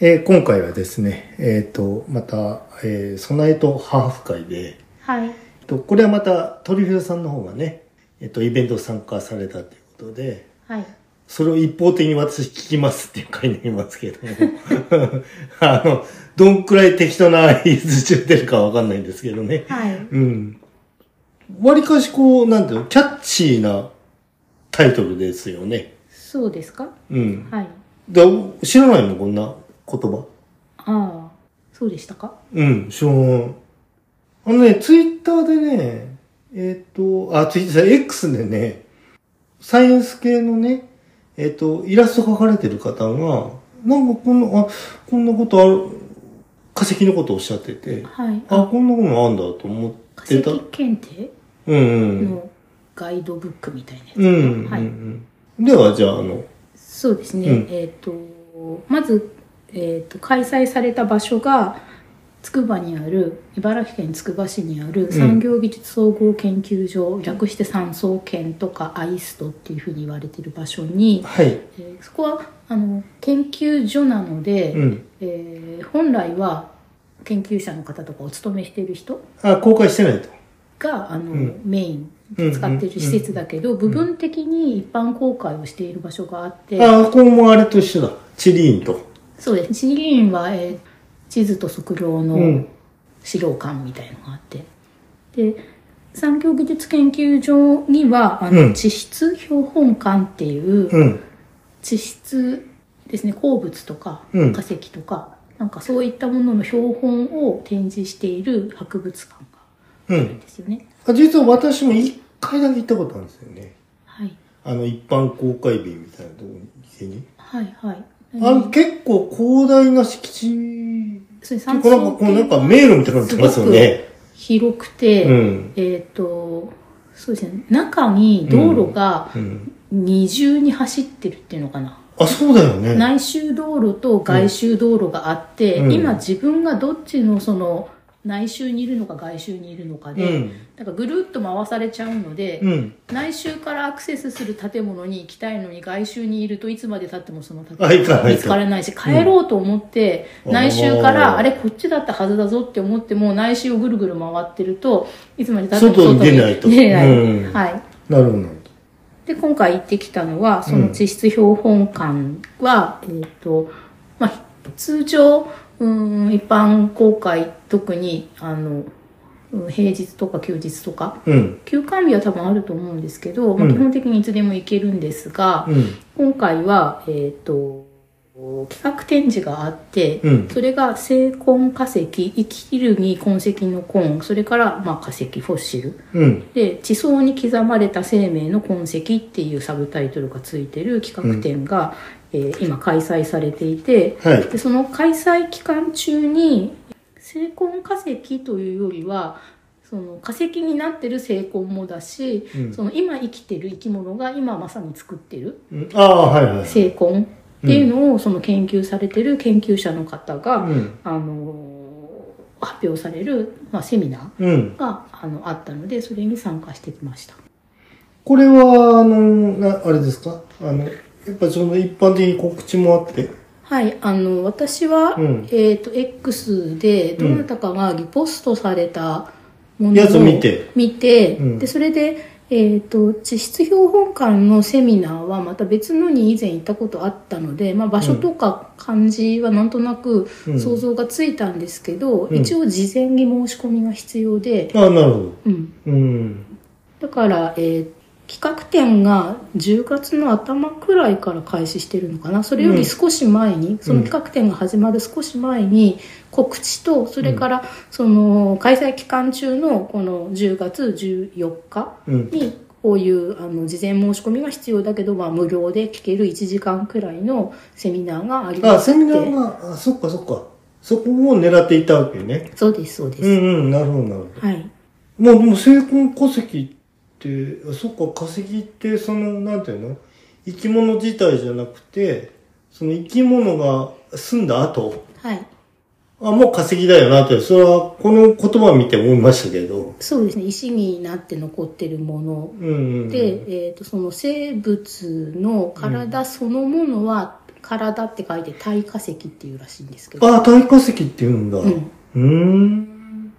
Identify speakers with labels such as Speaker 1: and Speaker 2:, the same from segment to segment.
Speaker 1: えー今回はですね、えっ、と、また、えー備えとハーフ会で、
Speaker 2: はい。
Speaker 1: えっとこれはまたトリフィルさんの方がね、えっ、と、イベント参加されたということで、
Speaker 2: はい。
Speaker 1: それを一方的に私聞きますっていう回になりますけども、 あの、どんくらい適当な合図中出るかわかんないんですけどね。
Speaker 2: はい。
Speaker 1: うん。割かしこう、なんていうの、キャッチーなタイトルですよね。
Speaker 2: そうですか
Speaker 1: うん。
Speaker 2: はい。
Speaker 1: だ知らないのこんな言葉。
Speaker 2: ああ、そうでしたか
Speaker 1: うん、知らない。あのね、ツイッターでね、えっ、と、あ、ツイッター、X でね、サイエンス系のね、えっ、と、イラスト描かれてる方が、なんかこんな、あ、こんなことある、化石のことをおっしゃってて、
Speaker 2: はい。
Speaker 1: あ、こんなことあんだと思っ
Speaker 2: 化
Speaker 1: て
Speaker 2: 石
Speaker 1: た。
Speaker 2: 検定
Speaker 1: うんうん。
Speaker 2: のガイドブックみたいなやつ。
Speaker 1: うん、うんうん。
Speaker 2: はい
Speaker 1: では、じゃあ、あの、
Speaker 2: そうですね。
Speaker 1: うん
Speaker 2: えっ、と、まず、えっ、と、開催された場所が、つくばにある、茨城県つくば市にある産業技術総合研究所、略して産総研とかアイストっていうふうに言われてる場所に、
Speaker 1: はい。
Speaker 2: えーそこは、あの、研究所なので、
Speaker 1: うん。
Speaker 2: えー本来は研究者の方とかお勤めしている人
Speaker 1: あ、公開してないと。
Speaker 2: があの、
Speaker 1: うん
Speaker 2: メイン
Speaker 1: うん
Speaker 2: 使っている施設だけど、部分的に一般公開をしている場所があって、
Speaker 1: あ、これもあれと一緒だ。チリーンと。
Speaker 2: そうです地理院は、えー地図と測量
Speaker 1: う
Speaker 2: の
Speaker 1: ん
Speaker 2: 資料館みたいのがあって、で産業技術研究所にはあの、
Speaker 1: うん
Speaker 2: 地質標本館っていう、
Speaker 1: うん。
Speaker 2: 地質ですね鉱物とか
Speaker 1: うん
Speaker 2: 化石とか、なんかそういったものの標本を展示している博物館が
Speaker 1: う
Speaker 2: あ
Speaker 1: ん
Speaker 2: るん。ですよね。
Speaker 1: あ実は私も一回だけ行ったことあるんですよね。
Speaker 2: はい
Speaker 1: あの、一般公開日みたいなとこに。に
Speaker 2: はいはい。
Speaker 1: あの、結構広大な敷地。
Speaker 2: そ
Speaker 1: な
Speaker 2: う
Speaker 1: んか、こう、なんか迷路みたいになってますよね。
Speaker 2: 広くて、
Speaker 1: うん。
Speaker 2: えっ、とそうですね中に道路が
Speaker 1: うん。
Speaker 2: 二重に走ってるっていうのかな。
Speaker 1: あ、そうだよね。
Speaker 2: 内周道路と外周道路があって、
Speaker 1: うん
Speaker 2: 今自分がどっちのその内周にいるのか外周にいるのか
Speaker 1: う
Speaker 2: で、
Speaker 1: ん。
Speaker 2: なんかぐるっと回されちゃうので、
Speaker 1: うん。
Speaker 2: 内周からアクセスする建物に行きたいのに外周にいるといつまで経ってもその建
Speaker 1: あ、いか
Speaker 2: 物
Speaker 1: ない
Speaker 2: 見つからないし帰ろうと思って
Speaker 1: うん
Speaker 2: 内周か
Speaker 1: あー
Speaker 2: らあれこっちだったはずだぞって思っても内周をぐるぐる回ってるといつまで経っても
Speaker 1: 外に出ないと
Speaker 2: 外に出ない
Speaker 1: うん
Speaker 2: はい、
Speaker 1: なるほどなるほど。
Speaker 2: で今回行ってきたのはその地質標本館は、えっ、と、まあ、通常うん一般公開特にあのうん平日とか休日とか
Speaker 1: うん。
Speaker 2: 休館日は多分あると思うんですけど、まあ
Speaker 1: うん
Speaker 2: 基本的にいつでも行けるんですが、
Speaker 1: うん。
Speaker 2: 今回は、えっ、と、企画展示があって、
Speaker 1: うん
Speaker 2: それが生根化石、生きるに痕跡の根、それから、まあ、化石、フォッシル。
Speaker 1: うん。
Speaker 2: で、地層に刻まれた生命の痕跡っていうサブタイトルがついてる企画展が、えー今開催されていて、
Speaker 1: はい。
Speaker 2: でその開催期間中に成根化石というよりはその化石になってる成根もだし、
Speaker 1: うん
Speaker 2: その今生きてる生き物が今まさに作ってる
Speaker 1: うんああ、はいはい。
Speaker 2: 成根っていうのをその研究されてる研究者の方が、
Speaker 1: うん。
Speaker 2: あのー発表される、まあ、セミナ
Speaker 1: うん
Speaker 2: ー。があのあったのでそれに参加してきました。
Speaker 1: これは、あの、なあれですかあの、やっぱその一般的に告知もあって。
Speaker 2: はい、あの私は、
Speaker 1: うん
Speaker 2: えっ、と X でどなたかがリポストされたものを
Speaker 1: やつを見て
Speaker 2: 見て
Speaker 1: うん
Speaker 2: でそれでえっ、と地質標本館のセミナーはまた別のに以前行ったことあったので、まあ、場所とか感じはなんとなく
Speaker 1: うん
Speaker 2: 想像がついたんですけど、
Speaker 1: うん
Speaker 2: 一応事前に申し込みが必要で、
Speaker 1: ああ、なるほど。
Speaker 2: うん、
Speaker 1: うん。
Speaker 2: だから、えー企画展が10月の頭くらいから開始してるのかなそれより少し前に、その企画展が始まる少し前に告知とそれからその開催期間中のこの10月14日
Speaker 1: うん。
Speaker 2: にこういうあの事前申し込みが必要だけど、まあ、無料で聞ける1時間くらいのセミナーがあり
Speaker 1: あ、
Speaker 2: ます
Speaker 1: セミナーが、あ、そっかそっか。そこを狙っていたわけね。
Speaker 2: そうですそうです、
Speaker 1: うんうん、なるほど、なるほど。
Speaker 2: はい
Speaker 1: まあでも、成根化石って、あそっか、化石って、その、なんていうの生き物自体じゃなくて、その生き物が住んだ後、
Speaker 2: はい
Speaker 1: あ、もう化石だよなって、それはこの言葉を見て思いましたけど。
Speaker 2: そうですね石になって残ってるもの
Speaker 1: うんうん。
Speaker 2: で、えー、とその生物の体そのものは体って書いて体化石っていうらしいんですけど、
Speaker 1: あ、大化石って言うんだ。
Speaker 2: う、
Speaker 1: うんーん。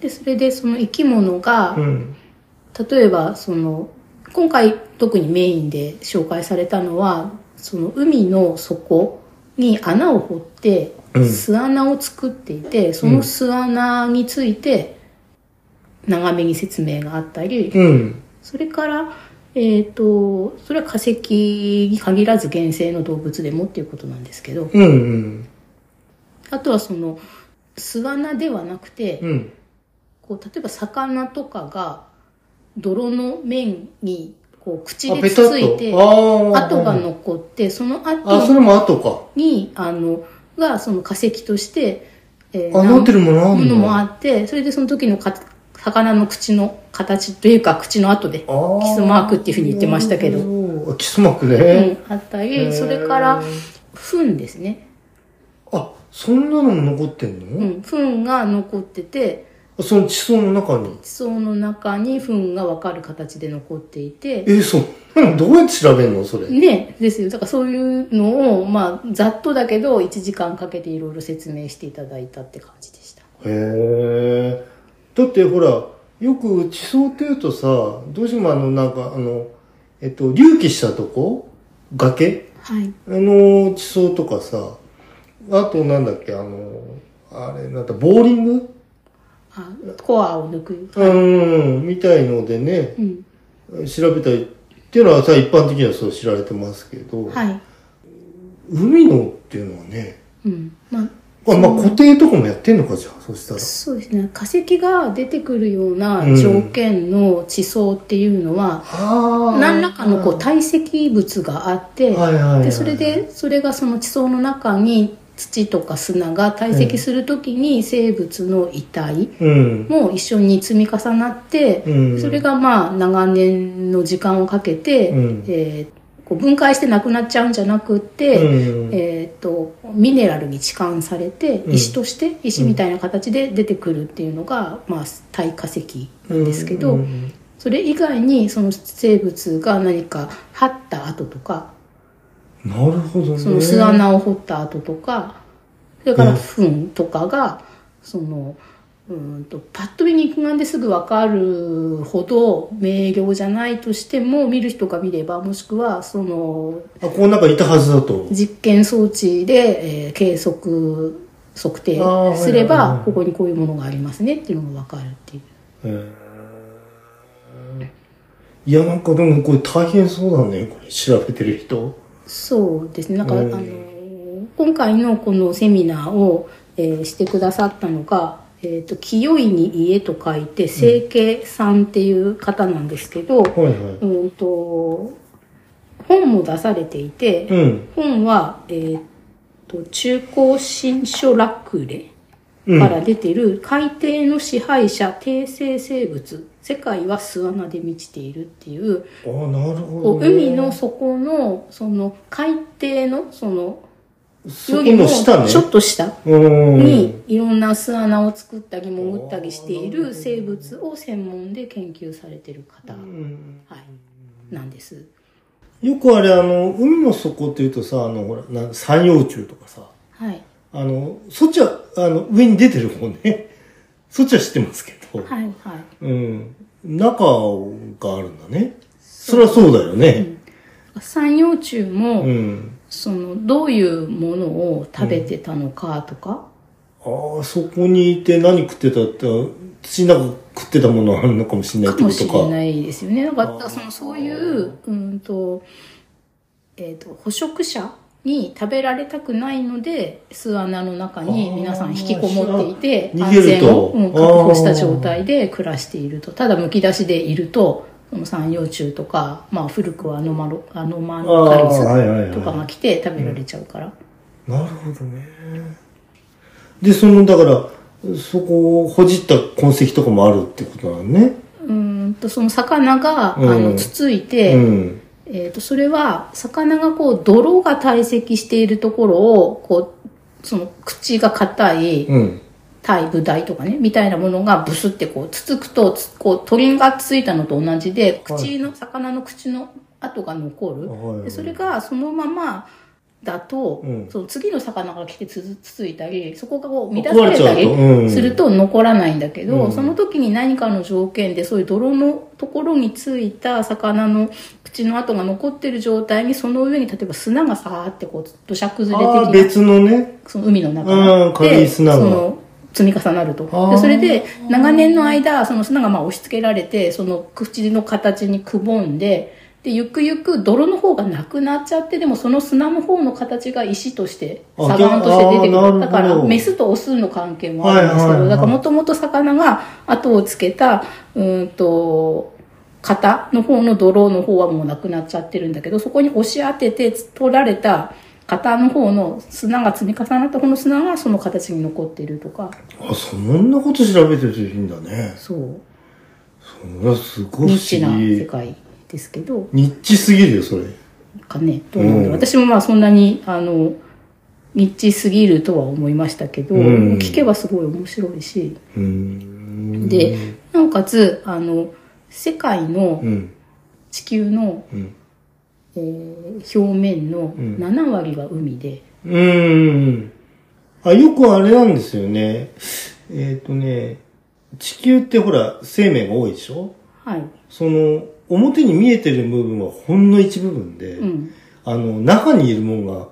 Speaker 2: でそれでその生き物が、
Speaker 1: うん。
Speaker 2: 例えばその今回特にメインで紹介されたのはその海の底に穴を掘って
Speaker 1: うん
Speaker 2: 巣穴を作っていて、その巣穴について長めに説明があったり、
Speaker 1: うん。
Speaker 2: それから、えっとそれは化石に限らず原生の動物でもっていうことなんですけど
Speaker 1: うん。うん。
Speaker 2: あとはその巣穴ではなくて、
Speaker 1: うん。
Speaker 2: こう例えば魚とかが泥の面にこう口
Speaker 1: あ、
Speaker 2: で
Speaker 1: ペ
Speaker 2: つ
Speaker 1: タ
Speaker 2: つい
Speaker 1: ッ
Speaker 2: て
Speaker 1: と。ああ。
Speaker 2: 跡が残ってその
Speaker 1: あ、それ
Speaker 2: 後
Speaker 1: も後か。
Speaker 2: にあのがその化石として、え
Speaker 1: あ、なってるものあ
Speaker 2: も
Speaker 1: ん
Speaker 2: の
Speaker 1: の
Speaker 2: もあってそれでその時のか魚の口の形というか口の跡で、キスマークっていうふうに言ってましたけど
Speaker 1: ど。キスマーク
Speaker 2: う
Speaker 1: ね。
Speaker 2: ん、あった
Speaker 1: へ
Speaker 2: り
Speaker 1: ー
Speaker 2: それから。糞ですね、
Speaker 1: あ、そんなのも残ってんの、
Speaker 2: うん、糞が残ってて
Speaker 1: その地層の中に。
Speaker 2: 地層の中に糞が分かる形で残っていて
Speaker 1: え、そう。どうやって調べんの それ。
Speaker 2: ね、ですよ。だからそういうのを、まあ、ざっとだけど、1時間かけていろいろ説明していただいたって感じでした。
Speaker 1: へえ。だってほら、よく地層っていうとさ、どうしてもあの、なんかあの、えっと、隆起したとこ崖
Speaker 2: はい。
Speaker 1: あの、地層とかさ、あとなんだっけ、あの、あれ、なんだ、ボーリング、
Speaker 2: あコアを抜く。
Speaker 1: うん、みたいのでね、
Speaker 2: うん。
Speaker 1: 調べたりっていうのはさ、一般的にはそう知られてますけど、
Speaker 2: はい。
Speaker 1: 海のっていうのはね、
Speaker 2: うん。まあ、
Speaker 1: あまあ固定とかもやってんのかじゃあ、そしたら。
Speaker 2: そうですね。化石が出てくるような条件の地層っていうのは、
Speaker 1: ああ。
Speaker 2: 何らかのこう
Speaker 1: は
Speaker 2: 堆積物があって、
Speaker 1: いはいはい、
Speaker 2: でそれでそれがその地層の中に土とか砂が堆積するときに生物の遺体
Speaker 1: うん、
Speaker 2: も一緒に積み重なって、
Speaker 1: うん
Speaker 2: それがまあ長年の時間をかけて、
Speaker 1: うん
Speaker 2: えーこう分解してなくなっちゃうんじゃなく
Speaker 1: う
Speaker 2: て、
Speaker 1: ん
Speaker 2: えー、とミネラルに置換されて
Speaker 1: うん
Speaker 2: 石として石みたいな形で出てくるっていうのが、まあ、体化石なんですけど、
Speaker 1: うん
Speaker 2: それ以外にその生物が何か張った跡とか
Speaker 1: なるほどね。
Speaker 2: その巣
Speaker 1: っ
Speaker 2: 穴を掘った跡とか、それから
Speaker 1: うん
Speaker 2: 糞とかが、その、うーんと、パッと見に肉眼ですぐわかるほど明瞭じゃないとしても、見る人が見れば、もしくは、その、
Speaker 1: あ、この中いたはずだと。
Speaker 2: 実験装置で、えー計測、測
Speaker 1: あーはい
Speaker 2: 定すれば、
Speaker 1: はいはい
Speaker 2: ここにこういうものがありますねっていうのがわかるっていう。
Speaker 1: へーいや、なんかでもこれ大変そうだね、これ調べてる人。
Speaker 2: そうですね。なんか、
Speaker 1: うん
Speaker 2: あの、今回のこのセミナーを、えーしてくださったのが、えっ、と、清いに家と書いて、清家さんっていう方なんですけど、
Speaker 1: はいは
Speaker 2: うん、と、本も出されていて、
Speaker 1: い。うん。
Speaker 2: 本は、えっ、と、中高新書楽礼
Speaker 1: うん。
Speaker 2: から出てる、海底の支配者、低生生物、世界は巣穴で満ちているっていう、
Speaker 1: ああ、なる
Speaker 2: こ
Speaker 1: ほど
Speaker 2: う
Speaker 1: ね、
Speaker 2: 海の底のその海底のその
Speaker 1: そ
Speaker 2: よ
Speaker 1: こ
Speaker 2: りも
Speaker 1: の
Speaker 2: ち
Speaker 1: 下ね。
Speaker 2: ょっと下
Speaker 1: うん。
Speaker 2: にいろんな巣穴を作ったり潜ったりしてい
Speaker 1: あー
Speaker 2: る生物を専門で研究されてる方、
Speaker 1: うん
Speaker 2: はい、なんです。
Speaker 1: よくあれ、あの、海の底っていうとさ、あの、ほら、な三葉虫とかさ、
Speaker 2: はい、
Speaker 1: あの、そっちは、あの、上に出てる方ね。 そっちは知ってますけど。
Speaker 2: はい、はい。
Speaker 1: うん。中があるんだね。そりゃそうだよね。
Speaker 2: 三葉虫も、
Speaker 1: うん。
Speaker 2: そのどういうものを食べてたのかとか、
Speaker 1: ああ、そこにいて何食ってたって、土の中食ってたものあるのかもしれないっ
Speaker 2: か
Speaker 1: てこ
Speaker 2: もし
Speaker 1: と
Speaker 2: れ
Speaker 1: か。
Speaker 2: ないですよね。だか
Speaker 1: あー
Speaker 2: らそのそういううんとえっ、と捕食者に食べられたくないので巣穴の中に皆さん引きこもっていて
Speaker 1: あー
Speaker 2: 安全を、
Speaker 1: 逃げ
Speaker 2: う
Speaker 1: る
Speaker 2: ん、
Speaker 1: と
Speaker 2: 確保した状態で暮らしているとただむき出しでいるとその三葉虫とか、まあ、古くはアノマロアノマロカリ
Speaker 1: あーはいはいはい
Speaker 2: スとかが来て食べられちゃうから、
Speaker 1: なるほどね。で、その、だから、そこをほじった痕跡とかもあるってことなのね。
Speaker 2: うんとその魚が、
Speaker 1: うん
Speaker 2: あのつついて、
Speaker 1: うん。
Speaker 2: えー、とそれは魚がこう泥が堆積しているところをこうその口が硬い
Speaker 1: うん。
Speaker 2: 体部台とかねみたいなものがブスってこうつつくとつこう鳥がつついたのと同じで口の、魚の口の跡が残る、
Speaker 1: はい
Speaker 2: でそれがそのままだと、
Speaker 1: うん
Speaker 2: その次の魚が来てつづつついたりそこがこう乱
Speaker 1: 壊
Speaker 2: さ
Speaker 1: れ
Speaker 2: れ
Speaker 1: ちゃ
Speaker 2: た
Speaker 1: うと。
Speaker 2: り
Speaker 1: うん。
Speaker 2: すると残らないんだけど、
Speaker 1: うん
Speaker 2: その時に何かの条件でそういう泥のところについた魚の口の跡が残ってる状態にその上に例えば砂がさーってこう土砂崩れ
Speaker 1: ああ、
Speaker 2: 的な
Speaker 1: 別のね。
Speaker 2: その海の
Speaker 1: うん
Speaker 2: 中
Speaker 1: 軽い
Speaker 2: で
Speaker 1: 砂が
Speaker 2: その積み重なると
Speaker 1: あー
Speaker 2: でそれで長年の間その砂がまあ押し付けられてその口の形にくぼんででゆくゆく泥の方がなくなっちゃってでもその砂の方の形が石として
Speaker 1: あ
Speaker 2: 砂岩として出てく
Speaker 1: あなるほど
Speaker 2: るだからメスとオスの関係もあるんですけ
Speaker 1: はいはいは
Speaker 2: ど
Speaker 1: い
Speaker 2: だからもともと魚が後をつけたうーんと型の方の泥の方はもうなくなっちゃってるんだけどそこに押し当てて取られた型の方の砂が積み重なった方の砂がその形に残ってるとか
Speaker 1: あ、そんなこと調べてる人いるんだね。
Speaker 2: そう
Speaker 1: それはすごい不
Speaker 2: ニ
Speaker 1: 思
Speaker 2: ッチな世
Speaker 1: 議。
Speaker 2: 界ですけど
Speaker 1: ニッチすぎるよ、それ。
Speaker 2: かねどうなんだろう
Speaker 1: うん
Speaker 2: 私もまあそんなにあのニッチすぎるとは思いましたけど、
Speaker 1: うん
Speaker 2: 聞けばすごい面白いし
Speaker 1: うん。
Speaker 2: で、なおかつあの世界の
Speaker 1: うん。
Speaker 2: 地球の、
Speaker 1: うん。
Speaker 2: えー表面の
Speaker 1: ん
Speaker 2: 7割が海で、
Speaker 1: うん。あ、よくあれなんですよね。えっ、とね、地球ってほら、生命が多いでしょ
Speaker 2: はい、
Speaker 1: その、表に見えてる部分はほんの一部分で、
Speaker 2: うん、
Speaker 1: あの、中にいるもんが、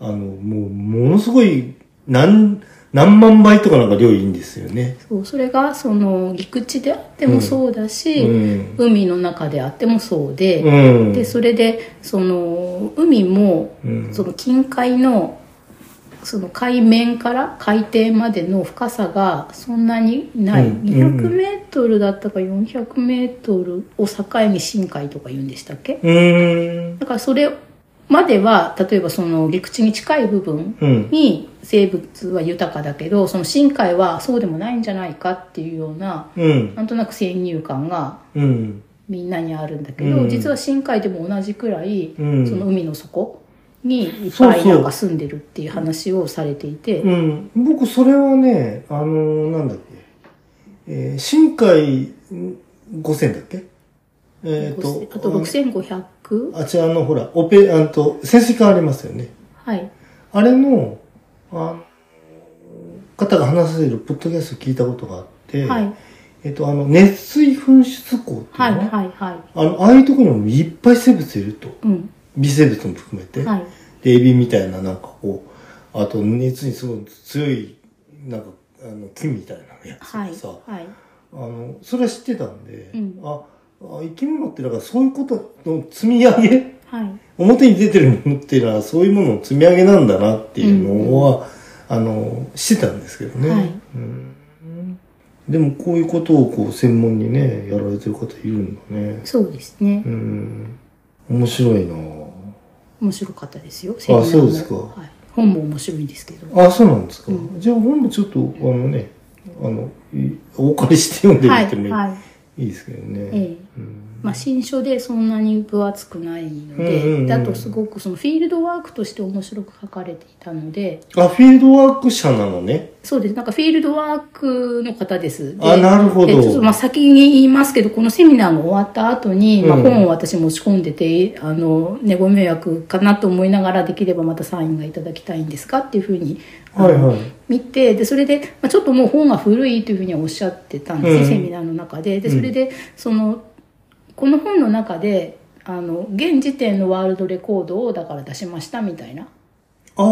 Speaker 1: あの、もう、ものすごい、何、何万倍とかなんか量いいんですよね。
Speaker 2: そうそれがその陸地であってもそうだし、
Speaker 1: うん。
Speaker 2: 海の中であってもそうで、
Speaker 1: うん。
Speaker 2: でそれでその海も
Speaker 1: うん
Speaker 2: その近海のその海面から海底までの深さがそんなにない、
Speaker 1: うん
Speaker 2: 200メートルだったか400メートルを境に深海とか言うんでしたっけ
Speaker 1: うん。
Speaker 2: だからそれまでは例えばその陸地に近い部分
Speaker 1: うん。
Speaker 2: に生物は豊かだけどその深海はそうでもないんじゃないかっていうような
Speaker 1: うん。
Speaker 2: なんとなく先入観が
Speaker 1: うん。
Speaker 2: みんなにあるんだけど、
Speaker 1: うん
Speaker 2: 実は深海でも同じくらい、
Speaker 1: うん
Speaker 2: その海の底にいっ
Speaker 1: そう
Speaker 2: ぱ
Speaker 1: そ
Speaker 2: いうなんか住んでるっていう話をされていて
Speaker 1: うん。僕、それはね、あの、なんだっけ。えー、深海5000だっけえっ、と、
Speaker 2: あと6500
Speaker 1: あちらのほら、オペ、あんと、潜水艦ありますよね。
Speaker 2: はい
Speaker 1: あれの、あ方が話せるポッドキャスト聞いたことがあって、
Speaker 2: はい
Speaker 1: えっと、あの、熱水噴出港ってい
Speaker 2: は
Speaker 1: う
Speaker 2: い
Speaker 1: の、
Speaker 2: はいは
Speaker 1: あの、ああいうところにもいっぱい生物いると。
Speaker 2: いうん
Speaker 1: 微生物も含めて。
Speaker 2: はい
Speaker 1: で、エビみたいな、なんかこう、あと熱にすごい強い、なんか、あの、菌みたいなやつ
Speaker 2: はい
Speaker 1: がさ、
Speaker 2: はい
Speaker 1: あの、それは知ってたんで、
Speaker 2: うん
Speaker 1: あ、あ生き物ってだからそういうことの積み上げ
Speaker 2: はい
Speaker 1: 表に出てるものっていうのはそういうものの積み上げなんだなっていうのは、あのしてたんですけどね、
Speaker 2: はい
Speaker 1: うん、でもこういうことをこう専門にねやられてる方いるんだね
Speaker 2: そうですね
Speaker 1: うん面白いな
Speaker 2: 面白かったですよ
Speaker 1: あそうですか
Speaker 2: はい、本も面白いんですけど
Speaker 1: あそうなんですか、
Speaker 2: うん
Speaker 1: じゃあ本もちょっとあのねあのいお借りして読んでみ
Speaker 2: はい
Speaker 1: てもいい,、
Speaker 2: はい
Speaker 1: い、ですけどね、
Speaker 2: ええ
Speaker 1: うん
Speaker 2: まあ、新書でそんなに分厚くない
Speaker 1: う
Speaker 2: ので、
Speaker 1: んうんうん
Speaker 2: だとすごくそのフィールドワークとして面白く書かれていたので
Speaker 1: あフィールドワーク社なのね
Speaker 2: そうですなんかフィールドワークの方ですで
Speaker 1: あなるほど
Speaker 2: えちょっとまあ先に言いますけどこのセミナーが終わった後に、まあ、
Speaker 1: うん
Speaker 2: 本を私持ち込んでて、あのね、ご迷惑かなと思いながらできればまたサインがいただきたいんですかっていうふうに、あの
Speaker 1: はいはい
Speaker 2: 見てでそれで、まあ、ちょっともう本が古いというふうにはおっしゃってたんですね、
Speaker 1: うん
Speaker 2: セミナーの中で。で
Speaker 1: うん
Speaker 2: それで、そのこの本の中であの現時点のワールドレコードをだから出しましたみたいな
Speaker 1: ああ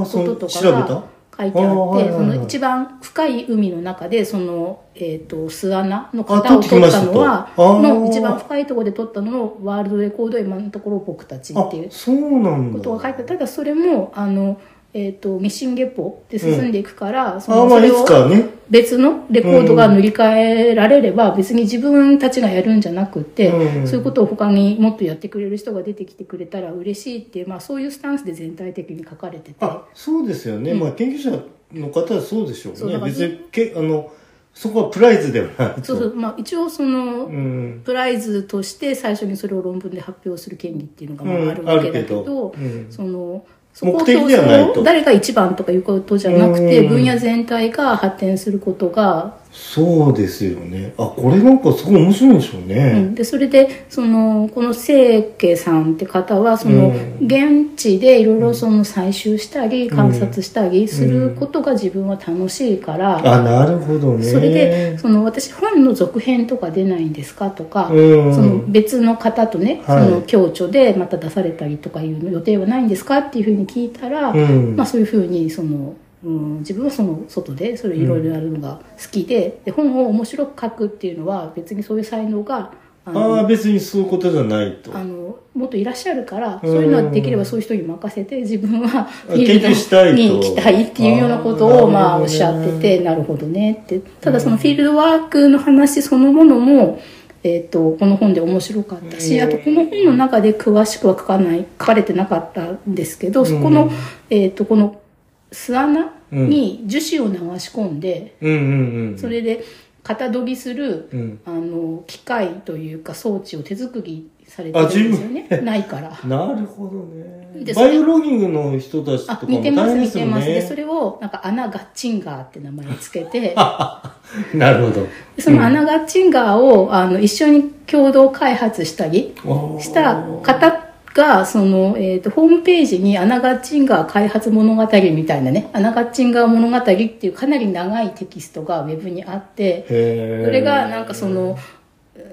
Speaker 2: こ
Speaker 1: そ
Speaker 2: と
Speaker 1: う
Speaker 2: と
Speaker 1: 調
Speaker 2: か
Speaker 1: べ
Speaker 2: が
Speaker 1: た
Speaker 2: 書いて
Speaker 1: あ
Speaker 2: あ
Speaker 1: ー
Speaker 2: っ
Speaker 1: はいはい
Speaker 2: てそ
Speaker 1: はい
Speaker 2: の一番深い海の中でその、えー、と巣穴の
Speaker 1: あ
Speaker 2: 型を取
Speaker 1: 取ってき
Speaker 2: ったのは
Speaker 1: ましたとあー
Speaker 2: の一番深いところで取ったのをワールドレコードは今のところ僕たちっていう
Speaker 1: あそうなんだ
Speaker 2: ことが書いてただそれもあの、えー、とミシン月歩で進んでいくから、そ
Speaker 1: あ
Speaker 2: の
Speaker 1: ま
Speaker 2: そ
Speaker 1: あ
Speaker 2: れ
Speaker 1: い
Speaker 2: を
Speaker 1: つかね
Speaker 2: 別のレコードが塗り替えられれば別に自分たちがやるんじゃなくて、
Speaker 1: うん
Speaker 2: そういうことを他にもっとやってくれる人が出てきてくれたら嬉しいっていう、まあ、そういうスタンスで全体的に書かれてて。
Speaker 1: あそうですよね、
Speaker 2: うん
Speaker 1: まあ研究者の方はそうでしょ
Speaker 2: そうう
Speaker 1: ね
Speaker 2: だから
Speaker 1: 別にけあのそこはプライズではないと
Speaker 2: そうそうまあ、一応その、
Speaker 1: うん、
Speaker 2: プライズとして最初にそれを論文で発表する権利っていうのが
Speaker 1: う
Speaker 2: ま
Speaker 1: ん
Speaker 2: ああるわけだけ
Speaker 1: あるけど
Speaker 2: ど、
Speaker 1: うん
Speaker 2: そのそ
Speaker 1: 目
Speaker 2: こを
Speaker 1: 的
Speaker 2: 競
Speaker 1: ではないと
Speaker 2: 争誰が一番とかいうことじゃなくて
Speaker 1: うん
Speaker 2: 分野全体が発展することが
Speaker 1: そうですよね。あ、これなんかすごい面白いんでしょう
Speaker 2: う
Speaker 1: ね。
Speaker 2: ん、でそれでそのこの清家さんって方はその
Speaker 1: うん
Speaker 2: 現地でいろいろその採集したり
Speaker 1: うん
Speaker 2: 観察したりすることが自分は楽しいから、
Speaker 1: あ、なるほどね。
Speaker 2: それでその私本の続編とか出ないんですかとか、
Speaker 1: うん
Speaker 2: その別の方とね、
Speaker 1: はい
Speaker 2: その共著でまた出されたりとかいう予定はないんですかっていうふうに聞いたら、
Speaker 1: うん
Speaker 2: まあ、そういうふうにその、うん、自分はその外でそれいろいろやるのが好きで,、で本を面白く書くっていうのは別にそういう才能が
Speaker 1: あ
Speaker 2: あの
Speaker 1: あ、別にそういうことじゃないと。
Speaker 2: あのもっといらっしゃるから、
Speaker 1: うん
Speaker 2: そういうのはできればそういう人に任せて自分はフィ
Speaker 1: 研究した
Speaker 2: ー
Speaker 1: いと
Speaker 2: ルドに行きたいっていうようなこと
Speaker 1: あ
Speaker 2: を
Speaker 1: ー
Speaker 2: ま
Speaker 1: な
Speaker 2: あ
Speaker 1: るほどね
Speaker 2: おっしゃっててなるほどねってただそのフィールドワークの話そのものも、えー、とこの本で面白かったし、
Speaker 1: うん
Speaker 2: あとこの本の中で詳しくは書かない書かれてなかったんですけどそこ
Speaker 1: う
Speaker 2: の
Speaker 1: ん,、
Speaker 2: えー、とこの巣穴に樹脂を流し込んで、
Speaker 1: うんうんうん。
Speaker 2: それで型研ぎする
Speaker 1: うん。
Speaker 2: あの機械というか装置を手作りされてるんですよねな いから
Speaker 1: なるほどね。
Speaker 2: で
Speaker 1: バイオロギングの人たちと
Speaker 2: あ
Speaker 1: かも
Speaker 2: 似てま
Speaker 1: 大
Speaker 2: す
Speaker 1: 変で
Speaker 2: 似
Speaker 1: す
Speaker 2: て
Speaker 1: よ
Speaker 2: ますでそ
Speaker 1: ね。
Speaker 2: れをなんか穴ガッチンガーって名前つけ て
Speaker 1: なるほど。
Speaker 2: でその穴ガッチンガーをあの一緒に共同開発したり
Speaker 1: ああ
Speaker 2: した方がその、えー、とホームページに「穴ガッチンガー開発物語」みたいなね「穴ガッチンガー物語」っていうかなり長いテキストがウェブにあってそ
Speaker 1: へえ。
Speaker 2: れがなんかその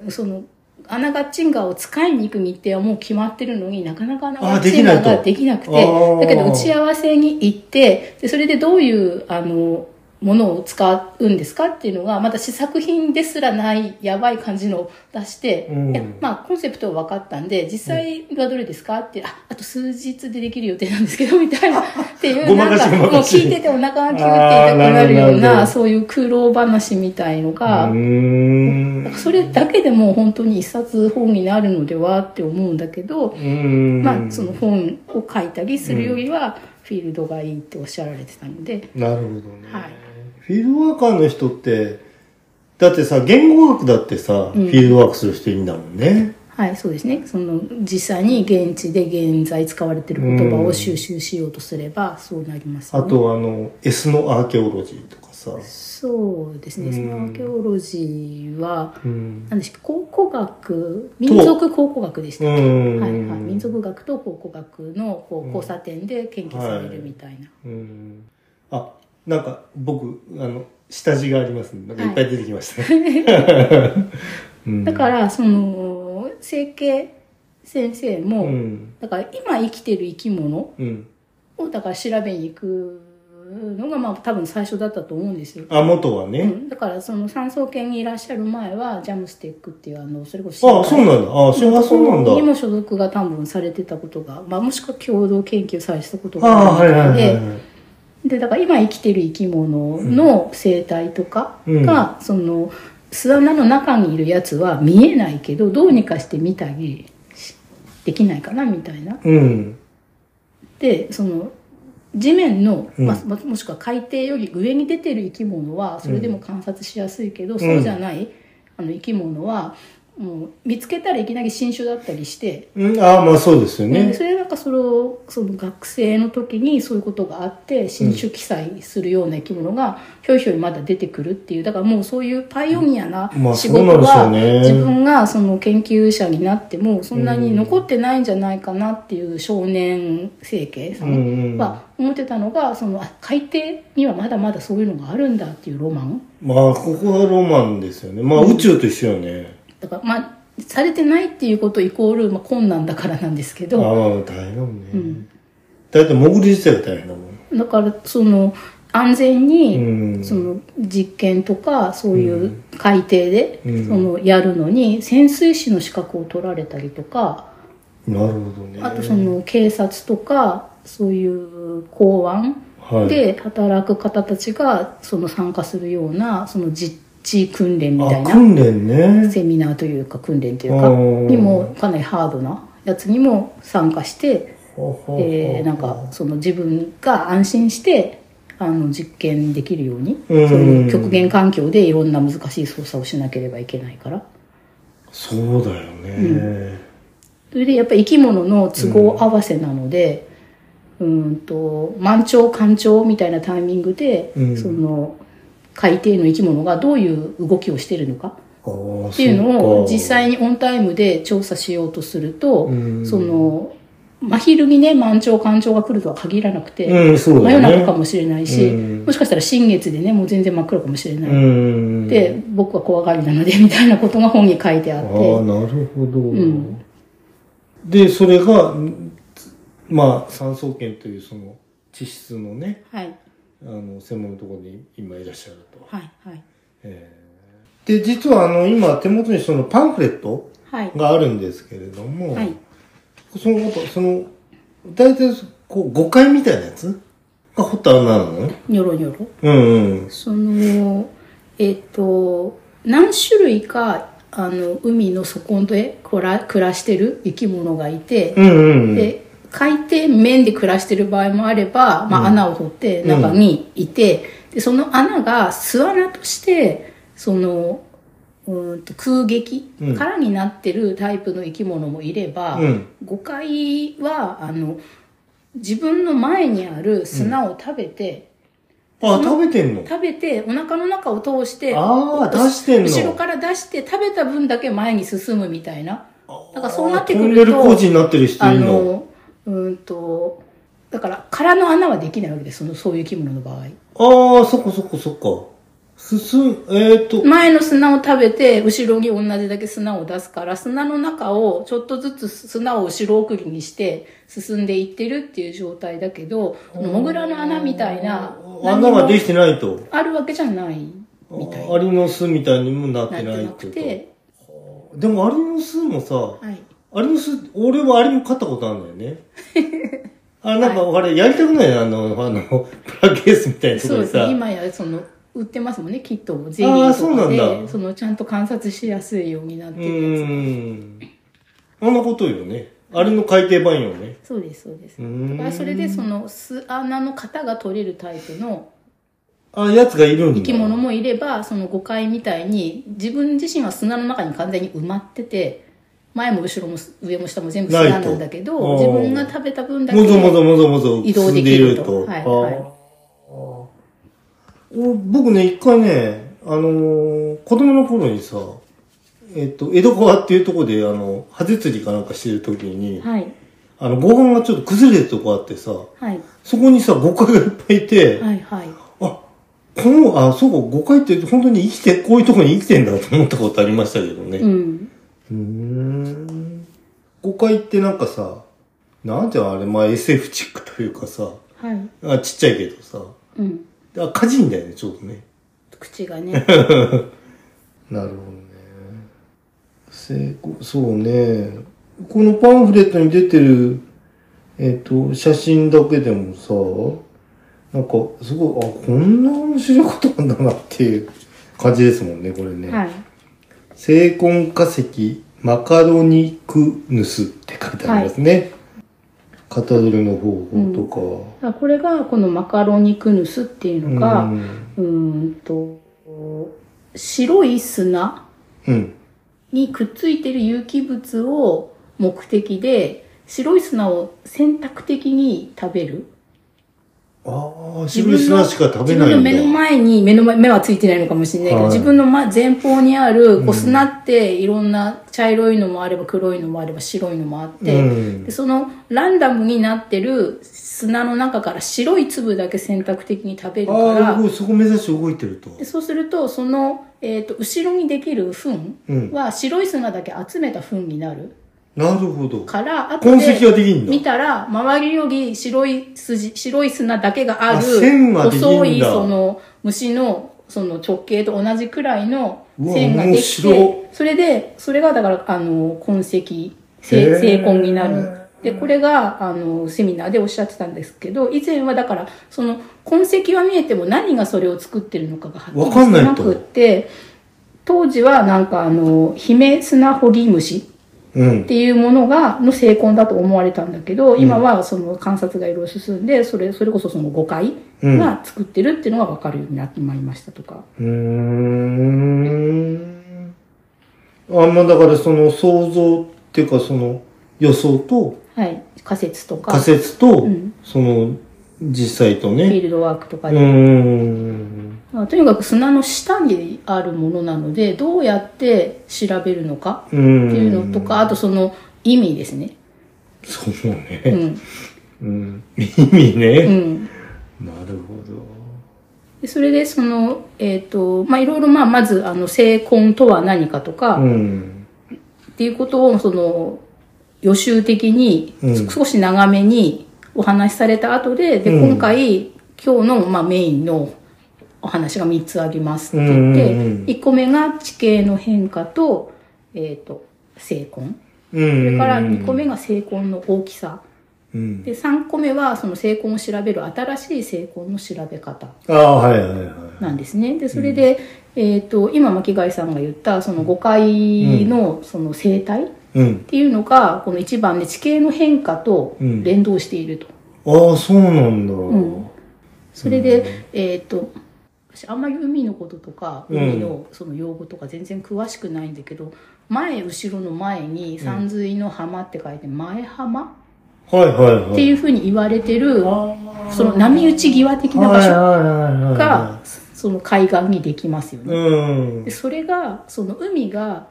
Speaker 2: そのアナガッチンガーを使いに行く日程はもう決まってるのになかなかアナガッチンガーが
Speaker 1: あ
Speaker 2: で
Speaker 1: で
Speaker 2: きなくて
Speaker 1: あー
Speaker 2: だけど打ち合わせに行ってでそれでどういうあのものを使うんですかっていうのがまた試作品ですらないやばい感じのを出して、
Speaker 1: うん
Speaker 2: いやまあコンセプトは分かったんで実際はどれですかって、ああと数日でできる予定なんですけどみたい なってい
Speaker 1: ご
Speaker 2: う
Speaker 1: ま
Speaker 2: な
Speaker 1: か
Speaker 2: ん
Speaker 1: し
Speaker 2: かもう
Speaker 1: ごまかし
Speaker 2: 聞いててお腹がキューって痛くなるよ
Speaker 1: あーなる
Speaker 2: う
Speaker 1: ほど
Speaker 2: なそういう苦労話みたいのが、
Speaker 1: うーん。
Speaker 2: それだけでも本当に一冊本になるのではって思うんだけど、
Speaker 1: うん。
Speaker 2: まあその本を書いたりするよりはフィールドがいいっておっしゃられてたので、
Speaker 1: なるほどね。
Speaker 2: はい
Speaker 1: フィールドワーカーの人って、だってさ、言語学だってさ、
Speaker 2: うん
Speaker 1: フィールドワークする人いるんだもんね。
Speaker 2: はいそうですねその実際に現地で現在使われてる言葉を収集しようとすればそうなります
Speaker 1: あ
Speaker 2: よね。
Speaker 1: と、あの、エスノアーケオロジーとかさ。
Speaker 2: そうですね、
Speaker 1: うん
Speaker 2: そのアーケオロジーは
Speaker 1: うん。
Speaker 2: 何でしたっけ考古学民族考古学でした
Speaker 1: う
Speaker 2: っけ、
Speaker 1: ん。
Speaker 2: はいはい、民族学と考古学のこう交差点で研究されるみたいな。
Speaker 1: うん。あ、なんか、僕、あの、下地がありますね。なんかいっぱい出てきましたね。 うん
Speaker 2: だからその整形先生も、
Speaker 1: うん。
Speaker 2: だから今生きてる生き物
Speaker 1: うん。
Speaker 2: をだから調べに行くのがまあ多分最初だったと思うんですよ。
Speaker 1: あ、元は
Speaker 2: う
Speaker 1: ね。
Speaker 2: んだからその産総研にいらっしゃる前はジャムステックっていうあのそれこ
Speaker 1: あ、そうなんだ。あ、そうあそうなんだ。
Speaker 2: にも所属が多分されてたことが、まあ、もしくは共同研究されてたこと
Speaker 1: あ
Speaker 2: があ
Speaker 1: はい
Speaker 2: る
Speaker 1: はい
Speaker 2: の
Speaker 1: はい
Speaker 2: で
Speaker 1: はい。
Speaker 2: でだから今生きてる生き物の生態とかが、その巣穴の中にいるやつは見えないけどどうにかして見たりしできないかなみたいな。
Speaker 1: うん。
Speaker 2: でその地面の、
Speaker 1: うん
Speaker 2: まあまもしくは海底より上に出てる生き物はそれでも観察しやすいけど、そうじゃないあの生き物はもう見つけたらいきなり新種だったりして。
Speaker 1: うん、あまあそうですよ
Speaker 2: で
Speaker 1: ね
Speaker 2: そ。れなんかそれをその学生の時にそういうことがあって新種記載するような生き物がひょいひょいまだ出てくるっていうだからもうそういうパイオニアな
Speaker 1: まあ
Speaker 2: 仕
Speaker 1: そうな
Speaker 2: 事
Speaker 1: んですよ
Speaker 2: が
Speaker 1: ね
Speaker 2: 自分がその研究者になってもそんなに残ってないんじゃないかなっていう少年生計さ
Speaker 1: うんうん
Speaker 2: んは思ってたのがそのあ海底にはまだまだそういうのがあるんだっていうロマン
Speaker 1: まあここはロマンですよね。まあ宇宙と一緒よね。
Speaker 2: だからまあされてないっていうことイコールまあ困難だからなんですけ
Speaker 1: あ
Speaker 2: ど。
Speaker 1: まあ大変だもんね。
Speaker 2: ん
Speaker 1: だいたい潜り自体が大変だもん。
Speaker 2: だからその安全に、
Speaker 1: うん
Speaker 2: その実験とかそういう海底で、
Speaker 1: うん
Speaker 2: そのやるのに潜水士の資格を取られたりとか、
Speaker 1: なるほどね。
Speaker 2: あとその警察とかそういう公安
Speaker 1: はい、
Speaker 2: で働く方たちがその参加するようなその実地訓練みたい
Speaker 1: あ、
Speaker 2: な
Speaker 1: 訓練ね。
Speaker 2: セミナーというか訓練というか
Speaker 1: うん
Speaker 2: にもかなりハードなやつにも参加して。
Speaker 1: ほうほうほう
Speaker 2: えーなんかその自分が安心してあの実験できるように、
Speaker 1: うん
Speaker 2: その極限環境でいろんな難しい操作をしなければいけないから
Speaker 1: そうだよね。
Speaker 2: それでやっぱり生き物の都合合わせなので、うーん、と満潮干潮みたいなタイミングで、
Speaker 1: うん
Speaker 2: その海底の生き物がどういう動きをしてるのか
Speaker 1: っ
Speaker 2: っていうのを実際
Speaker 1: に、
Speaker 2: にオンタイムで調査しようとすると、
Speaker 1: うん
Speaker 2: その真昼にね満潮干潮が来るとは限らなくて、
Speaker 1: うん、そう
Speaker 2: 真
Speaker 1: だね。
Speaker 2: 夜中かもしれないし、
Speaker 1: うん
Speaker 2: もしかしたら新月でねもう全然真っ暗かもしれない、
Speaker 1: うん。
Speaker 2: で僕は怖がりなのでみたいなことが本に書いてあ
Speaker 1: あ
Speaker 2: っ
Speaker 1: あ、
Speaker 2: て
Speaker 1: なるほど。
Speaker 2: ん
Speaker 1: で、それが、んまあ、産総研というその地質のね、
Speaker 2: はい
Speaker 1: あの、専門のところに今いらっしゃると。
Speaker 2: はいはい
Speaker 1: えーで、実はあの、今手元にそのパンフレット
Speaker 2: はい
Speaker 1: があるんですけれども、
Speaker 2: はい
Speaker 1: そのこと、その、大体、こう、誤解みたいなやつが掘った穴なのね。
Speaker 2: ニョロニョロ
Speaker 1: うんうん。
Speaker 2: そのえっ、と何種類かあの海の底で暮ら暮らしてる生き物がいて、
Speaker 1: うんうんうん。
Speaker 2: で海底面で暮らしてる場合もあれば、まあ、穴を掘って中にいて、でその穴が巣穴としてそのうーんと空撃
Speaker 1: うん
Speaker 2: からになってるタイプの生き物もいれば、
Speaker 1: うん
Speaker 2: 誤解はあの自分の前にある砂を食べて、
Speaker 1: あ、食べてんの
Speaker 2: 食べてお腹の中を通して
Speaker 1: あー出してんの
Speaker 2: 後ろから出して食べた分だけ前に進むみたいな。なんかそうなってく
Speaker 1: トン
Speaker 2: る
Speaker 1: ネ
Speaker 2: と
Speaker 1: ル工事になってる人
Speaker 2: あ
Speaker 1: いるの。
Speaker 2: の、うーんと、だから殻の穴はできないわけです、そのそういう生き物の場合。
Speaker 1: ああ、そっかそっかそっか。進む、えーっと、
Speaker 2: 前の砂を食べて、後ろに同じだけ砂を出すから、砂の中をちょっとずつ砂を後ろ送りにして進んでいってるっていう状態だけど、モグラの穴みたいな、
Speaker 1: 穴がで
Speaker 2: 何も
Speaker 1: きてないと。
Speaker 2: あるわけじゃないみたい
Speaker 1: あアリの巣みたいにもなって
Speaker 2: なっ
Speaker 1: な
Speaker 2: て
Speaker 1: いっ
Speaker 2: なく
Speaker 1: て
Speaker 2: て、
Speaker 1: こと。でもアリの巣もさ、
Speaker 2: はい。
Speaker 1: アリの巣、俺はアリも飼ったことあるんだ よね。あ、なんか、あれ、やりたくないあの、あの、プラケースみたいなとこ
Speaker 2: そう
Speaker 1: ろ
Speaker 2: で
Speaker 1: です
Speaker 2: ね
Speaker 1: さ。
Speaker 2: 今やその売ってますもんねキットもゼリ
Speaker 1: あー
Speaker 2: ー
Speaker 1: そう
Speaker 2: と
Speaker 1: な
Speaker 2: か
Speaker 1: んだ
Speaker 2: でそのちゃんと観察しやすいようになっ
Speaker 1: う
Speaker 2: てるやつ
Speaker 1: ーん。そんなことよね。アリの海底版よね。
Speaker 2: そうですそうです
Speaker 1: うー
Speaker 2: だ
Speaker 1: ん
Speaker 2: からそれでその巣穴の型が取れるタイプの
Speaker 1: あ、やつがいるんだ。
Speaker 2: 生き物もいればその誤解みたいに自分自身は砂の中に完全に埋まってて前も後ろも上も下も全部砂なんだけ
Speaker 1: ないと
Speaker 2: ど自分が食べた分だけ
Speaker 1: もぞもぞもぞもぞ
Speaker 2: 移動できると
Speaker 1: 進んでいる
Speaker 2: は
Speaker 1: あ
Speaker 2: いはい
Speaker 1: ーお僕ね、一回ね、あのー子供の頃にさ、えっと、江戸川っていうところで、あの、ハゼ釣りかなんかしてる時に、
Speaker 2: はい
Speaker 1: あの、ご飯がちょっと崩れるとこあってさ、
Speaker 2: はい
Speaker 1: そこにさ、誤解がいっぱいいて、
Speaker 2: はいはい
Speaker 1: あ、この、あ、そうか、誤解って本当に生きて、こういうとこに生きてんだと思ったことありましたけどね。
Speaker 2: うん
Speaker 1: うーん。誤解ってなんかさ、なんていうのあれ、まあ SF チックというかさ、
Speaker 2: はい
Speaker 1: あちっちゃいけどさ。
Speaker 2: うん
Speaker 1: あ、火事んだよね、ちょうどね。
Speaker 2: 口が ね
Speaker 1: なるほどね。成功、そうね。このパンフレットに出てる、えっ、と、写真だけでもさ、なんか、すごい、あ、こんな面白いことなんだなっていう感じですもんね、これね。
Speaker 2: はい
Speaker 1: 成根化石マカロニクヌスって書いてありますね。型取りの方法
Speaker 2: だからこれがこのマカロニクヌスってい
Speaker 1: とか。
Speaker 2: うのが、
Speaker 1: う。
Speaker 2: うんーん、と白い砂
Speaker 1: うん。
Speaker 2: にくっついてる有機物を目的で白い砂を選択的に食べる
Speaker 1: ああ、白い砂しか食べ
Speaker 2: 自
Speaker 1: ないんだ。
Speaker 2: 分の目の前に目の前目はついてないのかもしれないけど、
Speaker 1: はい
Speaker 2: 自分の前前方にあ
Speaker 1: う
Speaker 2: る
Speaker 1: ん
Speaker 2: こう砂っていろんな茶色いのもあれば黒いのもあれば白いのもあって、
Speaker 1: うん
Speaker 2: でそのランダムになってる砂の中から白い粒だけ選択的に食べるから
Speaker 1: ああ、動いそこ目指して動いてると。
Speaker 2: でそうするとその、えー、と後ろにできる糞
Speaker 1: うん
Speaker 2: は白い砂だけ集めた糞になる
Speaker 1: なるほど。
Speaker 2: から後
Speaker 1: 痕跡
Speaker 2: で
Speaker 1: ができんだ。
Speaker 2: 見たら周りより白い筋白い砂だけがあ
Speaker 1: あ
Speaker 2: る
Speaker 1: 線ができんだ
Speaker 2: 細いその虫のその直径と同じくらいの線ができ
Speaker 1: うわ面白
Speaker 2: てそれでそれがだからあの痕跡せ
Speaker 1: へー
Speaker 2: 成根になる。でこれがあのセミナーでおっしゃってたんですけど以前はだからその痕跡は見えても何がそれを作ってるのかがはっきり
Speaker 1: わかんない
Speaker 2: し
Speaker 1: と
Speaker 2: なくって当時はなんかあのヒメスナホリムシ
Speaker 1: うん
Speaker 2: っ。ていうものがの成婚だと思われたんだけど、今はその観察がいろいろ進んでそれそれこそその誤解が作ってるっていうのが分かるようになってまいりましたとか、
Speaker 1: うーん。あんまあだからその想像っていうかその予想と
Speaker 2: はい、仮説とか
Speaker 1: 仮
Speaker 2: フ
Speaker 1: 説と、
Speaker 2: うん
Speaker 1: その実際と
Speaker 2: ィ
Speaker 1: ね。
Speaker 2: ールドワークとか
Speaker 1: うー
Speaker 2: で
Speaker 1: ん。
Speaker 2: まあ、とにかく砂の下にあるものなのでどうやって調べるのか
Speaker 1: て
Speaker 2: ってい
Speaker 1: いう
Speaker 2: のとかあとその意味ですね。
Speaker 1: そう
Speaker 2: う
Speaker 1: ね。
Speaker 2: ん
Speaker 1: うん。意味
Speaker 2: う
Speaker 1: ね。
Speaker 2: ん
Speaker 1: なるほど。
Speaker 2: でそれでそのえっ、とまあいろいろまあまずあの成婚とは何かとか、
Speaker 1: うん。
Speaker 2: っていうことをその予習的に、
Speaker 1: うん
Speaker 2: 少し長めにお話しされた後でで
Speaker 1: うん
Speaker 2: 今回、今日の、まあ、メインのお話が3つありますって言って、
Speaker 1: うんうんうん
Speaker 2: 1個目が地形の変化と,、えー、と成婚
Speaker 1: うん。
Speaker 2: それから2個目が成婚の大きさ
Speaker 1: うん。
Speaker 2: で3個目はその成婚を調べる新しい成婚の調べ方
Speaker 1: ああ、はいはいはい。
Speaker 2: なんですね。で、それで、えっ、と、今巻貝さんが言った、その誤解の、その生態っ
Speaker 1: うん。
Speaker 2: ていうのが、この一番で地形の変化と
Speaker 1: うん
Speaker 2: 連動していると。
Speaker 1: ああ、そうなんだ。
Speaker 2: んそれで、えっ、と、私あんまり海のこととか、
Speaker 1: うん
Speaker 2: 海のその用語とか全然詳しくないんだけど、前、後ろの前に、山水の浜って書いて、前浜
Speaker 1: はいはいはい。、
Speaker 2: っていううふうに言われてる、そ
Speaker 1: そ
Speaker 2: の波打ち際的な場所
Speaker 1: 所
Speaker 2: が、その海岸にできますよね。
Speaker 1: うん
Speaker 2: で。それがその海が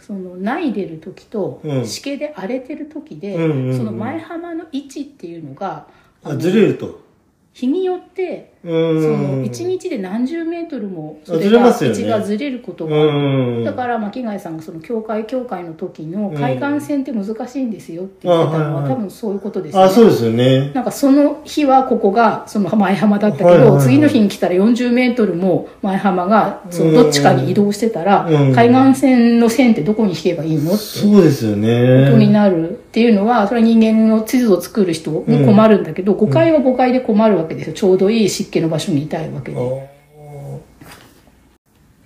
Speaker 2: そのないでる時と、
Speaker 1: うん
Speaker 2: しけで荒れてる時で、
Speaker 1: うんうんうん
Speaker 2: その前浜の位置っていうのがあ
Speaker 1: あ、
Speaker 2: の
Speaker 1: ずれると。
Speaker 2: 日によってそ
Speaker 1: うん。
Speaker 2: の1日で何十メートルも
Speaker 1: あずれますよね
Speaker 2: 位置がずれることが、
Speaker 1: うん。
Speaker 2: だから巻貝さんがその教会教会の時の海岸線って難しいんですよって言ってたのは、
Speaker 1: うんあはいはい
Speaker 2: 多分そういうことです
Speaker 1: あ、そう
Speaker 2: ね。
Speaker 1: ですよね。
Speaker 2: なんかその日はここがその前浜だったけど、
Speaker 1: はいはいはい
Speaker 2: 次の日に来たら40メートルも前浜がそのどっちかに移動してたら、
Speaker 1: うん
Speaker 2: 海岸線の線ってどこに引けばいいのって
Speaker 1: そうですよね。
Speaker 2: ことになるっていうのは、それは人間の地図を作る人に困るんだけど、誤解は誤解で困るわけですよ。ちょうどいい湿気の場所にいたいわけで。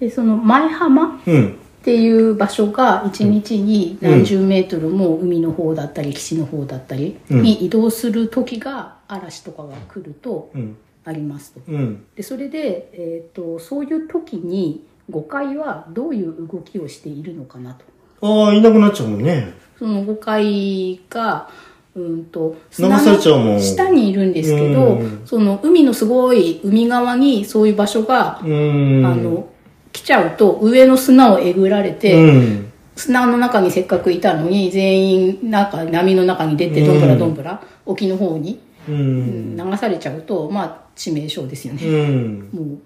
Speaker 2: で、その前浜っ
Speaker 1: うん。
Speaker 2: ていう場所が1日に何十メートルも海の方だったり、岸の方だったりに移動する時が嵐とかが来ると
Speaker 1: うん。
Speaker 2: ありますと。
Speaker 1: うん。
Speaker 2: でそれで、えー、とそういう時に誤解はどういう動きをしているのかなと
Speaker 1: ああ、いなくなっちゃうもんね。
Speaker 2: その誤解がうんと
Speaker 1: 流されちゃうもん。
Speaker 2: 下。にいるんですけど、
Speaker 1: うん
Speaker 2: その海のすごい海側にそういう場所が
Speaker 1: う、ん。
Speaker 2: あの来ちゃうと上の砂をえぐられて、
Speaker 1: うん。
Speaker 2: 砂の中にせっかくいたのに全員なんか波の中に出てどんぶらどんぶら沖の方に、
Speaker 1: う。
Speaker 2: うんん流されちゃうとまあ致命傷ですよね。
Speaker 1: うん。
Speaker 2: もう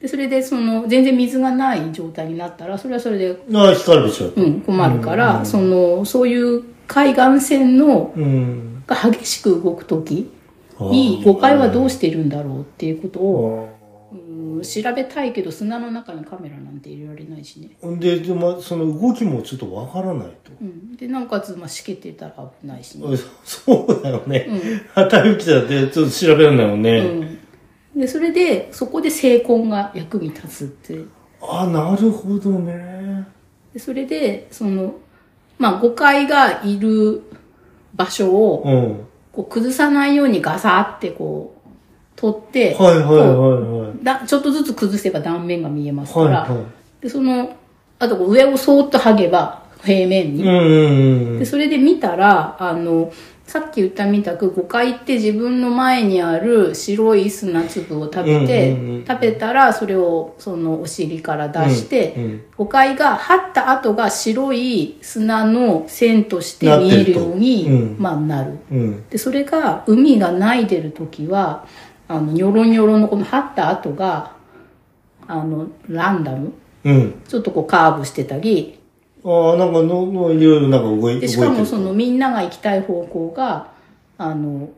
Speaker 2: でそれでその全然水がない状態になったらそれはそれで、
Speaker 1: ああ、干からびちゃう
Speaker 2: う
Speaker 1: と。
Speaker 2: ん、困るから、そのそういう海岸線の
Speaker 1: うん。
Speaker 2: が激しく動く時
Speaker 1: ああ
Speaker 2: に誤解はどうしてるんだろうっていうことを、
Speaker 1: あ
Speaker 2: うん、調べたいけど砂の中にカメラなんて入れられないしね、
Speaker 1: あで、でも、その動きもちょっとわからないと。
Speaker 2: うん、でなおかつ、まあ、しけてたら危ないしね、
Speaker 1: あそうだよね。
Speaker 2: うん
Speaker 1: 旗行きだって、ちょっと調べられないもんね。
Speaker 2: うん、でそれでそこで成婚が役に立つって
Speaker 1: あ、なるほどね。
Speaker 2: でそれでその、まあ、誤解がいる場所を、
Speaker 1: うん。
Speaker 2: こう崩さないようにガサってこう取って、
Speaker 1: はいはいはいはい。
Speaker 2: だちょっとずつ崩せば断面が見えますから、
Speaker 1: はいは
Speaker 2: でそのあとこう上をそーっと剥げば平
Speaker 1: い。
Speaker 2: 面に、
Speaker 1: うんうんうん
Speaker 2: で。それで見たらあのさっき言ったみたく5回って自分の前にある白い砂粒を食べて、
Speaker 1: うんうんうん
Speaker 2: 食べたらそれをそのお尻から出して、
Speaker 1: うんうん
Speaker 2: 5回が張った後が白い砂の線として見
Speaker 1: なっ
Speaker 2: え
Speaker 1: てる
Speaker 2: る
Speaker 1: と
Speaker 2: ように
Speaker 1: うん
Speaker 2: まあ、なる
Speaker 1: うん。
Speaker 2: でそれが海がないでる時はあのニョロニョロのこの張った跡があのランダム
Speaker 1: うん。
Speaker 2: ちょっとこうカーブしてたり
Speaker 1: ああ、なんかの、の、いろいろなんか動い動いて
Speaker 2: で
Speaker 1: る。
Speaker 2: しかもその、みんなが行きたい方向があの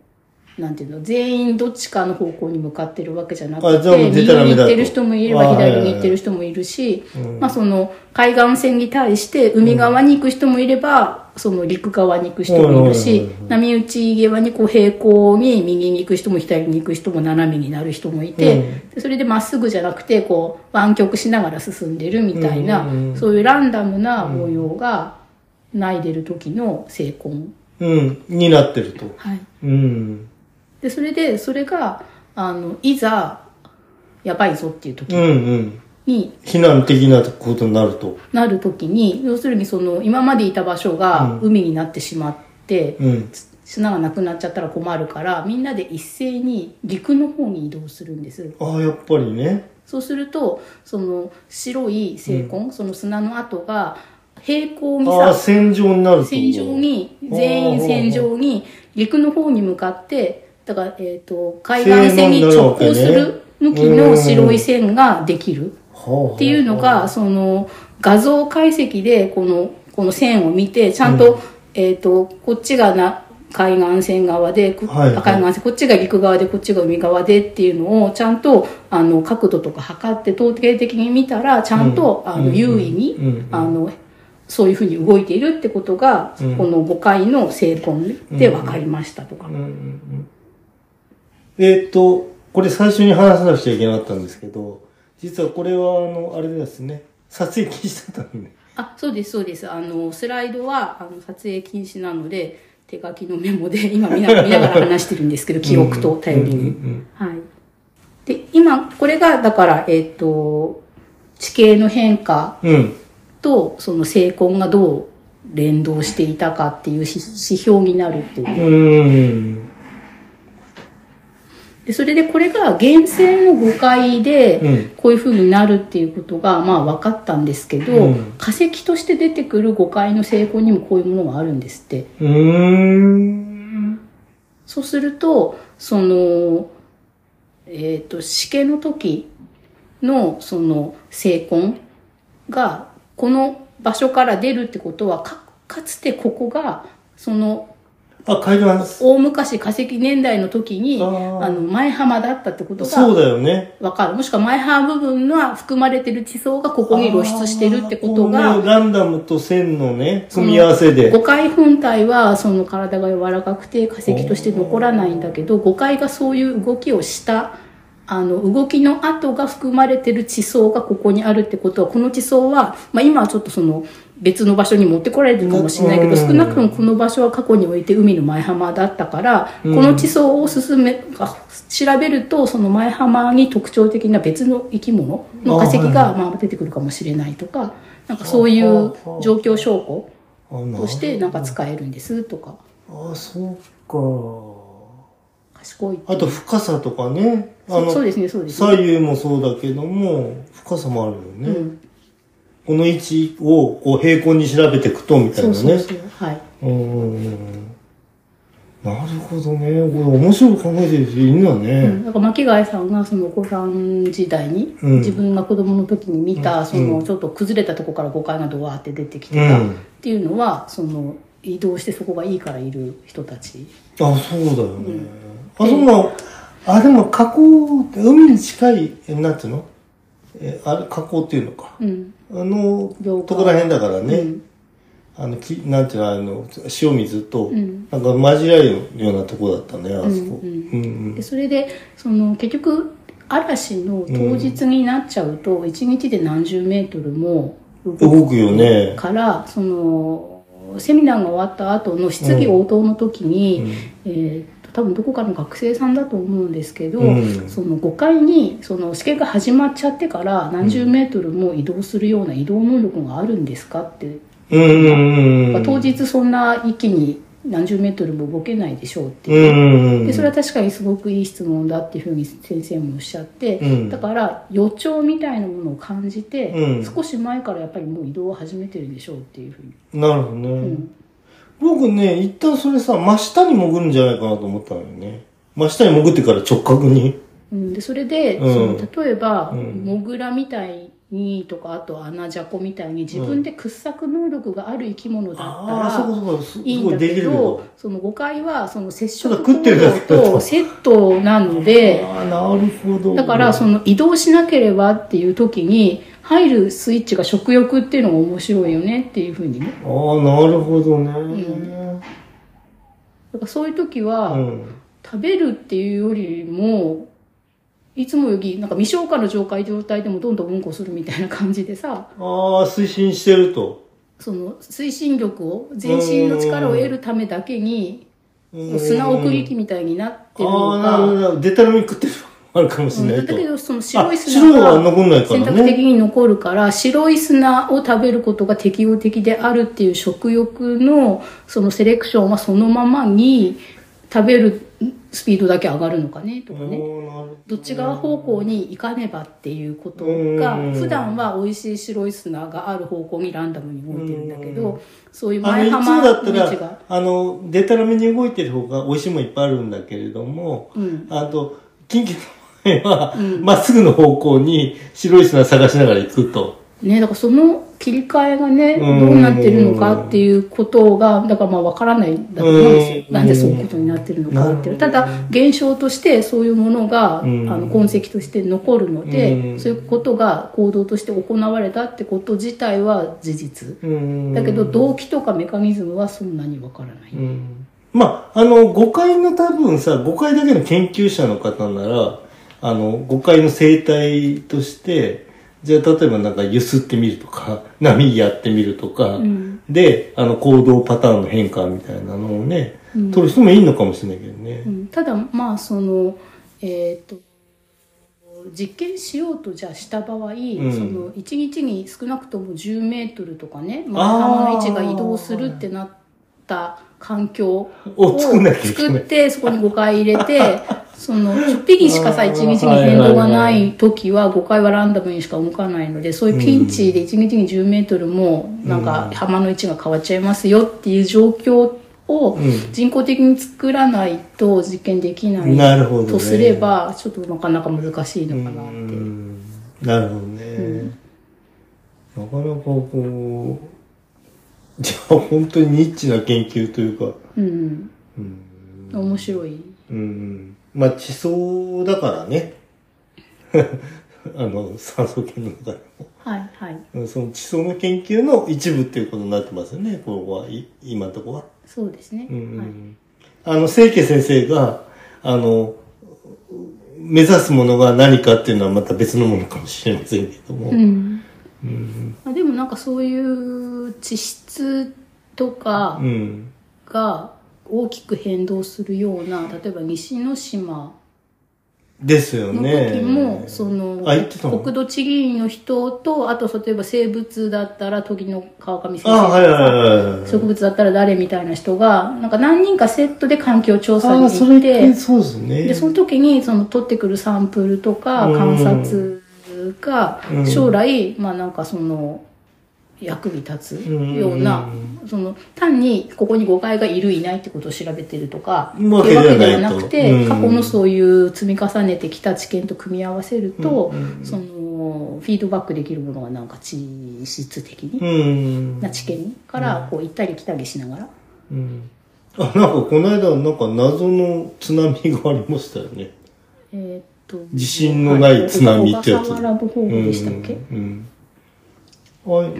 Speaker 2: なんていうの全員どっちかの方向に向かってるわけじゃな
Speaker 1: あ
Speaker 2: く
Speaker 1: じゃあ
Speaker 2: て
Speaker 1: もう
Speaker 2: 右
Speaker 1: 出
Speaker 2: に
Speaker 1: たらダメだと
Speaker 2: 行ってる人もいれば
Speaker 1: あはいはい
Speaker 2: 左
Speaker 1: はい
Speaker 2: に行ってる人もいるし
Speaker 1: うん
Speaker 2: まあその海岸線に対して海側に行く人もいれば、その陸側に行く人もいるし、
Speaker 1: うんうんうんうん
Speaker 2: 波打ち際にこう平行に右に行く人も左に行く人も斜めになる人もいて、
Speaker 1: うん
Speaker 2: でそれでまっすぐじゃなくてこう湾曲しながら進んでるみたいな、
Speaker 1: うんうんうん
Speaker 2: そういうランダムな模様がないでる時の成婚。
Speaker 1: うん。になってると。
Speaker 2: はい
Speaker 1: うん。
Speaker 2: でそれでそれがあのいざやばいぞっていう
Speaker 1: う
Speaker 2: 時
Speaker 1: んうん。
Speaker 2: に
Speaker 1: 避難的なことになると。
Speaker 2: なるときに要するにその今までいた場所が海になってしまって、
Speaker 1: うん。
Speaker 2: 砂がなくなっちゃったら困るからみんなで一斉に陸の方に移動するんです
Speaker 1: ああ、やっぱりね。
Speaker 2: そうするとその白い精根、その砂の跡が平行に
Speaker 1: ああ、
Speaker 2: さ
Speaker 1: 戦場になるってこと
Speaker 2: 戦場。に全員戦場に陸の方に向かってだから、えー、と海岸線に直行する向きの白い線ができるっていうの
Speaker 1: はあは
Speaker 2: がその画像解析でこのこの線を見てちゃんと,、えー、とこっちがな海岸線側で、こ
Speaker 1: はいはい
Speaker 2: 海岸線こっちが陸側でこっちが海側でっていうのをちゃんとあの角度とか測って統計的に見たらちゃんと、
Speaker 1: うん
Speaker 2: あの
Speaker 1: うん
Speaker 2: 優位に、
Speaker 1: うんうん
Speaker 2: あのそういうふうに動いているってことが、
Speaker 1: うん
Speaker 2: この5回の成婚で分かりましたとか。
Speaker 1: あうんうんうんえーっと、これ最初に話さなくちゃいけなかったんですけど、実はこれは、あの、あれですね。撮影禁止だったんで。
Speaker 2: あそうですそうですあのスライドはあの撮影禁止なので手書きのメモ で今見な見ながら話してるんですけど記憶と頼りに、
Speaker 1: うんうんうん
Speaker 2: はいで今これがだからえっ、と地形の変化
Speaker 1: うん。
Speaker 2: とその成根がどう連動していたかっていう指指標になるっていう
Speaker 1: うん。
Speaker 2: でそれでこれが源泉の誤解
Speaker 1: うん
Speaker 2: でこういう風になるっていうことがまあ分かったんですけど、
Speaker 1: うん
Speaker 2: 化石として出てくる誤解の成功にもこういうものがあるんですって
Speaker 1: うーん。
Speaker 2: そうするとそのえっ、と死刑の時のその成婚がこの場所から出るってことはかかつてここがその
Speaker 1: あ、帰ります。
Speaker 2: 大昔化石年代の時に
Speaker 1: あ
Speaker 2: あ
Speaker 1: ー
Speaker 2: の前浜だったってことが
Speaker 1: そうだよね。
Speaker 2: わかる。もしくは前半部分が含まれてる地層がここに露出してるってこと
Speaker 1: あーこの
Speaker 2: が、
Speaker 1: ランダムと線のね、組み合わせで。
Speaker 2: 誤解本体はその体が柔らかくて化石として残らないんだけど、誤解がそういう動きをした、あの、動きの跡が含まれてる地層がここにあるってことは、この地層は、まあ今はちょっとその別の場所に持ってこられてるかもしれないけ
Speaker 1: うん
Speaker 2: ど、少なくともこの場所は過去において海の前浜だったから、
Speaker 1: うん
Speaker 2: この地層を進め、あ調べると、その前浜に特徴的な別の生き物の化石
Speaker 1: あ
Speaker 2: がまあ出てくるかもしれないとか、なんかそういう状況証拠
Speaker 1: あな
Speaker 2: としてなんか使えるんですとか、
Speaker 1: あ、そう
Speaker 2: 賢い。
Speaker 1: か。あと深さとかね。あ
Speaker 2: そうそう
Speaker 1: の、
Speaker 2: ですね、そうですね。
Speaker 1: 左右もそうだけども、深さもあるよね。
Speaker 2: うん
Speaker 1: この位置をこう平行に調べていくと、みたい
Speaker 2: そ
Speaker 1: な
Speaker 2: う
Speaker 1: ね。
Speaker 2: そうそう。はい。
Speaker 1: うんうんうん。なるほどね。これ面白く考えてる人いるんだ
Speaker 2: う
Speaker 1: ね。
Speaker 2: ん、なんか巻貝さんがそのお子さん時代に、
Speaker 1: うん
Speaker 2: 自分が子供の時に見
Speaker 1: うん
Speaker 2: たその
Speaker 1: うん
Speaker 2: ちょっと崩れたとこから誤解がドワーって出てきて
Speaker 1: う
Speaker 2: たっ
Speaker 1: ん
Speaker 2: ていうのはその移動してそこがいいからいる人たち
Speaker 1: あ、そうだよね。あ、そんな、あ、でも河口って海に近い、えなんていうのえ、あれ、河口っていうのか。
Speaker 2: うん
Speaker 1: あの、
Speaker 2: 了
Speaker 1: とこ
Speaker 2: 解
Speaker 1: ら辺だからね、
Speaker 2: うん
Speaker 1: あの、きなんていうの、あの、塩水と、
Speaker 2: ん
Speaker 1: なんか混じり合うようなとこだったね、あそこ。う
Speaker 2: うんん
Speaker 1: うん。
Speaker 2: でそれでその結局嵐の当日になっちゃうと1日で何十メートルも
Speaker 1: 動くよね。
Speaker 2: からそのセミナーが終わった後の質疑応答の時に、えーっと多分どこかの学生さんだと思うんですけど、
Speaker 1: うん
Speaker 2: その5階にその試験が始まっちゃってから何十メートルも移動するような移動能力があるんですかって、
Speaker 1: うんうんうん。
Speaker 2: 当日そんな一気に何十メートルも動けないでしょうって
Speaker 1: う
Speaker 2: いうん
Speaker 1: うんうん。
Speaker 2: でそれは確かにすごくいい質問だっていうふうに先生もおっしゃって、
Speaker 1: うん
Speaker 2: だから予兆みたいなものを感じて、
Speaker 1: うん
Speaker 2: 少し前からやっぱりもう移動を始めてるんでしょうっていうふうに、
Speaker 1: なるほどね。
Speaker 2: ん
Speaker 1: 僕ね、一旦それさ、真下に潜るんじゃないかなと思ったのよね。真下に潜ってから直角に。
Speaker 2: うん、でそれで、
Speaker 1: うん
Speaker 2: その例えば、
Speaker 1: ん
Speaker 2: モグラみたいにとかあとアナジャコみたいに自分で掘削能力がある生き物だった
Speaker 1: ああ、
Speaker 2: ら、
Speaker 1: そこそこ、すす
Speaker 2: いいん
Speaker 1: ごい
Speaker 2: だ
Speaker 1: でき
Speaker 2: け
Speaker 1: るけ
Speaker 2: ど
Speaker 1: ど。
Speaker 2: その誤解はその接
Speaker 1: た
Speaker 2: 触
Speaker 1: だ食ってるだけだと
Speaker 2: とセットなので
Speaker 1: ああ、なるほど。
Speaker 2: だからその移動しなければっていう時に入るスイッチが食欲っていうのが面白いよねっていうふうにね
Speaker 1: ああ、なるほどね。
Speaker 2: だからそういう時
Speaker 1: う
Speaker 2: は、
Speaker 1: ん。
Speaker 2: 食べるっていうよりもいつもよりなんか未消化の状態状態でもどんどんうんこするみたいな感じでさ
Speaker 1: ああ、推進してると。
Speaker 2: その推進力を全身の力を得るためだけに
Speaker 1: うん
Speaker 2: もう砂送り機みたいになってるの
Speaker 1: ああ、なるほ
Speaker 2: か
Speaker 1: ど。デタラメ食ってる。あるかもしれな
Speaker 2: だ
Speaker 1: いと。
Speaker 2: けどその白い
Speaker 1: あ白
Speaker 2: 砂
Speaker 1: は
Speaker 2: が
Speaker 1: 残んないか
Speaker 2: 選
Speaker 1: ら
Speaker 2: 択的
Speaker 1: ね。
Speaker 2: に残るから白い砂を食べることが適応的であるっていう食欲のそのセレクションはそのままに食べるスピードだけ上がるのかねとかね。どっち側方向に行かねばっていうことが
Speaker 1: うん
Speaker 2: 普段は美味しい白い砂がある方向にランダムに動いてるんだけ
Speaker 1: うん
Speaker 2: どそういう
Speaker 1: あの、
Speaker 2: 前
Speaker 1: いつも
Speaker 2: 浜
Speaker 1: だった
Speaker 2: の道
Speaker 1: ら
Speaker 2: が、
Speaker 1: あの、でたらめに動いてる方が美味しいもんいっぱいあるんだけれども、
Speaker 2: うん
Speaker 1: あと、近畿の場合は、
Speaker 2: うん
Speaker 1: まっすぐの方向に白い砂探しながら行くと。
Speaker 2: ねだからその切り替えがね
Speaker 1: うん
Speaker 2: どうなってるのかっていうことがだからまあわからないんだと思うんです
Speaker 1: う
Speaker 2: よ
Speaker 1: ん
Speaker 2: なんでそういうことになってるのかっていう
Speaker 1: な
Speaker 2: た
Speaker 1: るほど
Speaker 2: だ現象としてそういうものがあ
Speaker 1: うん
Speaker 2: の痕跡として残るの
Speaker 1: うん
Speaker 2: でそういうことが行動として行われたってこと自体は事実。だけど動機とかメカニズムはそんなにわからない、
Speaker 1: うんまあ、あの、誤解の多分さ、誤解だけの研究者の方なら、あの、誤解の生態として、じゃあ例えばなんか揺すってみるとか、 波やってみるとか、
Speaker 2: うん
Speaker 1: で、あの、行動パターンの変化みたいなのをね、
Speaker 2: うん
Speaker 1: 取る人もいいのかもしれないけどね
Speaker 2: う。んただまあそのえっ、と実験しようとじゃあした場合、
Speaker 1: ん
Speaker 2: その1日に少なくとも1 0ルとかね前浜の位置が移動するってなった環境
Speaker 1: を作んなきゃいけない
Speaker 2: 作ってそこに5回入れてそのちょっぴりしかさ
Speaker 1: あー
Speaker 2: 1日に変動がない時は5回はランダムにしか動かないのでそういうピンチで1日に1 0ルもなんか浜の位置が変わっちゃいますよっていう状況を
Speaker 1: うん
Speaker 2: 人工的に作らないと実験できない
Speaker 1: なるほどね
Speaker 2: とすればちょっとなかなか難しいのかなって
Speaker 1: う
Speaker 2: いう。
Speaker 1: んなるほどね、なかなかこう、じゃあ本当にニッチな研究というか、
Speaker 2: うん、
Speaker 1: うん
Speaker 2: 面白い
Speaker 1: うん。まあ、地層だからね。 あの、酸素圏の中で
Speaker 2: はいはい
Speaker 1: も。その地層の研究の一部っていうことになってますよね、ここは、い今のとこは。
Speaker 2: そうですね、
Speaker 1: うんうん
Speaker 2: はい
Speaker 1: あの、清家先生が、あの、目指すものが何かっていうのはまた別のものかもしれませんけども。
Speaker 2: うん
Speaker 1: うん。
Speaker 2: まあ、でもなんかそういう地質とか
Speaker 1: うん。
Speaker 2: が大きく変動するような例えば西之島
Speaker 1: ですよ
Speaker 2: の
Speaker 1: ね。
Speaker 2: 時も、その
Speaker 1: あ、言ってたの
Speaker 2: 国土地理院の人とあと例えば生物だったら時の川上先生と
Speaker 1: あ、はいはい
Speaker 2: か
Speaker 1: はいはい。
Speaker 2: 植物だったら誰みたいな人がなんか何人かセットで環境調査
Speaker 1: あ
Speaker 2: に
Speaker 1: あ、それ
Speaker 2: 行っ
Speaker 1: ってて、そうですね。
Speaker 2: でその時にその取ってくるサンプルとか
Speaker 1: うん
Speaker 2: 観察が
Speaker 1: うん
Speaker 2: 将来、まあなんかその役に立つような、その単にここに誤解がいるいないってことを調べてるとかって
Speaker 1: わ
Speaker 2: い
Speaker 1: け
Speaker 2: う
Speaker 1: じゃないと
Speaker 2: わけではなくて、
Speaker 1: うん
Speaker 2: 過去のそういう積み重ねてきた知見と組み合わせると、
Speaker 1: うん
Speaker 2: そのフィードバックできるものがなんか地質的に、
Speaker 1: うん。
Speaker 2: な知見からこう行ったり来たりしながら。
Speaker 1: うんあ、なんかこの間、なんか謎の津波がありましたよね。
Speaker 2: えーっと
Speaker 1: 地震のない津波ってやつ
Speaker 2: 小笠原の方でしたっけ、
Speaker 1: うん。うんあ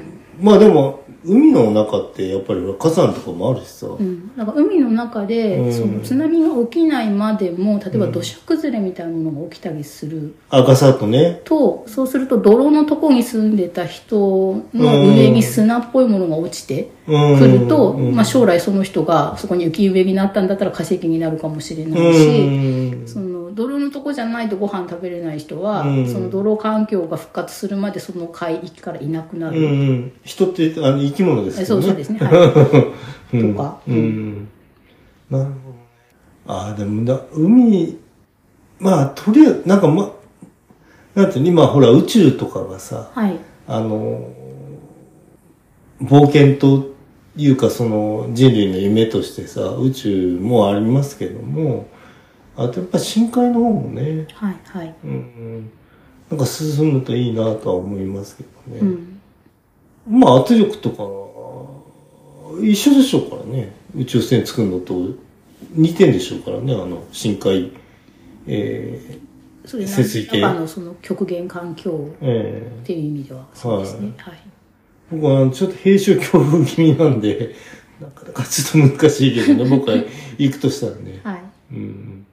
Speaker 1: まあでも、海の中ってやっぱり火山とかもあるしさ。
Speaker 2: うん、なんか海の中で、
Speaker 1: うん
Speaker 2: その津波が起きないまでも例えば土砂崩れみたいなものが起きたりする
Speaker 1: あ、ガサッとね。
Speaker 2: と、そうすると泥のとこに住んでた人の上に砂っぽいものが落ちて
Speaker 1: うん。
Speaker 2: くると、
Speaker 1: うん
Speaker 2: まあ、将来その人がそこに浮き上になったんだったら化石になるかもしれな
Speaker 1: う
Speaker 2: いし。
Speaker 1: ん。
Speaker 2: その泥のとこじゃないとご飯食べれない人は、
Speaker 1: うん
Speaker 2: その泥環境が復活するまでその海域からいなくな
Speaker 1: うんう
Speaker 2: る、
Speaker 1: ん。人ってあの生き物です
Speaker 2: え
Speaker 1: よね。
Speaker 2: そうそうですね、は
Speaker 1: うん
Speaker 2: とか
Speaker 1: うん。なるほどね。ああ、でもだ、海、まあ、とりあえず、なんかま、なんていうの、今ほら宇宙とかがさ、
Speaker 2: い、はい、
Speaker 1: あの、冒険というかその人類の夢としてさ、宇宙もありますけども、あとやっぱ深海の方もね、
Speaker 2: はいはい
Speaker 1: うんうん、なんか進むといいなとは思いますけどね。
Speaker 2: うん
Speaker 1: まあ圧力とか、一緒でしょうからね。宇宙船作るのと似てんでしょうからね、あの、深海、えー
Speaker 2: そうで
Speaker 1: 潜
Speaker 2: す
Speaker 1: 水
Speaker 2: ね
Speaker 1: 艇
Speaker 2: なんかあのその極限環境
Speaker 1: えー
Speaker 2: っていう意味ではそうですねはい、
Speaker 1: 僕はあのちょっと編集恐怖気味なんで、 なかなかちょっと難しいけど ね、僕は行くとしたらね。
Speaker 2: はい
Speaker 1: うん。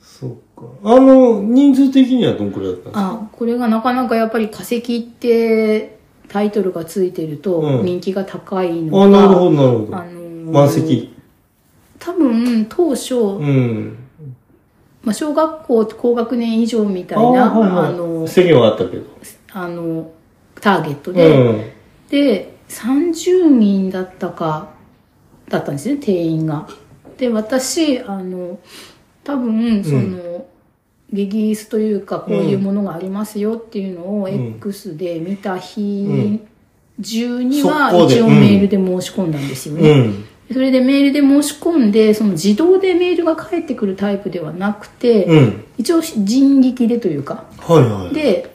Speaker 1: そうか。あの、人数的にはどんくらいだったんですか
Speaker 2: あこれがなかなかやっぱり化石ってタイトルがついてる
Speaker 1: う
Speaker 2: と
Speaker 1: ん
Speaker 2: 人気が高いの
Speaker 1: あなるほど、なるほ
Speaker 2: あ
Speaker 1: ど。
Speaker 2: のー
Speaker 1: 満席。
Speaker 2: 多分当初、
Speaker 1: うん。
Speaker 2: まあ、小学校高学年以上みたいなあ,、の
Speaker 1: 制限はあったけど。
Speaker 2: あのターゲット
Speaker 1: う
Speaker 2: で、
Speaker 1: ん。
Speaker 2: で30人だったかだったんですね定員が。で私あの多分その、リリースというかこういうものがありますよっていうのを
Speaker 1: うん
Speaker 2: X で見た日
Speaker 1: ん
Speaker 2: 中には
Speaker 1: 速攻で
Speaker 2: 一応
Speaker 1: うん
Speaker 2: メールで申し込んだんですよね。
Speaker 1: うん。
Speaker 2: それでメールで申し込んでその自動でメールが返ってくるタイプではなくて、
Speaker 1: うん。
Speaker 2: 一応人力でというか
Speaker 1: はいはい。
Speaker 2: で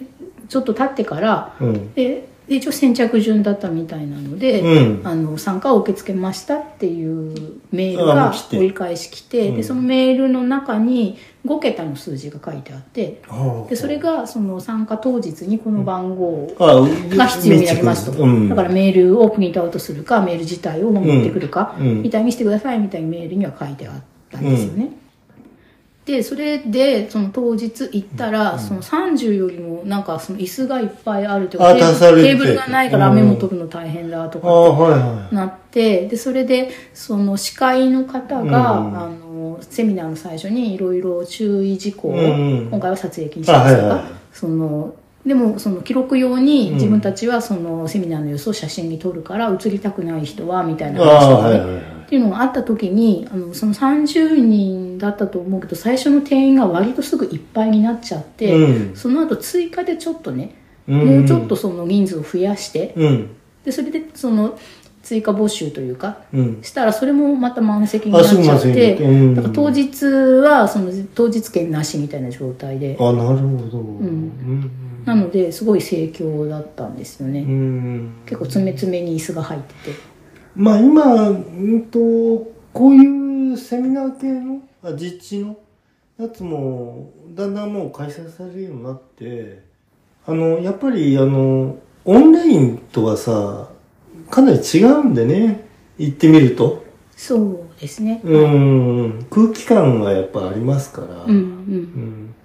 Speaker 2: ちょっと経ってから
Speaker 1: うん。
Speaker 2: でで一応先着順だったみたいなので、
Speaker 1: うん
Speaker 2: あの参加を受け付けましたっていうメール
Speaker 1: あ
Speaker 2: が
Speaker 1: もう来て
Speaker 2: 折り返し来て
Speaker 1: うん
Speaker 2: でそのメールの中に5桁の数字が書いてあって
Speaker 1: ああ
Speaker 2: でそれがその参加当日にこの番号を
Speaker 1: ああ
Speaker 2: が必要になりますと、
Speaker 1: うん。
Speaker 2: だからメールをプリントアウトするかメール自体を持ってくるか、
Speaker 1: うんうん
Speaker 2: みたいにしてくださいみたいにメールには書いてあったんですよね、でそれでその当日行ったら、その30よりもなんかその椅子がいっぱいあるとか
Speaker 1: あ
Speaker 2: テー
Speaker 1: 足され
Speaker 2: ブ
Speaker 1: て
Speaker 2: ルテーブルがないから雨も取るの大変だと
Speaker 1: あ
Speaker 2: か
Speaker 1: あ、はいはい。
Speaker 2: なってでそれでその司会の方が、
Speaker 1: うん
Speaker 2: あのセミナーの最初にいろいろ注意事項を、
Speaker 1: うんうん
Speaker 2: 今回は撮影禁止ですと
Speaker 1: あは
Speaker 2: か、
Speaker 1: いはい
Speaker 2: そのでもその記録用に自分たちはそのセミナーの様子を写真に撮るから写りたくない人はみたいな
Speaker 1: あ
Speaker 2: 話
Speaker 1: あ、
Speaker 2: とか
Speaker 1: は
Speaker 2: ね
Speaker 1: いはいはい。
Speaker 2: っていうのがあった時にあのその30人だったと思うけど最初の定員が割とすぐいっぱいになっちゃって、
Speaker 1: うん
Speaker 2: その後追加でちょっとね、
Speaker 1: うん
Speaker 2: もうちょっとその人数を増やして
Speaker 1: うん。
Speaker 2: でそれでその追加募集というか
Speaker 1: うん。
Speaker 2: したらそれもまた満席になっちゃ
Speaker 1: あ
Speaker 2: っ
Speaker 1: すぐ満席
Speaker 2: て、
Speaker 1: うん
Speaker 2: だから当日はその当日券なしみたいな状態で
Speaker 1: あ、なるほど。うんん。
Speaker 2: なのですごい盛況だったんですよね、
Speaker 1: うん。
Speaker 2: 結構詰め詰めに椅子が入ってて
Speaker 1: まあ今、うんと、こういうセミナー系の、あ実地のやつも、だんだんもう開催されるようになって、あの、やっぱり、あの、オンラインとはさ、かなり違うんでね、行ってみると。
Speaker 2: そうですね
Speaker 1: うん、空気感がやっぱありますから、
Speaker 2: うん
Speaker 1: うん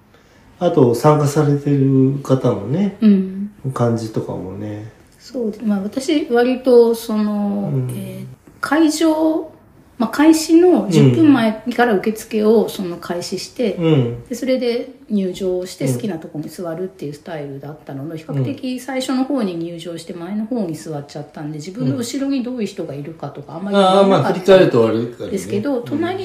Speaker 1: あと、参加されてる方のね、
Speaker 2: うんうん
Speaker 1: 感じとかもね。
Speaker 2: そうですまあ私割とその、
Speaker 1: うん
Speaker 2: えー会場、まあ、開始の10分前から受付をその開始して、
Speaker 1: うん。
Speaker 2: でそれで入場して
Speaker 1: うん
Speaker 2: 好きなとこに座るっていうスタイルだったので、比較的最初の方に入場して前の方に座っちゃったんで自分の後ろにどういう人がいるかとかあんまり
Speaker 1: ああ、
Speaker 2: 見えな
Speaker 1: ま
Speaker 2: か
Speaker 1: あ、
Speaker 2: っ
Speaker 1: 振り返
Speaker 2: た
Speaker 1: ると悪いから、ね。
Speaker 2: ですけど、隣に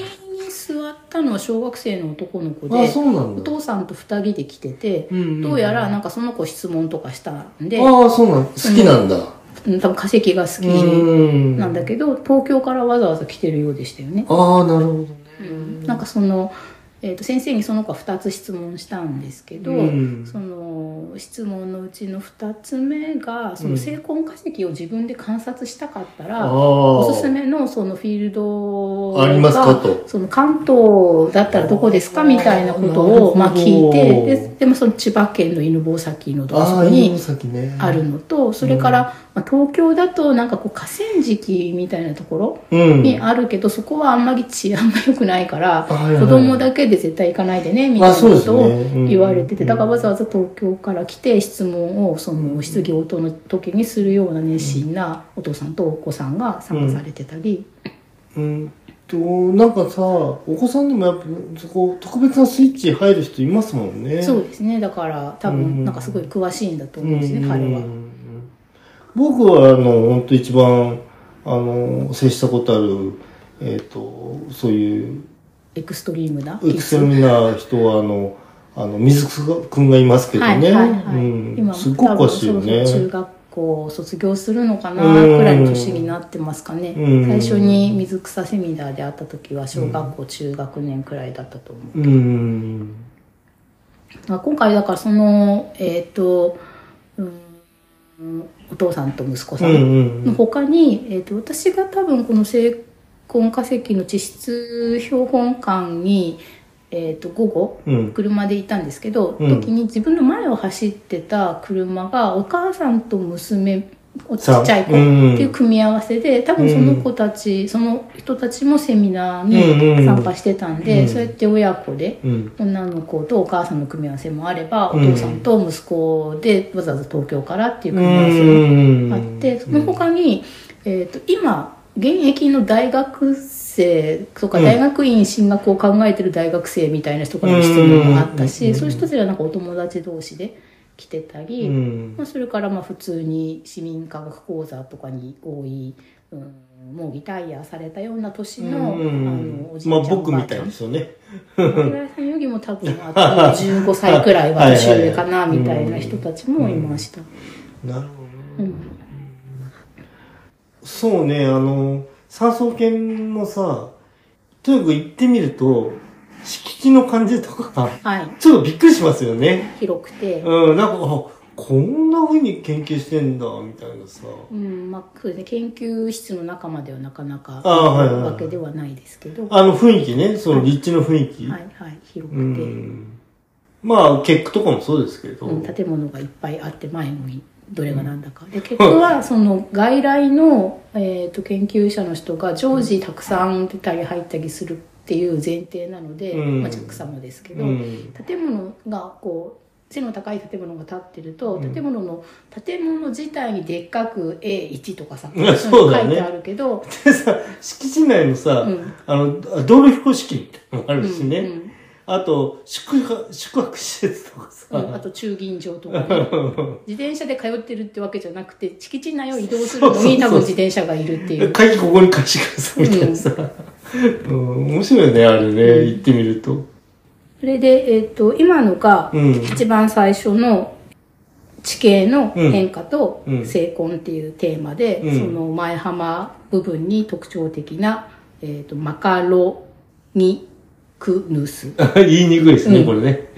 Speaker 2: 座ったのは小学生の男の子で
Speaker 1: あそうなんだ
Speaker 2: お父さんと2人で来てて、
Speaker 1: うんうん
Speaker 2: どうやらなんかその子質問とかしたんで、
Speaker 1: ああ、そうなん、好きなんだ。
Speaker 2: うん多分化石が
Speaker 1: う
Speaker 2: 好き
Speaker 1: ん
Speaker 2: なんだけど東京からわざわざ来てるようでしたよね。
Speaker 1: ああ、なるほどね。
Speaker 2: なんかその、えー、と先生にその子は2つ質問したんですけど、
Speaker 1: うん
Speaker 2: その質問のうちの2つ目がその
Speaker 1: うん
Speaker 2: 成婚化石を自分で観察したかった
Speaker 1: あ
Speaker 2: ら、
Speaker 1: あ。
Speaker 2: おすすめのそのフィールドが
Speaker 1: ありますかと
Speaker 2: その関東だったらどこですかみたいなことを
Speaker 1: なる
Speaker 2: まあ
Speaker 1: ほど
Speaker 2: 聞いてででもその千葉県の犬吠埼のどこ
Speaker 1: ああ、
Speaker 2: に
Speaker 1: 犬崎ね。
Speaker 2: あるのとそれから、まあ、東京だとなんかこう河川敷みたいなところ、
Speaker 1: うん。
Speaker 2: にあるけど、そこはあんまり治安が良くないから、
Speaker 1: はいはいはい
Speaker 2: 子供だけで絶対行かないでねみたいな
Speaker 1: そう
Speaker 2: こ
Speaker 1: です
Speaker 2: と
Speaker 1: ね
Speaker 2: を
Speaker 1: うん
Speaker 2: 言われてて、
Speaker 1: うん
Speaker 2: だからわざわざ東京から来て質問をその質疑応答の時にするような熱心なお父さんとお子さんが参加されてたり、
Speaker 1: うんと、なんかさ、お子さんでもやっぱ、そこ、特別なスイッチ入る人いますもんね。
Speaker 2: そうですねだから多
Speaker 1: うん
Speaker 2: 分なんかすごい詳しいんだと思うんですね、
Speaker 1: うん
Speaker 2: 彼は。
Speaker 1: 僕はあの本当一番あの接したことあるえっ、とそういう
Speaker 2: エクストリームな
Speaker 1: エクセルミな人はあのあの水く君がいますけど
Speaker 2: はいは
Speaker 1: ね、
Speaker 2: いはい、
Speaker 1: う
Speaker 2: 今
Speaker 1: ん、すっごく
Speaker 2: 多
Speaker 1: おか
Speaker 2: 分
Speaker 1: しい
Speaker 2: そ
Speaker 1: よ
Speaker 2: ろそろ
Speaker 1: ね。
Speaker 2: 中学校を卒業するのかなくらいの年になってますかね
Speaker 1: うん
Speaker 2: 最初に水草セミナーで会った時は小学校中学年くらいだったと思う
Speaker 1: うん、
Speaker 2: まあ今回だからそのえっ、と、うん、お父さんと息子
Speaker 1: う
Speaker 2: さ
Speaker 1: んうんんう
Speaker 2: の
Speaker 1: ん
Speaker 2: 他に、えっと私が多分この成婚化石の地質標本館に、えっと午後
Speaker 1: うん
Speaker 2: 車でいたんですけど、
Speaker 1: うん
Speaker 2: 時に自分の前を走ってた車がお母さんと娘おち
Speaker 1: さん
Speaker 2: っちゃい子って
Speaker 1: うん
Speaker 2: いう組み合わせで多分その子たち、その人たちもセミナーに参加してたんで、
Speaker 1: うんうん
Speaker 2: そうやって親子で。
Speaker 1: うん
Speaker 2: 女の子とお母さんの組み合わせもあれば、
Speaker 1: うん
Speaker 2: お父さんと息子でわざわざ東京からっていう
Speaker 1: う
Speaker 2: 組み合わせも
Speaker 1: ん
Speaker 2: あって、その他に、えー、と今現役の大学生とか
Speaker 1: うん
Speaker 2: 大学院進学を考えてる大学生みたいな人からの質問もあった
Speaker 1: うんうん
Speaker 2: し
Speaker 1: うん
Speaker 2: そういう人たちはなんかお友達同士で来てたり、
Speaker 1: うん
Speaker 2: まあ、それからまあ普通に市民科学講座とかに多い、うん、もうリタイアされたような年の,、あのおじいち
Speaker 1: ま
Speaker 2: ゃ
Speaker 1: あ
Speaker 2: ん、
Speaker 1: 僕
Speaker 2: おば
Speaker 1: み
Speaker 2: あち
Speaker 1: た
Speaker 2: ゃ
Speaker 1: い
Speaker 2: ん
Speaker 1: ですよね。
Speaker 2: 平井さんよりも多分あと15歳くらいは年上かなみたいな人たちもいました。
Speaker 1: なるほ
Speaker 2: う
Speaker 1: ど。
Speaker 2: ん
Speaker 1: そうね、あの、三層圏のさ、とにかく行ってみると、敷地の感じとか、
Speaker 2: はい、
Speaker 1: ちょっとびっくりしますよね。
Speaker 2: 広くて、
Speaker 1: うん、なんか、あこんな風に研究してんだ、みたいなさ。
Speaker 2: うんまあそうですね、研究室の中まではなかなか
Speaker 1: ああはいはいはい
Speaker 2: わけではないですけど、は
Speaker 1: あの雰囲気ね、その立地の雰囲気。
Speaker 2: いはい、広
Speaker 1: う
Speaker 2: くて、
Speaker 1: ん。まあ、結句とかもそうですけど。
Speaker 2: うん建物がいっぱいあって前のにどれが何だか、 で結局はその外来の、えー、と研究者の人が常時たくさん出たり入ったりするっていう前提なので、
Speaker 1: うん
Speaker 2: まあ、JAXA もですけど、
Speaker 1: うん。
Speaker 2: 建物がこう背の高い建物が建ってると、
Speaker 1: うん
Speaker 2: 建物の建物自体にでっかく A1 とかさ、
Speaker 1: うん
Speaker 2: そういうの
Speaker 1: そうだよ
Speaker 2: 書
Speaker 1: ね
Speaker 2: いてあるけ ど、
Speaker 1: でさ、敷地内のさ、
Speaker 2: うん
Speaker 1: あの、道路飛行式みたいなのもあるしね。
Speaker 2: うんうん
Speaker 1: あと、宿泊、宿泊施設とかさ。
Speaker 2: うんあと駐銀場とか、ね、 自転車で通ってるってわけじゃなくて敷地内を移動するの
Speaker 1: そうそう
Speaker 2: に
Speaker 1: そう
Speaker 2: 多分自転車がいるっていう
Speaker 1: 鍵ここに貸してくださいみたいなさ、うん面白いねあれね、
Speaker 2: うん
Speaker 1: 行ってみると
Speaker 2: それで、えっと今のが
Speaker 1: うん
Speaker 2: 一番最初の地形の変化と
Speaker 1: うん
Speaker 2: 成婚っていうテーマで、
Speaker 1: うん
Speaker 2: その前浜部分に特徴的な、えっとマカロニクヌスっ
Speaker 1: 言いにくいですね、
Speaker 2: うん
Speaker 1: これね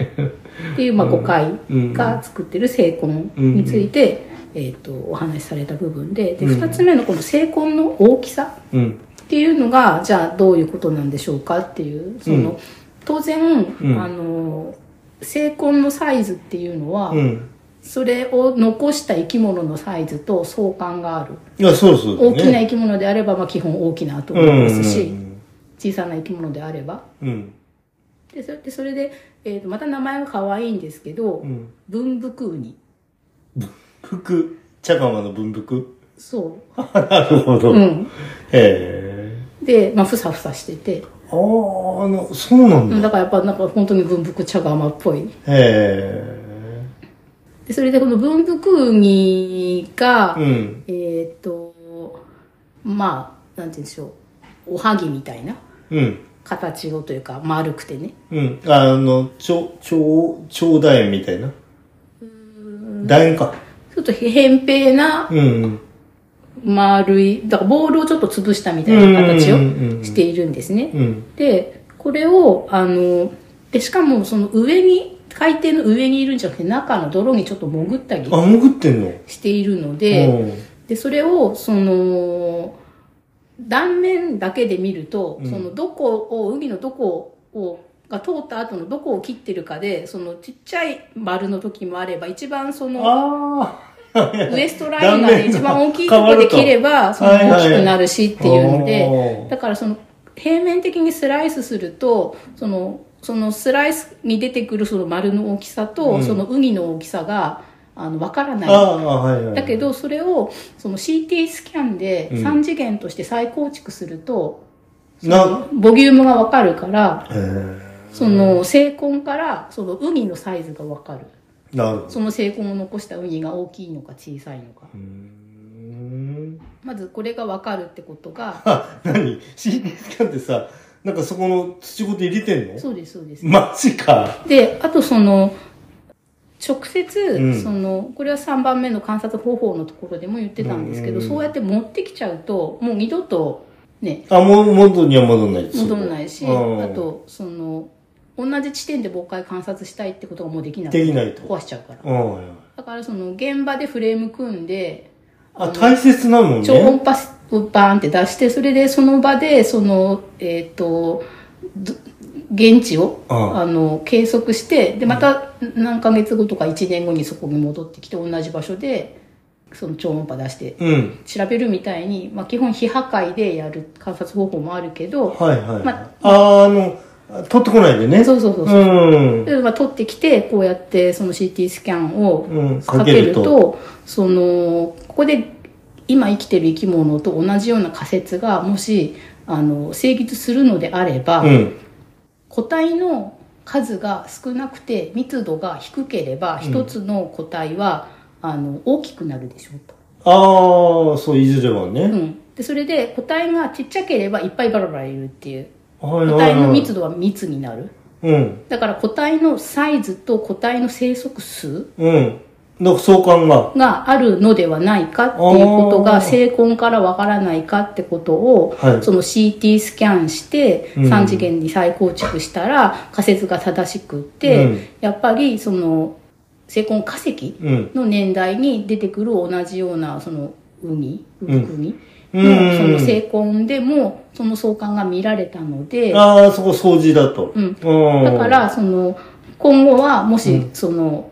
Speaker 2: ていう、まあ、
Speaker 1: うん
Speaker 2: 誤解
Speaker 1: うん
Speaker 2: が作ってる成婚について、えっとお話しされた部分でで
Speaker 1: うん
Speaker 2: 2つ目のこの成婚の大きさ
Speaker 1: うん
Speaker 2: っていうのがじゃあどういうことなんでしょうかっていうその、
Speaker 1: うん
Speaker 2: 当然、
Speaker 1: ん
Speaker 2: あの精根のサイズっていうのは、
Speaker 1: うん
Speaker 2: それを残した生き物のサイズと相関がある、
Speaker 1: いやそうそう、ね、
Speaker 2: 大きな生き物であれば、まあ、基本大きなと思いますし、小さな生き物であれば
Speaker 1: うんうん
Speaker 2: でそれでそれで、えーとまた名前が可愛いんですけど、
Speaker 1: うん
Speaker 2: 文福ウニ
Speaker 1: 服茶釜の文服
Speaker 2: そ
Speaker 1: なるほど、
Speaker 2: う、う
Speaker 1: へ
Speaker 2: ん、
Speaker 1: え
Speaker 2: で、まあ、ふさふさしてて、
Speaker 1: あああのそうなんだ、
Speaker 2: うんだからやっぱなんか本当に文福茶釜っぽい
Speaker 1: へえ
Speaker 2: でそれでこの文福にが、
Speaker 1: うん
Speaker 2: えっ、とまあなんて言うんでしょうおはぎみたいな
Speaker 1: うん
Speaker 2: 形をというか丸くてね
Speaker 1: うん、あの、ちょ、ちょう、ちょうだいみたいな。楕円か。
Speaker 2: ちょっと扁平な
Speaker 1: うん。
Speaker 2: 丸いだからボールをちょっと潰したみたいな形を
Speaker 1: うんうんうんうん
Speaker 2: しているんですね。
Speaker 1: うん。
Speaker 2: でこれをあのでしかもその上に海底の上にいるんじゃなくて中の泥にちょっと潜ったり
Speaker 1: あ、潜ってんの
Speaker 2: しているの
Speaker 1: え
Speaker 2: で。でそれをその断面だけで見ると、
Speaker 1: うん
Speaker 2: そのどこを海のどこをが通った後のどこを切ってるかでそのちっちゃい丸の時もあれば一番その
Speaker 1: あ
Speaker 2: ウエストライン
Speaker 1: 断面
Speaker 2: が、ね、
Speaker 1: が
Speaker 2: 一番大きいところで切ればその
Speaker 1: はいはい
Speaker 2: 大きくなるしっていうので、
Speaker 1: おー
Speaker 2: だからその平面的にスライスするとそのそのスライスに出てくるその丸の大きさと、
Speaker 1: うん
Speaker 2: そのウニの大きさがあの分からない
Speaker 1: あ。ああ、はいはい。
Speaker 2: だけ、どそれをその CT スキャンで
Speaker 1: うん
Speaker 2: 3次元として再構築すると、
Speaker 1: な、
Speaker 2: ボリュームがわかるから
Speaker 1: えー、
Speaker 2: その精根からそのウニのサイズがわかる
Speaker 1: なるほど。
Speaker 2: その精根を残したウニが大きいのか小さいのか
Speaker 1: うーん。
Speaker 2: まずこれがわかるってことが
Speaker 1: あ、何 ?CD スキャンってさ、なんかそこの土ごと入れてんの
Speaker 2: そうですそうです
Speaker 1: マジか。
Speaker 2: であとその直接、
Speaker 1: うん
Speaker 2: そのこれは3番目の観察方法のところでも言ってたんですけど、
Speaker 1: うん
Speaker 2: そうやって持ってきちゃうともう二度とね
Speaker 1: あ、もう元には戻んない
Speaker 2: 戻んないし、
Speaker 1: うん
Speaker 2: あとその同じ地点で傍観観察したいってことがもうできない
Speaker 1: できないと
Speaker 2: 壊しちゃうから
Speaker 1: うん。
Speaker 2: だからその現場でフレーム組んで
Speaker 1: あ、大切なのね。
Speaker 2: 超音波をバーンって出してそれでその場でそのえっ、とど現地を
Speaker 1: うん
Speaker 2: あの計測してでまた何ヶ月後とか1年後にそこに戻ってきて同じ場所でその超音波出して
Speaker 1: うん。
Speaker 2: 調べるみたいに、まあ、基本非破壊でやる観察方法もあるけど、
Speaker 1: はいはい。
Speaker 2: ま
Speaker 1: あ、あの、取ってこないでね。
Speaker 2: そうそうそうそう
Speaker 1: うん。
Speaker 2: 例えば取ってきてこうやってその CT スキャンを
Speaker 1: うん。
Speaker 2: かけると,、そのここで今生きてる生き物と同じような仮説がもしあの成立するのであれば、
Speaker 1: うん。
Speaker 2: 個体の数が少なくて密度が低ければ
Speaker 1: うん
Speaker 2: 一つの個体は、あの大きくなるでしょうと。
Speaker 1: ああ、そう、いずれは
Speaker 2: う
Speaker 1: ね。
Speaker 2: ん、でそれで個体がちっちゃければいっぱいバラバラいるっていう
Speaker 1: はいは
Speaker 2: 個
Speaker 1: い
Speaker 2: 体の
Speaker 1: はい。
Speaker 2: 密度は密になる
Speaker 1: うん。
Speaker 2: だから個体のサイズと個体の生息数
Speaker 1: うん。なんか相関が。
Speaker 2: があるのではないかっていうこと
Speaker 1: あー
Speaker 2: が生根からわからないかってことを、
Speaker 1: はい
Speaker 2: その CT スキャンして
Speaker 1: うん
Speaker 2: 3次元に再構築したら仮説が正しくって、
Speaker 1: うん
Speaker 2: やっぱりその生根化石
Speaker 1: うん。
Speaker 2: の年代に出てくる同じようなそのウニウ
Speaker 1: うん
Speaker 2: クミ
Speaker 1: うん
Speaker 2: のその生根でもその相関が見られたので、
Speaker 1: ああ、そこ掃除だと。
Speaker 2: うん、
Speaker 1: うん。
Speaker 2: だか、らその今後はもしその、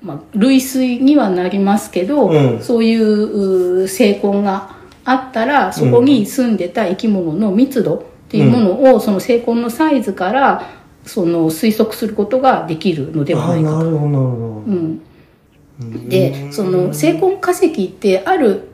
Speaker 2: まあ、類推にはなりますけど、
Speaker 1: うん
Speaker 2: そういうう成根があったらそこに住んでた生き物の密度っていうものを、その成根のサイズからその推測することができるのでは
Speaker 1: あ
Speaker 2: な
Speaker 1: あ、
Speaker 2: いか
Speaker 1: な
Speaker 2: と。
Speaker 1: るほど、なる
Speaker 2: うん、
Speaker 1: ほど。
Speaker 2: でその成根化石ってある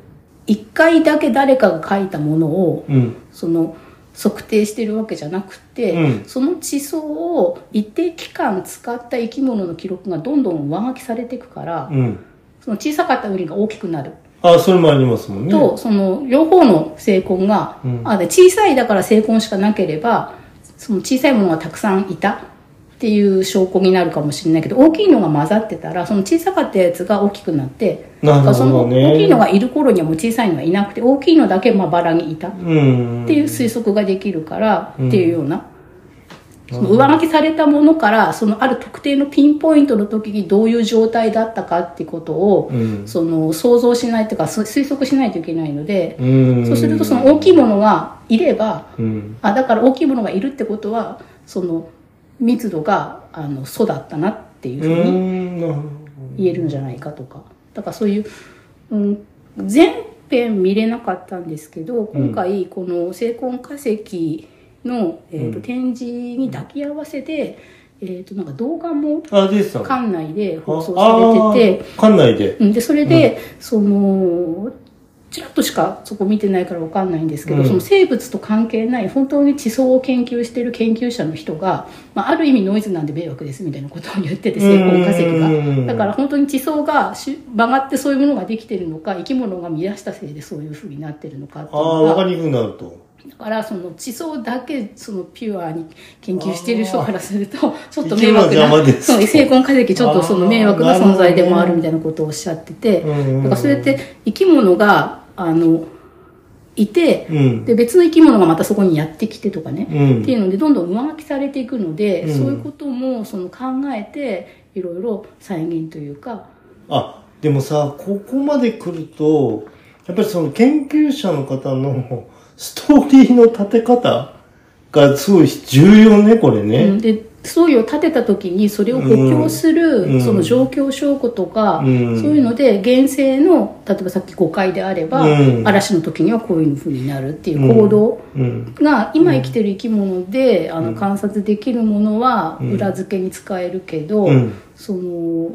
Speaker 2: 1回だけ誰かが書いたものを
Speaker 1: うん。
Speaker 2: その測定してるわけじゃなくて、
Speaker 1: うん
Speaker 2: その地層を一定期間使った生き物の記録がどんどん上書きされていくから、
Speaker 1: うん。
Speaker 2: その小さかったウリが大きくなる
Speaker 1: ああ、それもありますもんね。
Speaker 2: と、その両方の成根が、
Speaker 1: うん
Speaker 2: あで小さいだから成根しかなければその小さいものがたくさんいたっていう証拠になるかもしれないけど大きいのが混ざってたらその小さかったやつが大きくなって
Speaker 1: な
Speaker 2: だか
Speaker 1: る
Speaker 2: らそ
Speaker 1: ほ
Speaker 2: の
Speaker 1: どね。
Speaker 2: 大きいのがいる頃にはもう小さいのはいなくて大きいのだけまばらにいた。
Speaker 1: うん。
Speaker 2: っていう推測ができるから、
Speaker 1: うん
Speaker 2: っていうような。その上書きされたものからそのある特定のピンポイントの時にどういう状態だったかってことを、
Speaker 1: うん。
Speaker 2: その想像しないというかす推測しないといけないので、
Speaker 1: うん。
Speaker 2: そうするとその大きいものがいれば
Speaker 1: うん。
Speaker 2: あだから大きいものがいるってことはその密度があの素だったなっていう
Speaker 1: う
Speaker 2: ふうに
Speaker 1: ん。なるほど。
Speaker 2: 言えるんじゃないかとかだからそういう、うん、全編見れなかったんですけど今回この成根化石の、えーと
Speaker 1: うん
Speaker 2: 展示に抱き合わせで、えー、となんか動画も
Speaker 1: あ、でした。
Speaker 2: 館内で放送されてて。
Speaker 1: て。館内で。
Speaker 2: うんでそれで、そのちらっとしかそこ見てないからわかんないんですけど、
Speaker 1: うん
Speaker 2: その生物と関係ない本当に地層を研究している研究者の人が、まあ、ある意味ノイズなんで迷惑ですみたいなことを言ってて成功化石
Speaker 1: うん
Speaker 2: がだから本当に地層がし曲がってそういうものができてるのか生き物が見出したせいでそういうふうになってるのかって
Speaker 1: あ
Speaker 2: い
Speaker 1: あ、
Speaker 2: うのが
Speaker 1: わかりにくくなると。
Speaker 2: だからその地層だけそのピュアに研究している人からす るとちょっと迷惑
Speaker 1: 生きるの
Speaker 2: な
Speaker 1: は邪魔です
Speaker 2: そう成根化石ちょっとその迷惑な存在でもあるみたいなことをおっしゃってて
Speaker 1: うんうんうん
Speaker 2: だからそれって生き物があのいて
Speaker 1: うん。
Speaker 2: で別の生き物がまたそこにやってきてとかね
Speaker 1: うん
Speaker 2: っていうのでどんどん上書きされていくので
Speaker 1: うん
Speaker 2: そういうこともその考えていろいろ再現というか
Speaker 1: あ、でもさ、ここまで来ると、やっぱりその研究者の方のストーリーの立て方がすごい重要ね、これ
Speaker 2: うん
Speaker 1: ね。
Speaker 2: で総意を立てた時にそれを補強す
Speaker 1: うんう
Speaker 2: る
Speaker 1: ん
Speaker 2: その状況証拠とか、
Speaker 1: うん
Speaker 2: そういうので現世の例えばさっき誤解であれば、
Speaker 1: うん
Speaker 2: 嵐の時にはこういうふうになるっていう
Speaker 1: うん
Speaker 2: 行動
Speaker 1: うん。
Speaker 2: が今生きてる生き物で、あの観察できるものは
Speaker 1: うん
Speaker 2: 裏付けに使えるけど、
Speaker 1: うん
Speaker 2: その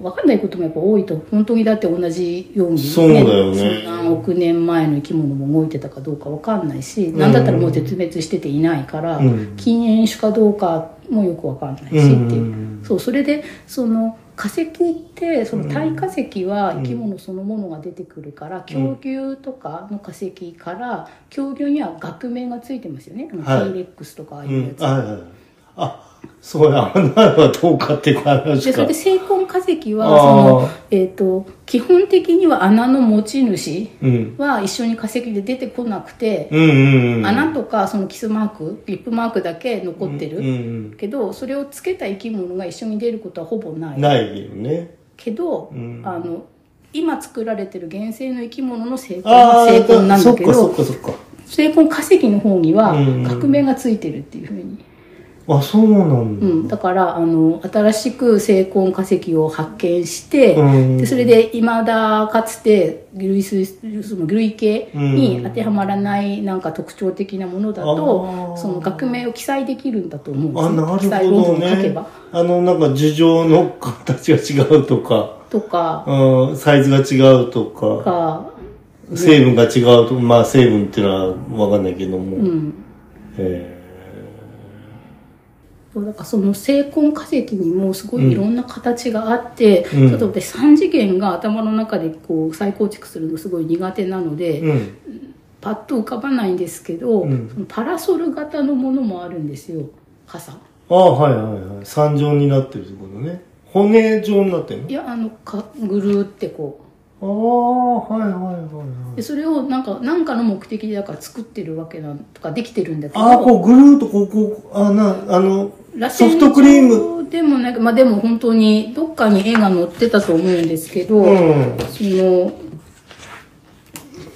Speaker 2: 分かんないこともやっぱ多いと本当にだって同じように、
Speaker 1: そうだよね
Speaker 2: その何億年前の生き物も動いてたかどうか分かんないし、なん、何だったらもう絶滅してていないから、
Speaker 1: うん
Speaker 2: 禁煙種かどうかもよく分かんないしっていう。
Speaker 1: うん
Speaker 2: そうそれでその化石ってその体化石は生き物そのものが出てくるから、恐竜とかの化石から恐竜には学名がついてますよね、
Speaker 1: はい
Speaker 2: テイレックスとかああ
Speaker 1: う
Speaker 2: いうや
Speaker 1: ん。
Speaker 2: つ、
Speaker 1: あ、はいはいあ、そうや、あんなのはどうかっていう話
Speaker 2: でそ
Speaker 1: か
Speaker 2: れで。成根化石
Speaker 1: あ
Speaker 2: は
Speaker 1: ー
Speaker 2: その、えー、と基本的には穴の持ち主
Speaker 1: うん。
Speaker 2: は一緒に化石で出てこなくて、
Speaker 1: うんうんうん。
Speaker 2: 穴とかそのキスマークリップマークだけ残ってる、
Speaker 1: うんうん
Speaker 2: けどそれをつけた生き物が一緒に出ることはほぼな
Speaker 1: う
Speaker 2: い
Speaker 1: ん。ないよね。
Speaker 2: けど、
Speaker 1: うん
Speaker 2: あの今作られてる原生の生き物の成根
Speaker 1: あ
Speaker 2: は
Speaker 1: あ、
Speaker 2: 成根なんだけ
Speaker 1: そっ
Speaker 2: ど
Speaker 1: かそっかそっ
Speaker 2: 成根化石の方には
Speaker 1: うん
Speaker 2: 革命がついてるっていうふうに、
Speaker 1: か。あ、そうなん
Speaker 2: う
Speaker 1: だ。
Speaker 2: んだからあの新しく成根化石を発見して、
Speaker 1: うん
Speaker 2: でそれでいまだかつて類推その類型に当てはまらないなんか特徴的なものだ
Speaker 1: あ
Speaker 2: と、
Speaker 1: ー
Speaker 2: その革命を記載できるんだと思うんです
Speaker 1: あ、
Speaker 2: ね
Speaker 1: なる
Speaker 2: 記載
Speaker 1: ほど
Speaker 2: 論文を書け
Speaker 1: ね
Speaker 2: ば。
Speaker 1: あの、なんか、樹状の形が違うとか、
Speaker 2: とか
Speaker 1: うん、サイズが違うとか。
Speaker 2: か
Speaker 1: 成分が違うと、まあ成分っていうのはわかんないけども、
Speaker 2: うん
Speaker 1: え
Speaker 2: そうだからその成根化石にもすごいいろんな形があって、
Speaker 1: うん
Speaker 2: ちょっと私3次元が頭の中でこう再構築するのすごい苦手なので、
Speaker 1: ーうん、
Speaker 2: パッと浮かばないんですけど、
Speaker 1: うん
Speaker 2: そのパラソル型のものもあるんですよ傘
Speaker 1: ああはいはいはい三状になってるってことね骨状になってる
Speaker 2: いやあのかぐるーってこ
Speaker 1: のああはいはいは
Speaker 2: う
Speaker 1: いは
Speaker 2: で
Speaker 1: い
Speaker 2: それをなんかなんかの目的でだから作ってるわけなんとかできてるんだけど
Speaker 1: ああこうぐるーっとこうこうあなあの
Speaker 2: 螺旋
Speaker 1: ソフトクリーム
Speaker 2: 状でもなんかまあでも本当にどっかに絵が載ってたと思うんですけど、
Speaker 1: うん
Speaker 2: その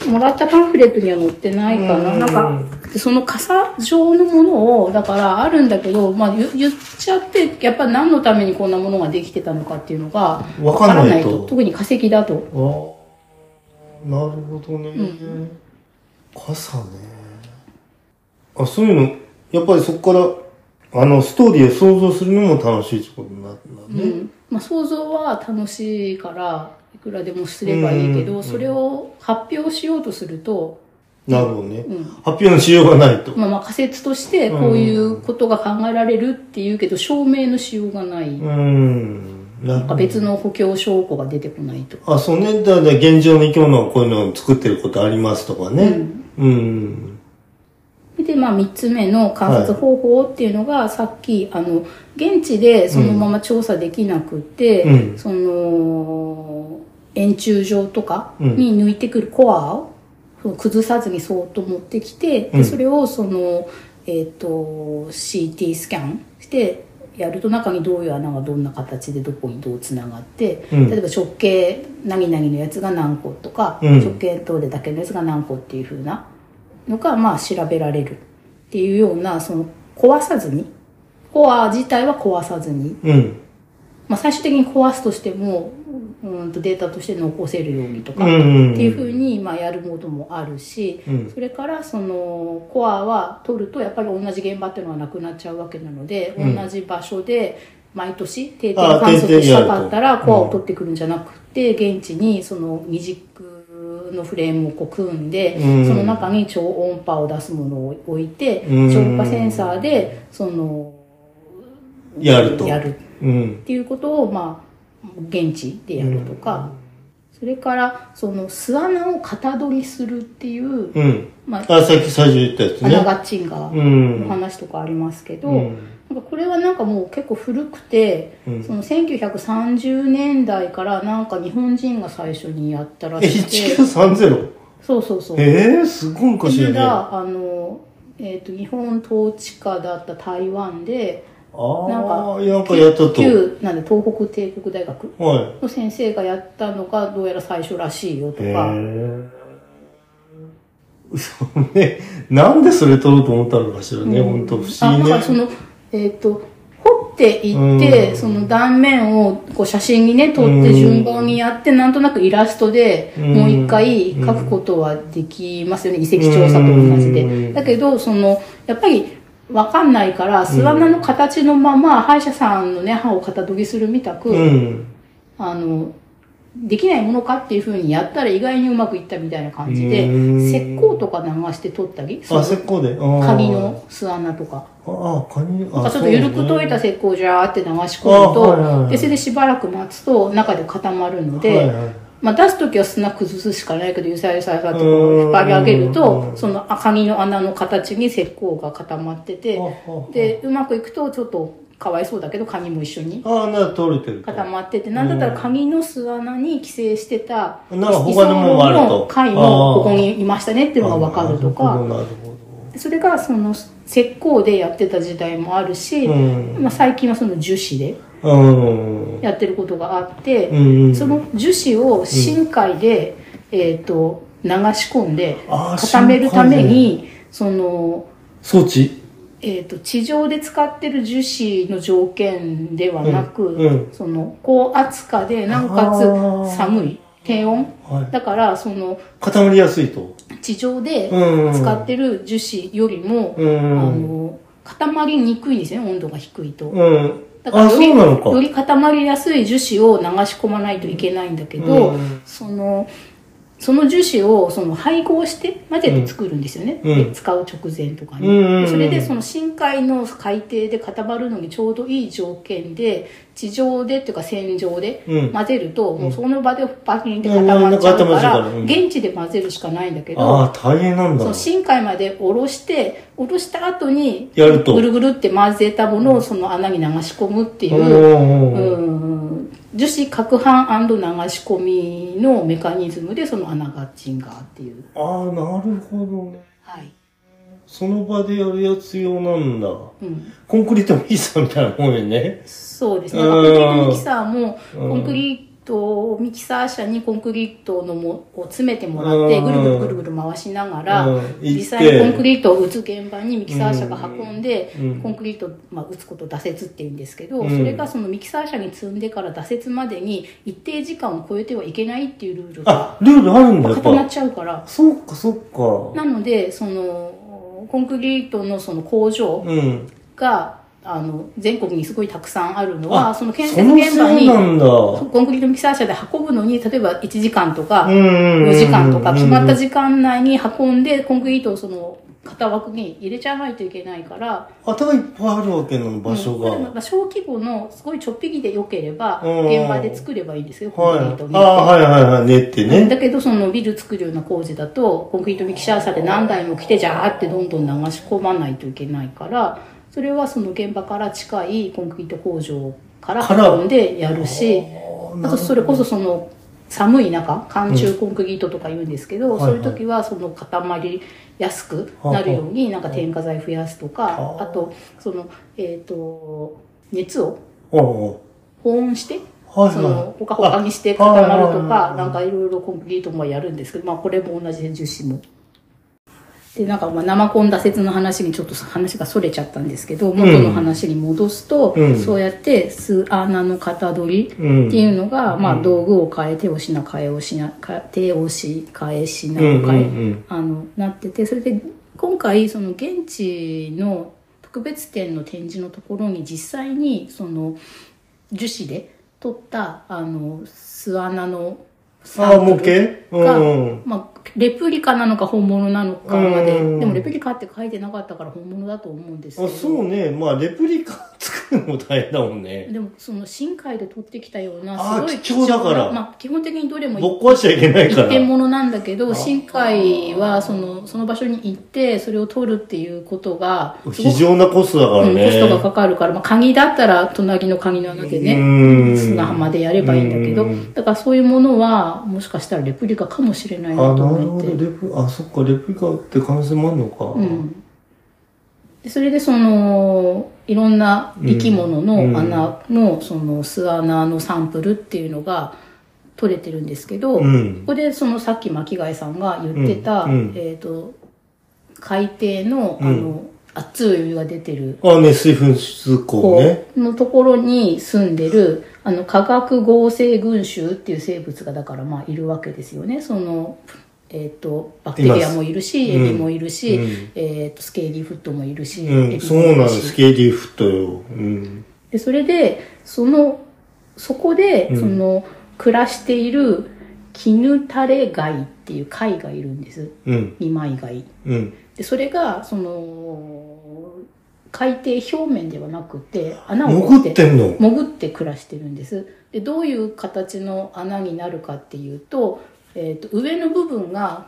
Speaker 2: もらったパンフレットには載ってないかな,、
Speaker 1: うん
Speaker 2: なんかでその傘状のものをだからあるんだけど、まあ、言言っちゃってやっぱ何のためにこんなものができてたのかっていうのが
Speaker 1: わかんないと
Speaker 2: わ特に化石だと
Speaker 1: ああなるほどね、
Speaker 2: ん
Speaker 1: 傘ねあそういうのやっぱりそこからあのストーリーを想像するのも楽しいってことになるんだ
Speaker 2: う
Speaker 1: ね、
Speaker 2: んまあ、想像は楽しいからいくらでもすればいいけど、
Speaker 1: うん
Speaker 2: それを発表しようとすると、
Speaker 1: なるほどね、
Speaker 2: うん
Speaker 1: 発表のしようがないと、
Speaker 2: まあ、まあ仮説としてこういうことが考えられるっていうけど証明のしようがない、
Speaker 1: うんな
Speaker 2: なんか別の補強証拠が出てこないとか
Speaker 1: あそうねだだ現状の生き物はこういうのを作ってることありますとかねうん、
Speaker 2: で、まあ、3つ目の観察方法っていうのが、さっきあの現地でそのまま調査できなくて、
Speaker 1: うん
Speaker 2: その円柱状とかに抜いてくるコアをその崩さずにそーっと持ってきて、
Speaker 1: う
Speaker 2: で
Speaker 1: ん
Speaker 2: それをその、えっと CT スキャンしてやると中にどういう穴がどんな形でどこにどうつながって、
Speaker 1: うん
Speaker 2: 例えば直径何々のやつが何個とか、
Speaker 1: うん
Speaker 2: 直径どれだけのやつが何個っていうふうなのが、まあ、調べられるっていうようなその壊さずにコア自体は壊さずに、
Speaker 1: うん
Speaker 2: まあ、最終的に壊すとしてもうんとデータとして残せるようにとか、
Speaker 1: うんうん
Speaker 2: っていうふうに、まあ、やることもあるし、
Speaker 1: うん
Speaker 2: それからそのコアは取るとやっぱり同じ現場っていうのはなくなっちゃうわけなので、
Speaker 1: うん
Speaker 2: 同じ場所で毎年定点
Speaker 1: あ
Speaker 2: 観測
Speaker 1: 定点
Speaker 2: し
Speaker 1: やる
Speaker 2: た
Speaker 1: と
Speaker 2: かったらコアを取ってくるんじゃなくて、現地にその二軸のフレームをこう組んで、
Speaker 1: うん
Speaker 2: その中に超音波を出すものを置いて、
Speaker 1: うん
Speaker 2: 超音波センサーでその
Speaker 1: やると
Speaker 2: やる
Speaker 1: うん
Speaker 2: っていうことを、まあ、現地でやるとか、それからその巣穴を型取りするっていう、
Speaker 1: うん
Speaker 2: まあ、
Speaker 1: あさっき最初言ったやつ
Speaker 2: アナ
Speaker 1: ね
Speaker 2: ガッチンガ
Speaker 1: う
Speaker 2: ーの
Speaker 1: ん
Speaker 2: 話とかありますけど、
Speaker 1: うん
Speaker 2: なんかこれはなんかもう結構古くて、
Speaker 1: うん
Speaker 2: その1930年代からなんか日本人が最初にやったら
Speaker 1: え
Speaker 2: しくて、
Speaker 1: 1930
Speaker 2: そうそうそう。
Speaker 1: ええすごい
Speaker 2: こ
Speaker 1: 昔やねあ
Speaker 2: あの、えっ、と、日本統治下だった台湾で、
Speaker 1: あーなんかやったと
Speaker 2: 旧、なんで東北帝国大学
Speaker 1: は
Speaker 2: の先生がやったのがどうやら最初らしいよ
Speaker 1: い
Speaker 2: と
Speaker 1: へ
Speaker 2: か、
Speaker 1: えそうねなんでそれ取ろうと思ったのかしらね、
Speaker 2: うん
Speaker 1: ほんと不
Speaker 2: あ
Speaker 1: 思
Speaker 2: なん
Speaker 1: 議
Speaker 2: か
Speaker 1: ね
Speaker 2: そのえっ、と掘っていって、
Speaker 1: うん
Speaker 2: その断面をこう写真にね撮っ
Speaker 1: う
Speaker 2: て
Speaker 1: ん
Speaker 2: 順番にやって、なんとなくイラストで
Speaker 1: うん
Speaker 2: もう一回書くことはできますよね、遺跡調査と同じで、
Speaker 1: うん
Speaker 2: だけどそのやっぱりわかんないから巣穴の形のまま歯医者さんのね歯を型研ぎするみたく、
Speaker 1: うん
Speaker 2: あのできないものかっていうふうにやったら意外にうまくいったみたいな感じで
Speaker 1: うん
Speaker 2: 石膏とか流して取ったりそ
Speaker 1: あ
Speaker 2: の
Speaker 1: 石膏であー
Speaker 2: カニの巣穴とか
Speaker 1: ああカニ
Speaker 2: なん
Speaker 1: あ
Speaker 2: かちょっと緩く溶いた
Speaker 1: せ
Speaker 2: 石膏をジャーって流し込む
Speaker 1: あはいはい
Speaker 2: と
Speaker 1: はい
Speaker 2: でそれでしばらく待つと中で固まるので、
Speaker 1: はいはい
Speaker 2: まあ、出す時は砂崩すしかないけどゆさゆさゆさと
Speaker 1: う
Speaker 2: か
Speaker 1: ん
Speaker 2: 引っ張り上げると
Speaker 1: うん
Speaker 2: そのカニの穴の形に石膏が固まっててでうまくいくとちょっとかわいそうだけどカニも一緒に
Speaker 1: ああな取れてると
Speaker 2: 固まってて、なんだったらカニの巣穴に寄生してた、
Speaker 1: うんなんか他のもんもあると
Speaker 2: イソウロの貝もここにいましたねっていうのがわかると
Speaker 1: あー
Speaker 2: か、
Speaker 1: なるほ
Speaker 2: それがその石膏でやってた時代もあるし、
Speaker 1: どうん
Speaker 2: まあ、最近はその樹脂で
Speaker 1: うん
Speaker 2: やってることがあって、
Speaker 1: うん
Speaker 2: その樹脂を深海で、えっ、と、流し込んで
Speaker 1: あー
Speaker 2: 固めるために、その、
Speaker 1: 装置
Speaker 2: えー、と地上で使ってる樹脂の条件ではなく、
Speaker 1: うんうん
Speaker 2: その高圧化でなおか
Speaker 1: あー
Speaker 2: つ寒い低温
Speaker 1: はい
Speaker 2: だからその
Speaker 1: 固まりやすいと
Speaker 2: 地上で
Speaker 1: うん
Speaker 2: 使ってる樹脂よりも、
Speaker 1: う
Speaker 2: あ
Speaker 1: ん
Speaker 2: の固まりにくいんですね温度が低いと。
Speaker 1: うん
Speaker 2: だから
Speaker 1: あ
Speaker 2: よ
Speaker 1: そう
Speaker 2: り
Speaker 1: なのか
Speaker 2: より固まりやすい樹脂を流し込まないといけないんだけど、
Speaker 1: うん
Speaker 2: そのその樹脂をその配合して混ぜて作るんですよね、
Speaker 1: うん
Speaker 2: で使う直前とかに、
Speaker 1: うんうんうん
Speaker 2: それでその深海の海底で固まるのにちょうどいい条件で地上でっていうか線上で
Speaker 1: うん
Speaker 2: 混ぜると、もうその場でパキンって固まっちゃ
Speaker 1: う
Speaker 2: う
Speaker 1: んうん固まっ
Speaker 2: か
Speaker 1: ちゃ
Speaker 2: ら、
Speaker 1: うからうん
Speaker 2: 現地で混ぜるしかないんだけど
Speaker 1: ああ、大変なんだ
Speaker 2: その。深海まで下ろして下ろした後に
Speaker 1: やると
Speaker 2: ぐるぐるって混ぜたものをその穴に流し込むっていうう、
Speaker 1: ん
Speaker 2: う
Speaker 1: うんうん
Speaker 2: ん、樹脂攪拌流し込みのメカニズムでその穴がチンガーっていう、
Speaker 1: ああ、なるほどね。
Speaker 2: はい
Speaker 1: その場でやるやつ用なんだ。
Speaker 2: うん、
Speaker 1: コンクリートミキサーみたいなもんよね。
Speaker 2: そうですね
Speaker 1: うん
Speaker 2: コンクリートミキサーも
Speaker 1: うん
Speaker 2: コンクリートミキサー車にコンクリートのもを詰めてもらって
Speaker 1: うん
Speaker 2: ぐるぐるぐるぐる回しながら
Speaker 1: うん行って
Speaker 2: 実際にコンクリートを打つ現場にミキサー車が運んで
Speaker 1: うん
Speaker 2: コンクリートを、まあ、打つことを打折っていうんですけど、
Speaker 1: うん
Speaker 2: それがそのミキサー車に積んでから打折までに一定時間を超えてはいけないっていうルール
Speaker 1: あ、
Speaker 2: が
Speaker 1: ルールあるんだ、やっ
Speaker 2: 固まっ
Speaker 1: ぱ。
Speaker 2: ちゃうから
Speaker 1: そっか、そっか。
Speaker 2: なのでそのコンクリートのその工場
Speaker 1: うん。
Speaker 2: があの全国にすごいたくさんあるのはその建設
Speaker 1: その
Speaker 2: 現場
Speaker 1: せい
Speaker 2: に
Speaker 1: なんだ。
Speaker 2: コンクリートミキサー車で運ぶのに例えば1時間とか
Speaker 1: 4
Speaker 2: 4時間とか決まった時間内に運んでコンクリートをその型枠に入れちゃわないといけないから
Speaker 1: 頭いっぱいあるわけなの、場所が。
Speaker 2: うんまあ小規模のすごいちょっぴきで良ければ
Speaker 1: うん
Speaker 2: 現場で作ればいいんですよコンクリートを
Speaker 1: はい。
Speaker 2: ね
Speaker 1: ああ、はいはいはい。練ってね。
Speaker 2: だけどそのビル作るような工事だとコンクリートミキサー車で何台も来てジャーってどんどん流し込まないといけないからそれはその現場から近いコンクリート工場から
Speaker 1: から
Speaker 2: 運んでやるしあとそれこそその寒い中寒中コンクリートとか言うんですけど、
Speaker 1: うん
Speaker 2: そういう時はその固まりやすくなるようになんか添加剤増やすとか
Speaker 1: はあ
Speaker 2: あとそのえっ、と熱を
Speaker 1: ああ
Speaker 2: 保温して
Speaker 1: はい
Speaker 2: そ
Speaker 1: は
Speaker 2: のほかほかにして固まると
Speaker 1: ああああ
Speaker 2: かなんかいろいろコンクリートもやるんですけど、まあ、これも同じで樹脂も。でなんかまあ生コン打折の話にちょっと話がそれちゃったんですけど元の話に戻すと、
Speaker 1: うん
Speaker 2: そうやって巣穴の型取りっ
Speaker 1: い。うん。
Speaker 2: ていうのが、
Speaker 1: うん
Speaker 2: まあ、道具を変え手をしな変えをしな変え手をし変えしな変え、
Speaker 1: うんうんうん
Speaker 2: あのなっててそれで今回その現地の特別展の展示のところに実際にその樹脂で取ったあの巣穴の
Speaker 1: ああ、模型
Speaker 2: が
Speaker 1: うん。
Speaker 2: まあ、レプリカなのか本物なのかまで、
Speaker 1: うん
Speaker 2: でもレプリカって書いてなかったから本物だと思うんですけ
Speaker 1: あ、
Speaker 2: ど
Speaker 1: そうね。まあ、レプリカ作るのも大変だもんね。
Speaker 2: でもその深海で取ってきたような
Speaker 1: あー
Speaker 2: すごい
Speaker 1: 貴重だから
Speaker 2: なまあ、基本的にどれも
Speaker 1: ぼっ壊しちゃいけないか
Speaker 2: 一
Speaker 1: ら。
Speaker 2: 点物なんだけど
Speaker 1: あ
Speaker 2: 深海はそのその場所に行ってそれを取るっていうことがすご
Speaker 1: 非
Speaker 2: く
Speaker 1: 常なコストだから
Speaker 2: うん
Speaker 1: ね。
Speaker 2: コストがかかるから、まあ、カニだったら隣のカニの穴でね、
Speaker 1: ね
Speaker 2: 砂浜でやればいいんだけど、だからそういうものはもしかしたらレプリカかもしれない
Speaker 1: あ、
Speaker 2: な
Speaker 1: なる
Speaker 2: と思
Speaker 1: ほ
Speaker 2: っ
Speaker 1: ど。
Speaker 2: て。
Speaker 1: レプ、あ、そっか、レプリカって可能性もあるのか。
Speaker 2: うんでそれでそのいろんな生き物
Speaker 1: うん
Speaker 2: の穴のその巣穴のサンプルっていうのが取れてるんですけど、
Speaker 1: うん。
Speaker 2: ここでそのさっき巻貝さんが言ってた、
Speaker 1: うんうん
Speaker 2: えっ、と海底のあ
Speaker 1: うん
Speaker 2: の、熱いお湯が出てる
Speaker 1: あ、ね、水分出口ね。
Speaker 2: こうのところに住んでるあの化学合成群衆っていう生物がだからまあいるわけですよねその、えー、とバクテリアもいるし
Speaker 1: い
Speaker 2: エ
Speaker 1: ます
Speaker 2: ビもいるし、
Speaker 1: うん
Speaker 2: えー、とスケーリーフットもいるし、
Speaker 1: う
Speaker 2: エ
Speaker 1: ん、
Speaker 2: ビ
Speaker 1: そ
Speaker 2: もいう
Speaker 1: な
Speaker 2: る
Speaker 1: の、
Speaker 2: し
Speaker 1: スケーリーフットよ。うん。
Speaker 2: でそれでそのそこで、
Speaker 1: うん
Speaker 2: その暮らしている絹垂れ貝っていう貝がいるんです
Speaker 1: うん、
Speaker 2: 二枚貝
Speaker 1: うん。
Speaker 2: でそれがその海底表面ではなくて穴を掘
Speaker 1: 潜ってんの
Speaker 2: 潜って暮らしてるんですでどういう形の穴になるかっていうと,、えー、と上の部分が、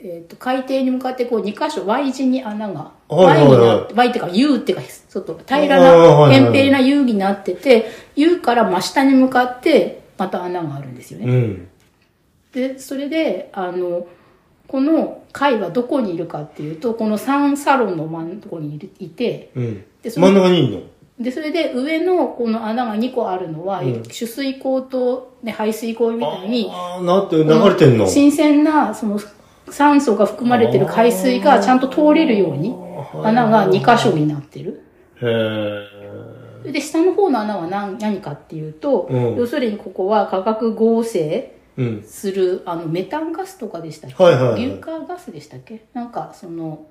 Speaker 2: えー、と海底に向かってこう2箇所 Y 字に穴が
Speaker 1: はいはい
Speaker 2: Y
Speaker 1: は
Speaker 2: に
Speaker 1: い
Speaker 2: なって Y っていうか U っていうかちょっと平ら
Speaker 1: あーはい
Speaker 2: な
Speaker 1: はい
Speaker 2: 扁平な U になってて U から真下に向かってまた穴があるんですよね。
Speaker 1: うん。
Speaker 2: でそれであのこの貝はどこにいるかっていうとこの三サロンの真んとこにいるいて
Speaker 1: うん。
Speaker 2: でそ
Speaker 1: 真
Speaker 2: の
Speaker 1: ん中にいんの
Speaker 2: でそれで上のこの穴が2個あるのは、
Speaker 1: うん
Speaker 2: 取水口と、ね、排水口みたいに
Speaker 1: ああ、なって流れてんの。
Speaker 2: 新鮮なその酸素が含まれてる海水がちゃんと通れるように穴が2箇所になってる。
Speaker 1: へえ。
Speaker 2: で下の方の穴は何何かっていうと、
Speaker 1: うん
Speaker 2: 要するにここは化学合成
Speaker 1: うん。
Speaker 2: するあのメタンガスとかでしたっけ、
Speaker 1: はいはいはい
Speaker 2: 硫化ガスでしたっけなんかその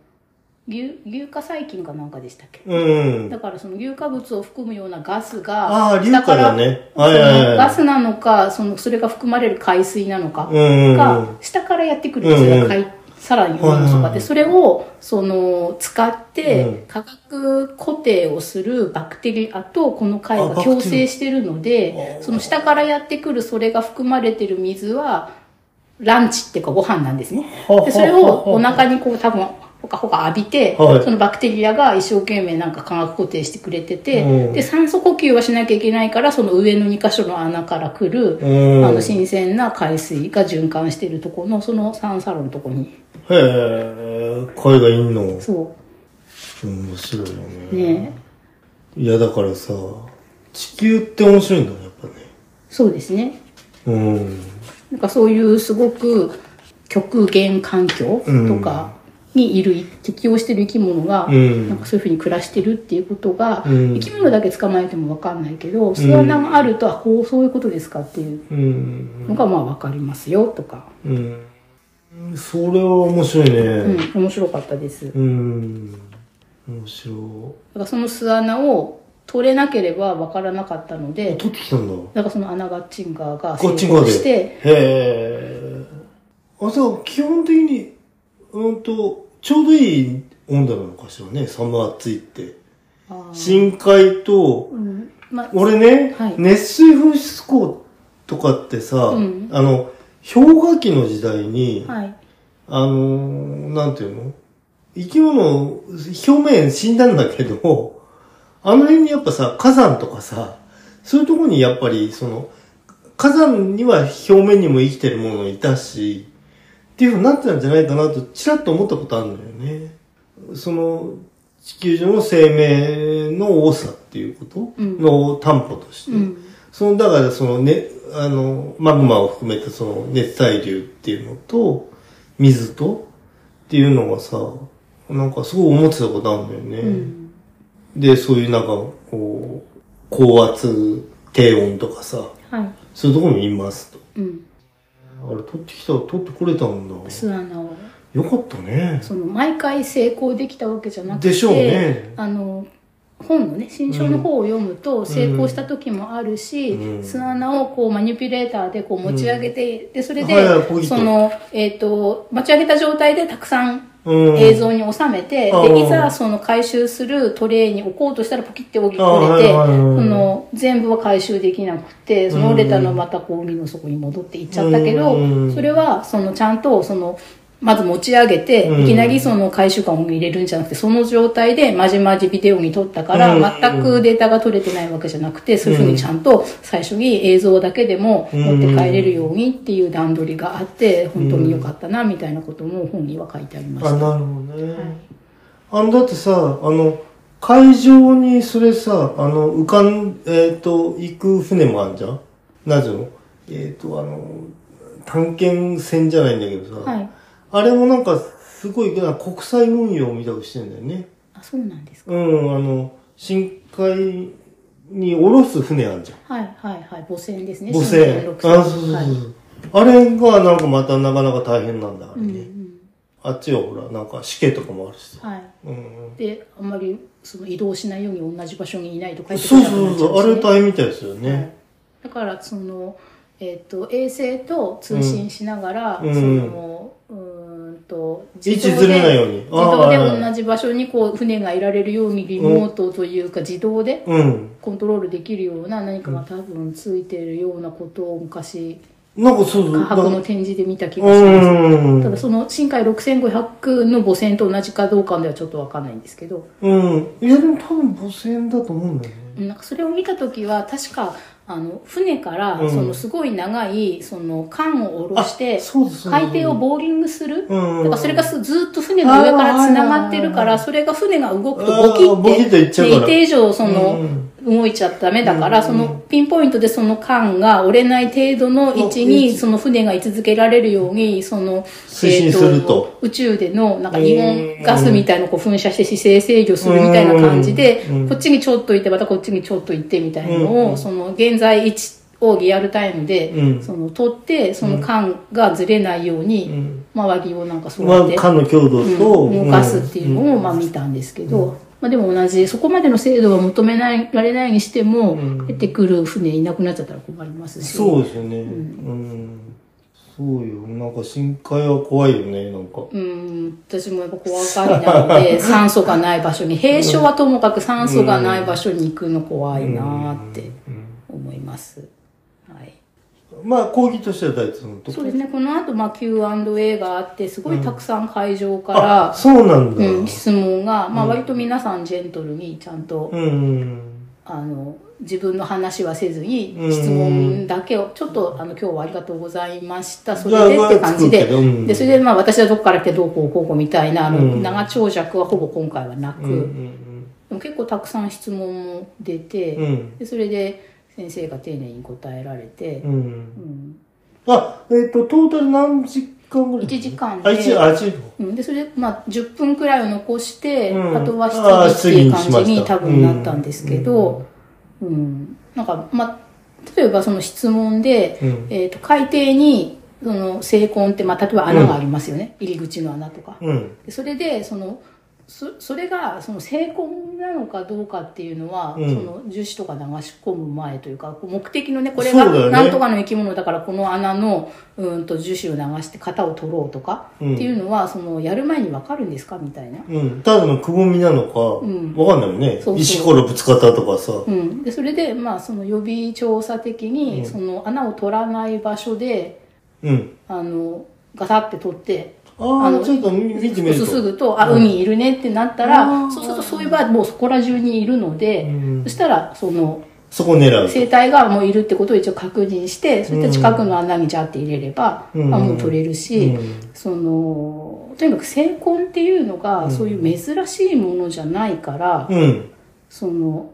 Speaker 2: 牛硫化細菌かなんかでしたっけ
Speaker 1: うん。
Speaker 2: だからその硫化物を含むようなガス
Speaker 1: あ
Speaker 2: が
Speaker 1: あ、硫化だね。
Speaker 2: 下か
Speaker 1: はい
Speaker 2: ら
Speaker 1: はい
Speaker 2: その
Speaker 1: は
Speaker 2: ガ
Speaker 1: い。
Speaker 2: スなのかそのそれが含まれる海水なのか
Speaker 1: うんうん
Speaker 2: が下からやってくるんです
Speaker 1: うんうん
Speaker 2: よ、海さらに温度と
Speaker 1: はい
Speaker 2: か
Speaker 1: はい
Speaker 2: でそれをその使っ
Speaker 1: うん
Speaker 2: て化学固定をするバクテリアとこの貝
Speaker 1: あバ
Speaker 2: が
Speaker 1: クテリア
Speaker 2: 共生してるので
Speaker 1: あ
Speaker 2: その下からやってくるそれが含まれてる水はランチっていうかご飯なんですね
Speaker 1: はは
Speaker 2: でそれをお腹にこう多分ほかほか浴びて、
Speaker 1: はい
Speaker 2: そのバクテリアが一生懸命なんか化学固定してくれてて、
Speaker 1: うん
Speaker 2: で酸素呼吸はしなきゃいけないからその上の2箇所の穴から来る、
Speaker 1: うん
Speaker 2: あの新鮮な海水が循環してるとこのそのサンサロンのとこに
Speaker 1: へえ、声がいいの。
Speaker 2: そ
Speaker 1: 面白いよ
Speaker 2: う
Speaker 1: ね。
Speaker 2: ね
Speaker 1: いや、だからさ、地球って面白いんだね、やっぱね。
Speaker 2: そうですね
Speaker 1: うん。
Speaker 2: なんかそういうすごく極限環境とかにいる、適応してる生き物が、
Speaker 1: うん
Speaker 2: なんかそういうふうに暮らしてるっていうことが、
Speaker 1: うん
Speaker 2: 生き物だけ捕まえても分かんないけど巣穴があるとはこうそういうことですかっていう
Speaker 1: うん。
Speaker 2: のがまあ分かりますよとか、
Speaker 1: うん。それは面白いね。
Speaker 2: うん、面白かったです。だか
Speaker 1: うん。面白
Speaker 2: らその巣穴を取れなければ分からなかったの
Speaker 1: い。
Speaker 2: で
Speaker 1: 取ってきたんだ。
Speaker 2: だからその穴ガッチンガーが
Speaker 1: こ
Speaker 2: 成
Speaker 1: っちま
Speaker 2: 功
Speaker 1: で。
Speaker 2: して
Speaker 1: へえ。あ、じゃあ基本的に、うんと、ちょうどいい温度なのかしらね、寒暑いって。
Speaker 2: あー
Speaker 1: 深海と、
Speaker 2: うんまあ
Speaker 1: 俺ね、
Speaker 2: はい
Speaker 1: 熱水噴出口とかってさ、
Speaker 2: うん
Speaker 1: あの、氷河期の時代に、
Speaker 2: はい
Speaker 1: あのーなんていうの生き物、表面死んだんだけど、あの辺にやっぱさ、火山とかさ、そういうとこにやっぱり、その、火山には表面にも生きてるものいたし、っていうふうになってたんじゃないかなと、ちらっと思ったことあるんだよね。その、地球上の生命の多さっていうこと
Speaker 2: うん
Speaker 1: の担保として。
Speaker 2: うん
Speaker 1: その、だからそのね、あの、マグマを含めてその熱帯流っていうのと、水とっていうのがさ、なんかすごい思ってたことあるんだよ
Speaker 2: う
Speaker 1: ね。
Speaker 2: ん
Speaker 1: で、そういうなんか、こう、高圧、低温とかさ、
Speaker 2: はい
Speaker 1: そういうところにいますと。
Speaker 2: うん、
Speaker 1: あれ、取ってきた、取ってこれたんだ。
Speaker 2: 巣穴を
Speaker 1: よかったね。
Speaker 2: その毎回成功できたわけじゃなくて
Speaker 1: でしょうね
Speaker 2: あの本のね新書の方を読むと成功した時もあるし、
Speaker 1: うん
Speaker 2: 巣穴をこうマニピュレーターでこう持ち上げて、でそれで、
Speaker 1: はいはいポイント
Speaker 2: その、えっと持ち上げた状態でたくさん
Speaker 1: うん。
Speaker 2: 映像に収めて、
Speaker 1: うん
Speaker 2: でいざその回収するトレイに置こうとしたらポキって折り
Speaker 1: あ
Speaker 2: 折れて、
Speaker 1: はいはいはいはい
Speaker 2: その全部は回収できなくてその折れたのはまたこう海の底に戻っていっちゃったけど、
Speaker 1: うん
Speaker 2: それはそのちゃんとそのまず持ち上げて、
Speaker 1: うん
Speaker 2: いきなりその回収感を入れるんじゃなくてその状態でまじまじビデオに撮ったから、
Speaker 1: うん
Speaker 2: 全くデータが取れてないわけじゃなくてそういうふうにちゃんと最初に映像だけでも持って帰れるようにっていう段取りがあって本当に良かったなみたいなことも本には書いてありました。
Speaker 1: あ、なるほどね。あの、だってさ、あの、海上にそれさ、あの、浮かん、えっ、と、行く船もあるじゃんなぜのえっ、と、あの、探検船じゃないんだけどさ、
Speaker 2: はい。
Speaker 1: あれもなんか、すごい、なんか国際運用みたいにしてんだよね。
Speaker 2: あ、そうなんですか。
Speaker 1: うん、あの、深海に下ろす船あるじゃん。
Speaker 2: はいはいはい。母船ですね。
Speaker 1: 母船。
Speaker 2: 新
Speaker 1: あ、
Speaker 2: 鮮
Speaker 1: そうそうそう。
Speaker 2: はい
Speaker 1: あれがなんかまたなかなか大変なんだ、あれ
Speaker 2: うんう
Speaker 1: ね。
Speaker 2: ん。
Speaker 1: あっちはほら、なんか死刑とかもあるしさ。
Speaker 2: はい。
Speaker 1: うんうん。
Speaker 2: で、あんまりその移動しないように同じ場所にいないと帰ってこ
Speaker 1: そう
Speaker 2: なく
Speaker 1: そ
Speaker 2: な
Speaker 1: う
Speaker 2: っちゃ
Speaker 1: そう、あ
Speaker 2: う
Speaker 1: れ
Speaker 2: んですね
Speaker 1: 大変みたいですよ
Speaker 2: はい
Speaker 1: ね。
Speaker 2: だからその、えっ、と衛星と通信しながら、
Speaker 1: うん
Speaker 2: そのうーんと
Speaker 1: 位置ずれないように
Speaker 2: 自
Speaker 1: あー
Speaker 2: 動で
Speaker 1: はいはい
Speaker 2: 同じ場所にこう船がいられるようにリモートというか自動で
Speaker 1: うん。
Speaker 2: コントロールできるような何かが多分ついてるようなことを昔
Speaker 1: なんかそうそう。
Speaker 2: 科博の
Speaker 1: な
Speaker 2: 展示で見た気
Speaker 1: う
Speaker 2: がします。
Speaker 1: ん。
Speaker 2: ただその深海6500の母船と同じかどうかではちょっとわかんないんですけど、
Speaker 1: うん。いや、でも多分母船だと思うんだよね。
Speaker 2: なんかそれを見た時は確かあの船から
Speaker 1: うん
Speaker 2: そのすごい長いその缶を下ろして
Speaker 1: あそうですそうです
Speaker 2: 海底をボーリングする、
Speaker 1: うんうん
Speaker 2: だからそれがすずっと船の上からつながってるか
Speaker 1: あ
Speaker 2: ら
Speaker 1: ー
Speaker 2: それが船が動く
Speaker 1: あー
Speaker 2: とボ
Speaker 1: ボキ
Speaker 2: キ
Speaker 1: ッ
Speaker 2: ッ
Speaker 1: と
Speaker 2: て
Speaker 1: いっちゃうから
Speaker 2: で一定以上その、
Speaker 1: うん
Speaker 2: 動いちゃダメだから、
Speaker 1: うん
Speaker 2: そのピンポイントでその缶が折れない程度の位置
Speaker 1: う
Speaker 2: に
Speaker 1: ん
Speaker 2: その船が居続けられるようにその
Speaker 1: 推進すると
Speaker 2: えー宇宙でのなんか
Speaker 1: うん
Speaker 2: イオンガスみたいなのをこう噴射して姿勢制御するみたいな感じで
Speaker 1: うん
Speaker 2: こっちにちょっといてまたこっちにちょっといてみたいな
Speaker 1: う
Speaker 2: の
Speaker 1: ん
Speaker 2: をその現在位置をリアルタイムで、
Speaker 1: うん
Speaker 2: その取ってその缶がずれないように、
Speaker 1: うん
Speaker 2: 周りをなんかそう
Speaker 1: ま
Speaker 2: や
Speaker 1: あ
Speaker 2: って、
Speaker 1: 缶の強度と、
Speaker 2: うん動かすっていうのを、
Speaker 1: ん
Speaker 2: まあ、見たんですけど、まあ、でも同じそこまでの精度は求めないられないにしても、
Speaker 1: うん
Speaker 2: 出てくる船いなくなっちゃったら困りますし
Speaker 1: そうですよね、う
Speaker 2: うん
Speaker 1: んそうよなんか深海は怖いよねなんか
Speaker 2: うん私もやっぱ怖がりなの で酸素がない場所に平常はともかく酸素がない場所に行くの怖いなーって思います。はい
Speaker 1: まあ講義としては大体そのとこ
Speaker 2: そうですね、この後、まあ、Q&A があって、すごいたくさん会場か
Speaker 1: あ
Speaker 2: ら、
Speaker 1: そうなんだ
Speaker 2: うん
Speaker 1: うん
Speaker 2: 質問が、まあ、割と皆さんジェントルにちゃんと、
Speaker 1: うん
Speaker 2: あの自分の話はせずに
Speaker 1: うん
Speaker 2: 質問だけをちょっとあの今日はありがとうございましたそ
Speaker 1: じゃあ
Speaker 2: れでって
Speaker 1: まあ
Speaker 2: 感じ
Speaker 1: 作るけ
Speaker 2: で
Speaker 1: どうん
Speaker 2: でそれでまあ私はどこから来てどうこうこうこうみたいなあの
Speaker 1: うん
Speaker 2: 長長尺はほぼ今回はなく
Speaker 1: うんうん
Speaker 2: でも結構たくさん質問も出
Speaker 1: うんう
Speaker 2: て
Speaker 1: ん
Speaker 2: でそれで先生が丁寧に答えられて
Speaker 1: う、ん
Speaker 2: うん
Speaker 1: あえっ、とトータル何時間ぐらい
Speaker 2: 一時間で
Speaker 1: あ一あ一時間
Speaker 2: うん、でそれでまあ10分くらいを残して、
Speaker 1: うん
Speaker 2: あとは
Speaker 1: あー
Speaker 2: 質疑っていう感じ
Speaker 1: 質疑にしま
Speaker 2: に
Speaker 1: した
Speaker 2: 多分なったんですけど、うんなんかまあ例えばその質問で、
Speaker 1: うん
Speaker 2: えー、と海底にその精根って、まあ、例えば穴がありますよね、入り口の穴とか。
Speaker 1: うん
Speaker 2: でそれでそのそそれがその精根なのかどうかっていうのは、
Speaker 1: うん
Speaker 2: その樹脂とか流し込む前というかこう目的のねこれ
Speaker 1: そうだよ
Speaker 2: が
Speaker 1: ね
Speaker 2: なんとかの生き物だからこの穴のうんと樹脂を流して型を取ろうとか、
Speaker 1: うん
Speaker 2: っていうのはそのやる前に分かるんですかみたいな。
Speaker 1: うん、ただのくぼみなのか、
Speaker 2: ん
Speaker 1: わかんないよね。
Speaker 2: そうそう
Speaker 1: 石ころぶつかったとかさ。
Speaker 2: うん、でそれで、まあ、その予備調査的に、
Speaker 1: うん
Speaker 2: その穴を取らない場所で
Speaker 1: うん。
Speaker 2: あのガサって取って
Speaker 1: あ
Speaker 2: あ
Speaker 1: あ、
Speaker 2: の
Speaker 1: ちょっと見てみると。
Speaker 2: すぐとあ
Speaker 1: うん
Speaker 2: 海いるねってなったら、
Speaker 1: あー
Speaker 2: そうするとそういえばもうそこら中にいるので、
Speaker 1: うん
Speaker 2: そしたらその
Speaker 1: そこ狙う。
Speaker 2: 生態がもういるってことを一応確認してそういった近くの穴にジャーって入れれば、
Speaker 1: うん
Speaker 2: まあもう取れるし、
Speaker 1: うん
Speaker 2: そのとにかく精根っていうのが、
Speaker 1: ん
Speaker 2: そういう珍しいものじゃないから、
Speaker 1: うん。
Speaker 2: その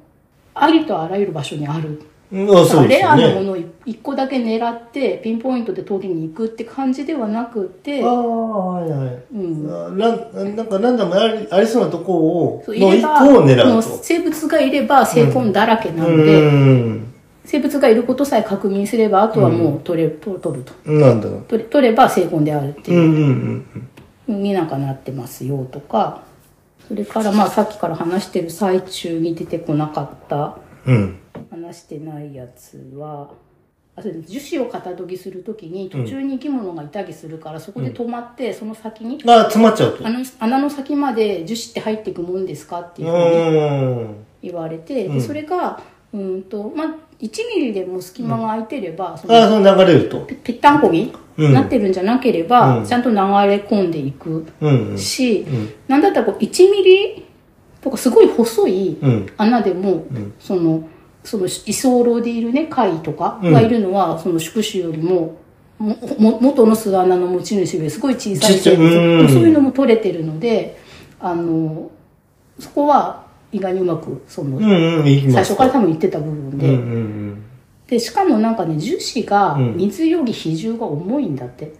Speaker 2: ありとあらゆる場所にある。
Speaker 1: うんあ、そうです
Speaker 2: レ
Speaker 1: よ
Speaker 2: アなも
Speaker 1: ね。
Speaker 2: のを1個だけ狙ってピンポイントで取りに行くって感じではなくて、
Speaker 1: ああ、はいはい。
Speaker 2: うん、
Speaker 1: あランなんかランダムにありありそうなとこを、
Speaker 2: そうい
Speaker 1: の
Speaker 2: れ
Speaker 1: 一
Speaker 2: ば
Speaker 1: 個を狙
Speaker 2: もう
Speaker 1: うと。
Speaker 2: 生物がいれば精根だらけな
Speaker 1: う
Speaker 2: ので、
Speaker 1: ん。
Speaker 2: 生物がいることさえ確認すればあとはもう取れ、取取ると
Speaker 1: なんだろう。
Speaker 2: 取れ取れば精根であるって
Speaker 1: う
Speaker 2: いうん
Speaker 1: うん
Speaker 2: ふうになんかなってますよとかそれからまあさっきから話してる最中に出てこなかった
Speaker 1: うん。うん。
Speaker 2: 話してないやつはあそうです樹脂を型取りするときに途中に生き物がいたりするから、そこで止まってその先に
Speaker 1: あ、詰まっちゃうと。
Speaker 2: あの穴の先まで樹脂って入っていくもんですかっていうふうに
Speaker 1: うん。
Speaker 2: 言われて、
Speaker 1: うん
Speaker 2: でそれがうんと、まあ、1ミリでも隙間が空いてれば、そ
Speaker 1: ああ、
Speaker 2: の
Speaker 1: そう流れると。
Speaker 2: ぺぺったんこに
Speaker 1: うん
Speaker 2: なってるんじゃなければ、
Speaker 1: うん
Speaker 2: ちゃんと流れ込んでいく
Speaker 1: うん
Speaker 2: し、
Speaker 1: うん。
Speaker 2: なんだったらこう1ミリとかすごい細い
Speaker 1: うん。
Speaker 2: 穴でも、
Speaker 1: ん
Speaker 2: そのその居候でいるね貝とかがいるのは、その宿主よりももも元の巣穴の持ち主よりすごい小さい
Speaker 1: ちっちゃい
Speaker 2: 生
Speaker 1: う
Speaker 2: 物
Speaker 1: ん
Speaker 2: そういうのも取れてるのであのそこは意外にうまくその、
Speaker 1: うんうん。いき
Speaker 2: 最
Speaker 1: ます
Speaker 2: 初から多分言ってた部分
Speaker 1: う
Speaker 2: で,、
Speaker 1: んうん
Speaker 2: でしかもなんかね樹脂が
Speaker 1: うん
Speaker 2: 水より比重が重いんだって、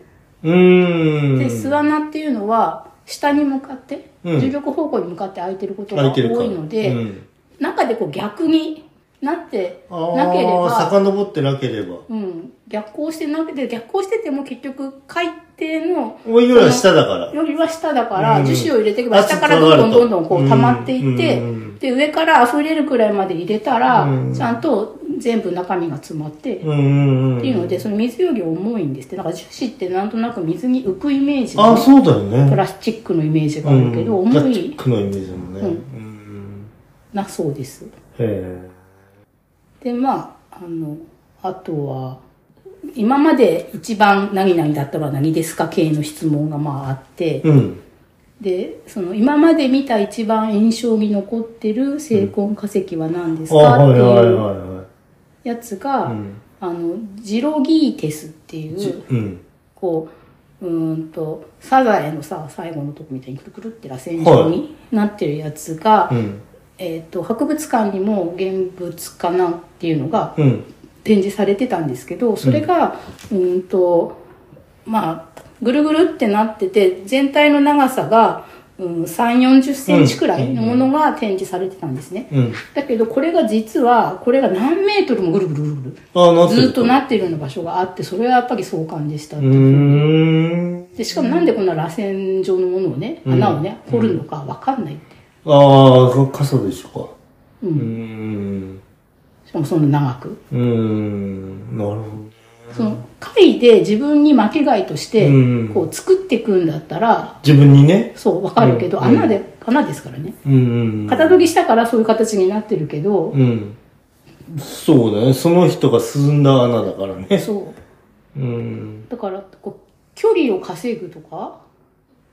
Speaker 1: うん。うん。
Speaker 2: で巣穴っていうのは下に向かって、
Speaker 1: うん
Speaker 2: 重力方向に向かって開いてること
Speaker 1: あ
Speaker 2: が
Speaker 1: いけるか
Speaker 2: 多いので、
Speaker 1: うん
Speaker 2: 中でこう逆になって
Speaker 1: ああ
Speaker 2: なければ、
Speaker 1: 遡ってなければ。
Speaker 2: うん、逆行してなくて逆行してても結局海底の
Speaker 1: おいよりは下だから。
Speaker 2: よりは下だか
Speaker 1: うん
Speaker 2: ら樹脂を入れていけば
Speaker 1: 圧
Speaker 2: 下からどんどんどんどんこ
Speaker 1: う
Speaker 2: うん溜まっていって、
Speaker 1: うん
Speaker 2: で上から溢れるくらいまで入れたら、
Speaker 1: うん
Speaker 2: ちゃんと全部中身が詰まって、
Speaker 1: うんうんうん。
Speaker 2: っていうのでその水より重いんですってだから樹脂ってなんとなく水に浮くイメージ
Speaker 1: あ
Speaker 2: が
Speaker 1: あ、
Speaker 2: ね、
Speaker 1: そうだよ
Speaker 2: プ
Speaker 1: ね。
Speaker 2: ラスチックのイメージがあるけど、
Speaker 1: うんプ
Speaker 2: 重
Speaker 1: ラスチ
Speaker 2: い
Speaker 1: ックのイメージだもんね。
Speaker 2: うん
Speaker 1: うん
Speaker 2: なそうです。
Speaker 1: へえ。
Speaker 2: でまああのあとは今まで一番何々だったのは何ですか系の質問がまああって、
Speaker 1: うん。
Speaker 2: でその今まで見た一番印象に残ってる成根化石は何です
Speaker 1: ああ、
Speaker 2: か、っ
Speaker 1: は
Speaker 2: て
Speaker 1: いはいはい
Speaker 2: いう
Speaker 1: は
Speaker 2: やつが、
Speaker 1: い。うん。
Speaker 2: あのジロギーテスっていう
Speaker 1: うん。
Speaker 2: こううーんとサザエのさ最後のとこみたいにくるくるって螺旋状になってるやつが、
Speaker 1: うん。
Speaker 2: えー、と博物館にも現物かなっていうのが
Speaker 1: うん。
Speaker 2: 展示されてたんですけどそれがうーんとまあぐるぐるってなってて全体の長さがうん、3 4 0センチくらいの
Speaker 1: う
Speaker 2: も
Speaker 1: ん
Speaker 2: のが展示されてたんですね、
Speaker 1: うん。
Speaker 2: だけどこれが実はこれが何メートルもぐるぐるぐるぐる
Speaker 1: ああ、なってる。
Speaker 2: ずっとなってるような場所があってそれはやっぱり壮観でした
Speaker 1: うーん。
Speaker 2: でしかもなんでこんな螺旋状のものをね
Speaker 1: うん
Speaker 2: 穴をね掘るのかわかんないって、
Speaker 1: ああ、傘でしょうか。
Speaker 2: う
Speaker 1: うんーん。
Speaker 2: しかもそんな長く
Speaker 1: うーん。なるほどね。
Speaker 2: その貝で自分に巻き貝として
Speaker 1: うん
Speaker 2: こう作っていくんだったら
Speaker 1: 自分にね。
Speaker 2: そうわかるけど
Speaker 1: うん
Speaker 2: 穴で穴ですからね
Speaker 1: うん。
Speaker 2: 型取りしたからそういう形になってるけど
Speaker 1: うん。そうだね。その人が進んだ穴だからね。
Speaker 2: そう
Speaker 1: うん。
Speaker 2: だからこう距離を稼ぐとか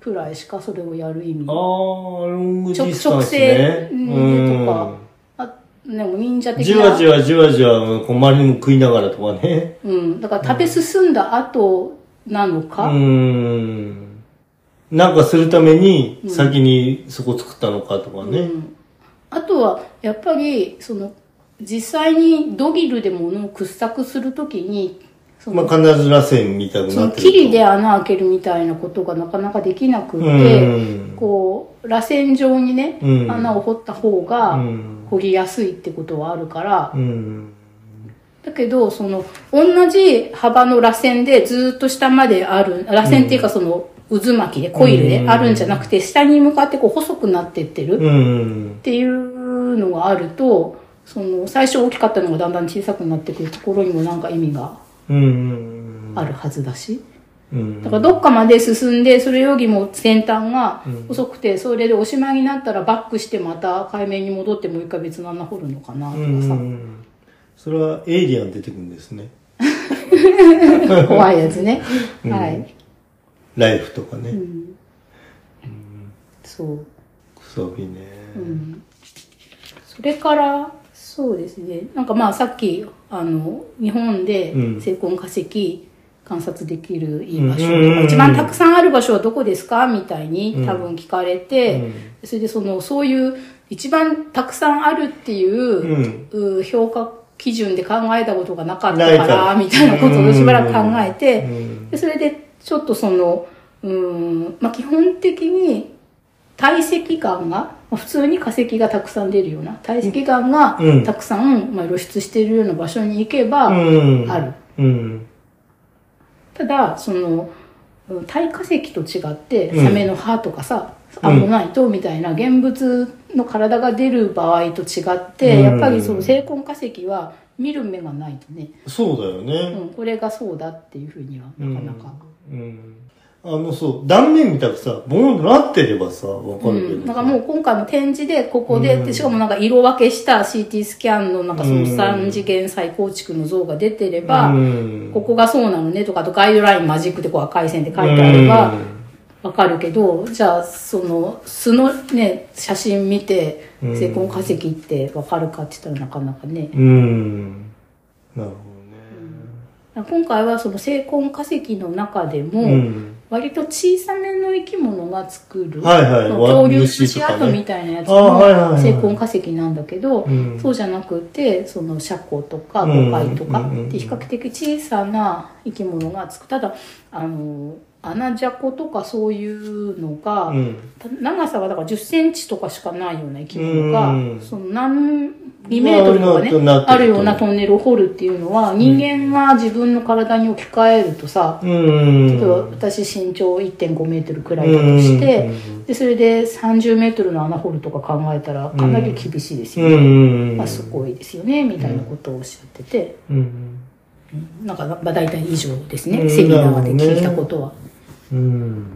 Speaker 2: くらいしかそれをやる意味
Speaker 1: ああ、ロングディスタ
Speaker 2: 直
Speaker 1: ンスね
Speaker 2: 線。でとかあでも忍者
Speaker 1: うん。
Speaker 2: 的
Speaker 1: じ
Speaker 2: な
Speaker 1: わじわじわじわ、こう周りにも食いながらとかね。
Speaker 2: うん、だから食べ進んだ後なの
Speaker 1: う
Speaker 2: か、
Speaker 1: ん。なんかするために、先にそこ作ったのかとか
Speaker 2: う
Speaker 1: ね。
Speaker 2: んあとはやっぱりその実際にドリルで物を掘削するときにそ
Speaker 1: ま
Speaker 2: の,、
Speaker 1: あ、必ず螺旋みたいに
Speaker 2: そ
Speaker 1: な
Speaker 2: の
Speaker 1: ってる。
Speaker 2: 切りで穴開けるみたいなことがなかなかできなくって、
Speaker 1: うん。
Speaker 2: こう螺旋状にね、
Speaker 1: うん
Speaker 2: 穴を掘った方が
Speaker 1: うん
Speaker 2: 掘りやすいってことはあるから、
Speaker 1: うん。
Speaker 2: だけどその同じ幅の螺旋でずっと下まである螺旋っていうかその渦巻きでコイルであるんじゃなくて下に向かってこう細くなってってるっ
Speaker 1: うん。
Speaker 2: ていうのがあるとその最初大きかったのがだんだん小さくなってくるところにもなんか意味が
Speaker 1: うん。
Speaker 2: あるはずだし
Speaker 1: うん
Speaker 2: だからどっかまで進んでそれよりも先端が細くてそれでおしまいになったらバックしてまた海面に戻ってもう一回別の穴掘るのかなと
Speaker 1: う
Speaker 2: か
Speaker 1: ん。それはエイリアン出てくるんですね。
Speaker 2: さ 怖いやつね
Speaker 1: うん
Speaker 2: はい。
Speaker 1: ライフとかね。
Speaker 2: うんそう、
Speaker 1: くそびね。
Speaker 2: うん、それからそうですねなんかまあさっきあの日本で
Speaker 1: うん
Speaker 2: 成婚化石観察できるいい場所、
Speaker 1: うんうんうん
Speaker 2: 一番たくさんある場所はどこですかみたいに多分聞かれて、
Speaker 1: うん
Speaker 2: それでそのそういう一番たくさんあるっていう、
Speaker 1: ん。
Speaker 2: う評価基準で考えたことがなかった
Speaker 1: ない
Speaker 2: か
Speaker 1: から
Speaker 2: らみたいなことをしばらく考えて、
Speaker 1: うん
Speaker 2: でそれでちょっとそのうーん、まあ、基本的に堆積岩がまあ普通に化石がたくさん出るような堆積岩が
Speaker 1: うん
Speaker 2: たくさん、まあ、露出しているような場所に行けば、
Speaker 1: うん。
Speaker 2: ある。
Speaker 1: うん。
Speaker 2: ただそのうん耐火石と違って
Speaker 1: うん
Speaker 2: サメの歯とかさ、
Speaker 1: う
Speaker 2: ア
Speaker 1: ん
Speaker 2: ンモナイトみたいな現物の体が出る場合と違って、
Speaker 1: うん
Speaker 2: やっぱりその成婚化石は見る目がないとね、
Speaker 1: そうだ
Speaker 2: う
Speaker 1: よね。
Speaker 2: ん、これがそうだっていうふうにはなかなか。
Speaker 1: うん。あの、そう、断面見たくさ、ボンとなってればさ、わかるけど
Speaker 2: うん、
Speaker 1: さ。
Speaker 2: なんかもう今回の展示でここ
Speaker 1: う
Speaker 2: で、
Speaker 1: ん
Speaker 2: でしかもなんか色分けした CT スキャンのなんかそ
Speaker 1: うん
Speaker 2: の3次元再構築の像が出てれば、
Speaker 1: うん、
Speaker 2: ここがそうなのねとかあとガイドラインマジックでこう赤い線で書いてあればわかるけど、じゃあその素のね写真見て
Speaker 1: うん
Speaker 2: 成婚化石ってわかるかって言ったらなかなかね、
Speaker 1: うん。うん。なるほ
Speaker 2: 今回はその成婚化石の中でも、
Speaker 1: どね。うん。
Speaker 2: 割と小さめの生き物が作る、
Speaker 1: はいはい
Speaker 2: 恐竜寿司
Speaker 1: ワニとか
Speaker 2: 跡
Speaker 1: ね
Speaker 2: みたいなやつ
Speaker 1: あはいはいは
Speaker 2: の
Speaker 1: い
Speaker 2: 成婚化石なんだけど、
Speaker 1: うん
Speaker 2: そうじゃなくてそのシャコとか
Speaker 1: うん
Speaker 2: ゴカイとか
Speaker 1: うん
Speaker 2: って比較的小さな生き物が作るただあのアナジャコとかそういうのが、
Speaker 1: うん。
Speaker 2: 長さがだから1 0センチとかしかないような生き物が、
Speaker 1: うん
Speaker 2: その何2メートルとかね、
Speaker 1: まあ
Speaker 2: あるようなトンネルを掘るっていうのは人間が自分の体に置き換えるとさ、
Speaker 1: うん。
Speaker 2: 例えば私身長1.5メートルくらいだとして、でそれで30メートルの穴掘るとか考えたらかなり厳しいです
Speaker 1: うん。
Speaker 2: よ
Speaker 1: う
Speaker 2: ね、
Speaker 1: ん。
Speaker 2: まあ、すごいですよねみたいなことをおっしゃってて、
Speaker 1: うん。
Speaker 2: なんか、まあ、大体以上ですね、
Speaker 1: うん
Speaker 2: セミナーで聞いたことは、
Speaker 1: うん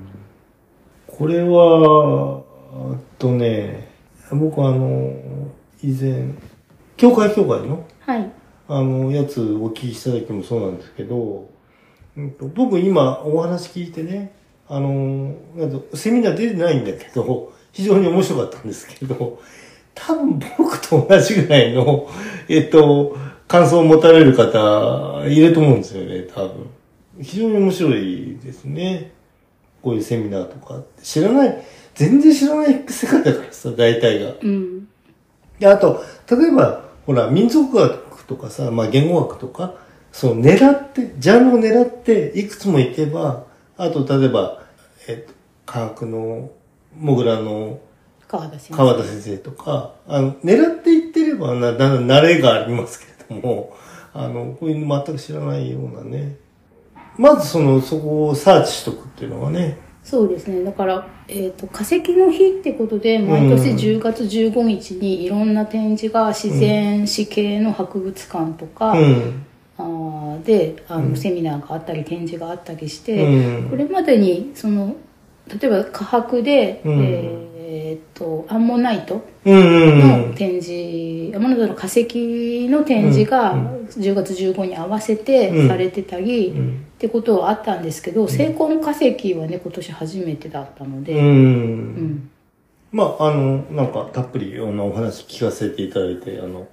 Speaker 1: これは、あとね、僕あの、以前、教会教会の、
Speaker 2: はい
Speaker 1: あの、やつお聞きした時もそうなんですけど、うんと、僕今お話聞いてね、あの、なんとセミナー出てないんだけど、非常に面白かったんですけど、多分僕と同じぐらいの、えっと、感想を持たれる方、いると思うんですよね、多分。非常に面白いですね。こういうセミナーとかって。知らない、全然知らない世界だからさ、大体が。
Speaker 2: うん
Speaker 1: で、あと、例えば、ほら、民族学とかさ、まあ言語学とか、そう、狙って、ジャンルを狙って、いくつもいけば、あと、例えば、えっと、科学のもぐらの
Speaker 2: 川田先生
Speaker 1: 川田先生とか、あの、狙っていってればな、な、慣れがありますけれども、あの、こういうの全く知らないようなね。まずその、そこをサーチしとくっていうのがね。
Speaker 2: そうですねだから、えー、と化石の日ってことで毎年10月15日にいろんな展示が自然史系の博物館とか、
Speaker 1: うん。
Speaker 2: あーであの、
Speaker 1: うん
Speaker 2: セミナーがあったり展示があったりし
Speaker 1: う
Speaker 2: て、こ
Speaker 1: ん。
Speaker 2: れまでにその例えば科博で、
Speaker 1: うん
Speaker 2: えー、とアンモナイト
Speaker 1: うんうんう
Speaker 2: の
Speaker 1: ん。
Speaker 2: 展示、アンモナイトの化石の展示が
Speaker 1: うん
Speaker 2: 10月15に合わせてされてたり、
Speaker 1: うん
Speaker 2: ってことはあったんですけど、成婚化石はね今年初めてだったの
Speaker 1: う
Speaker 2: で、うん
Speaker 1: ん。
Speaker 2: ん
Speaker 1: まあ、あの、なんか、たっぷり、あの、お話聞かせていただいて、あの、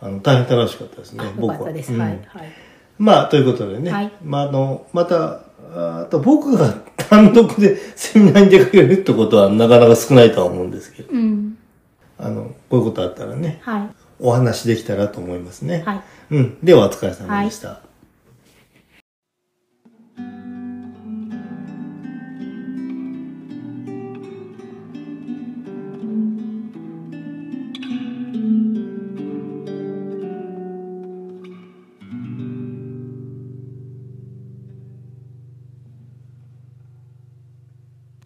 Speaker 1: あの、大変楽しかったですね
Speaker 2: あ、よ
Speaker 1: 僕
Speaker 2: か
Speaker 1: は。
Speaker 2: ったです、
Speaker 1: うん
Speaker 2: はいはい
Speaker 1: まあ、ということでね。
Speaker 2: はい
Speaker 1: まあ、あの、また、ああと僕が単独で セミナーに出かけるってことはなかなか少ないとは思うんですけど、
Speaker 2: うん
Speaker 1: あの、こういうことあったらね、
Speaker 2: は
Speaker 1: お話できたらと思いますね。
Speaker 2: いはい
Speaker 1: うん。では、お疲れ様でした。
Speaker 2: は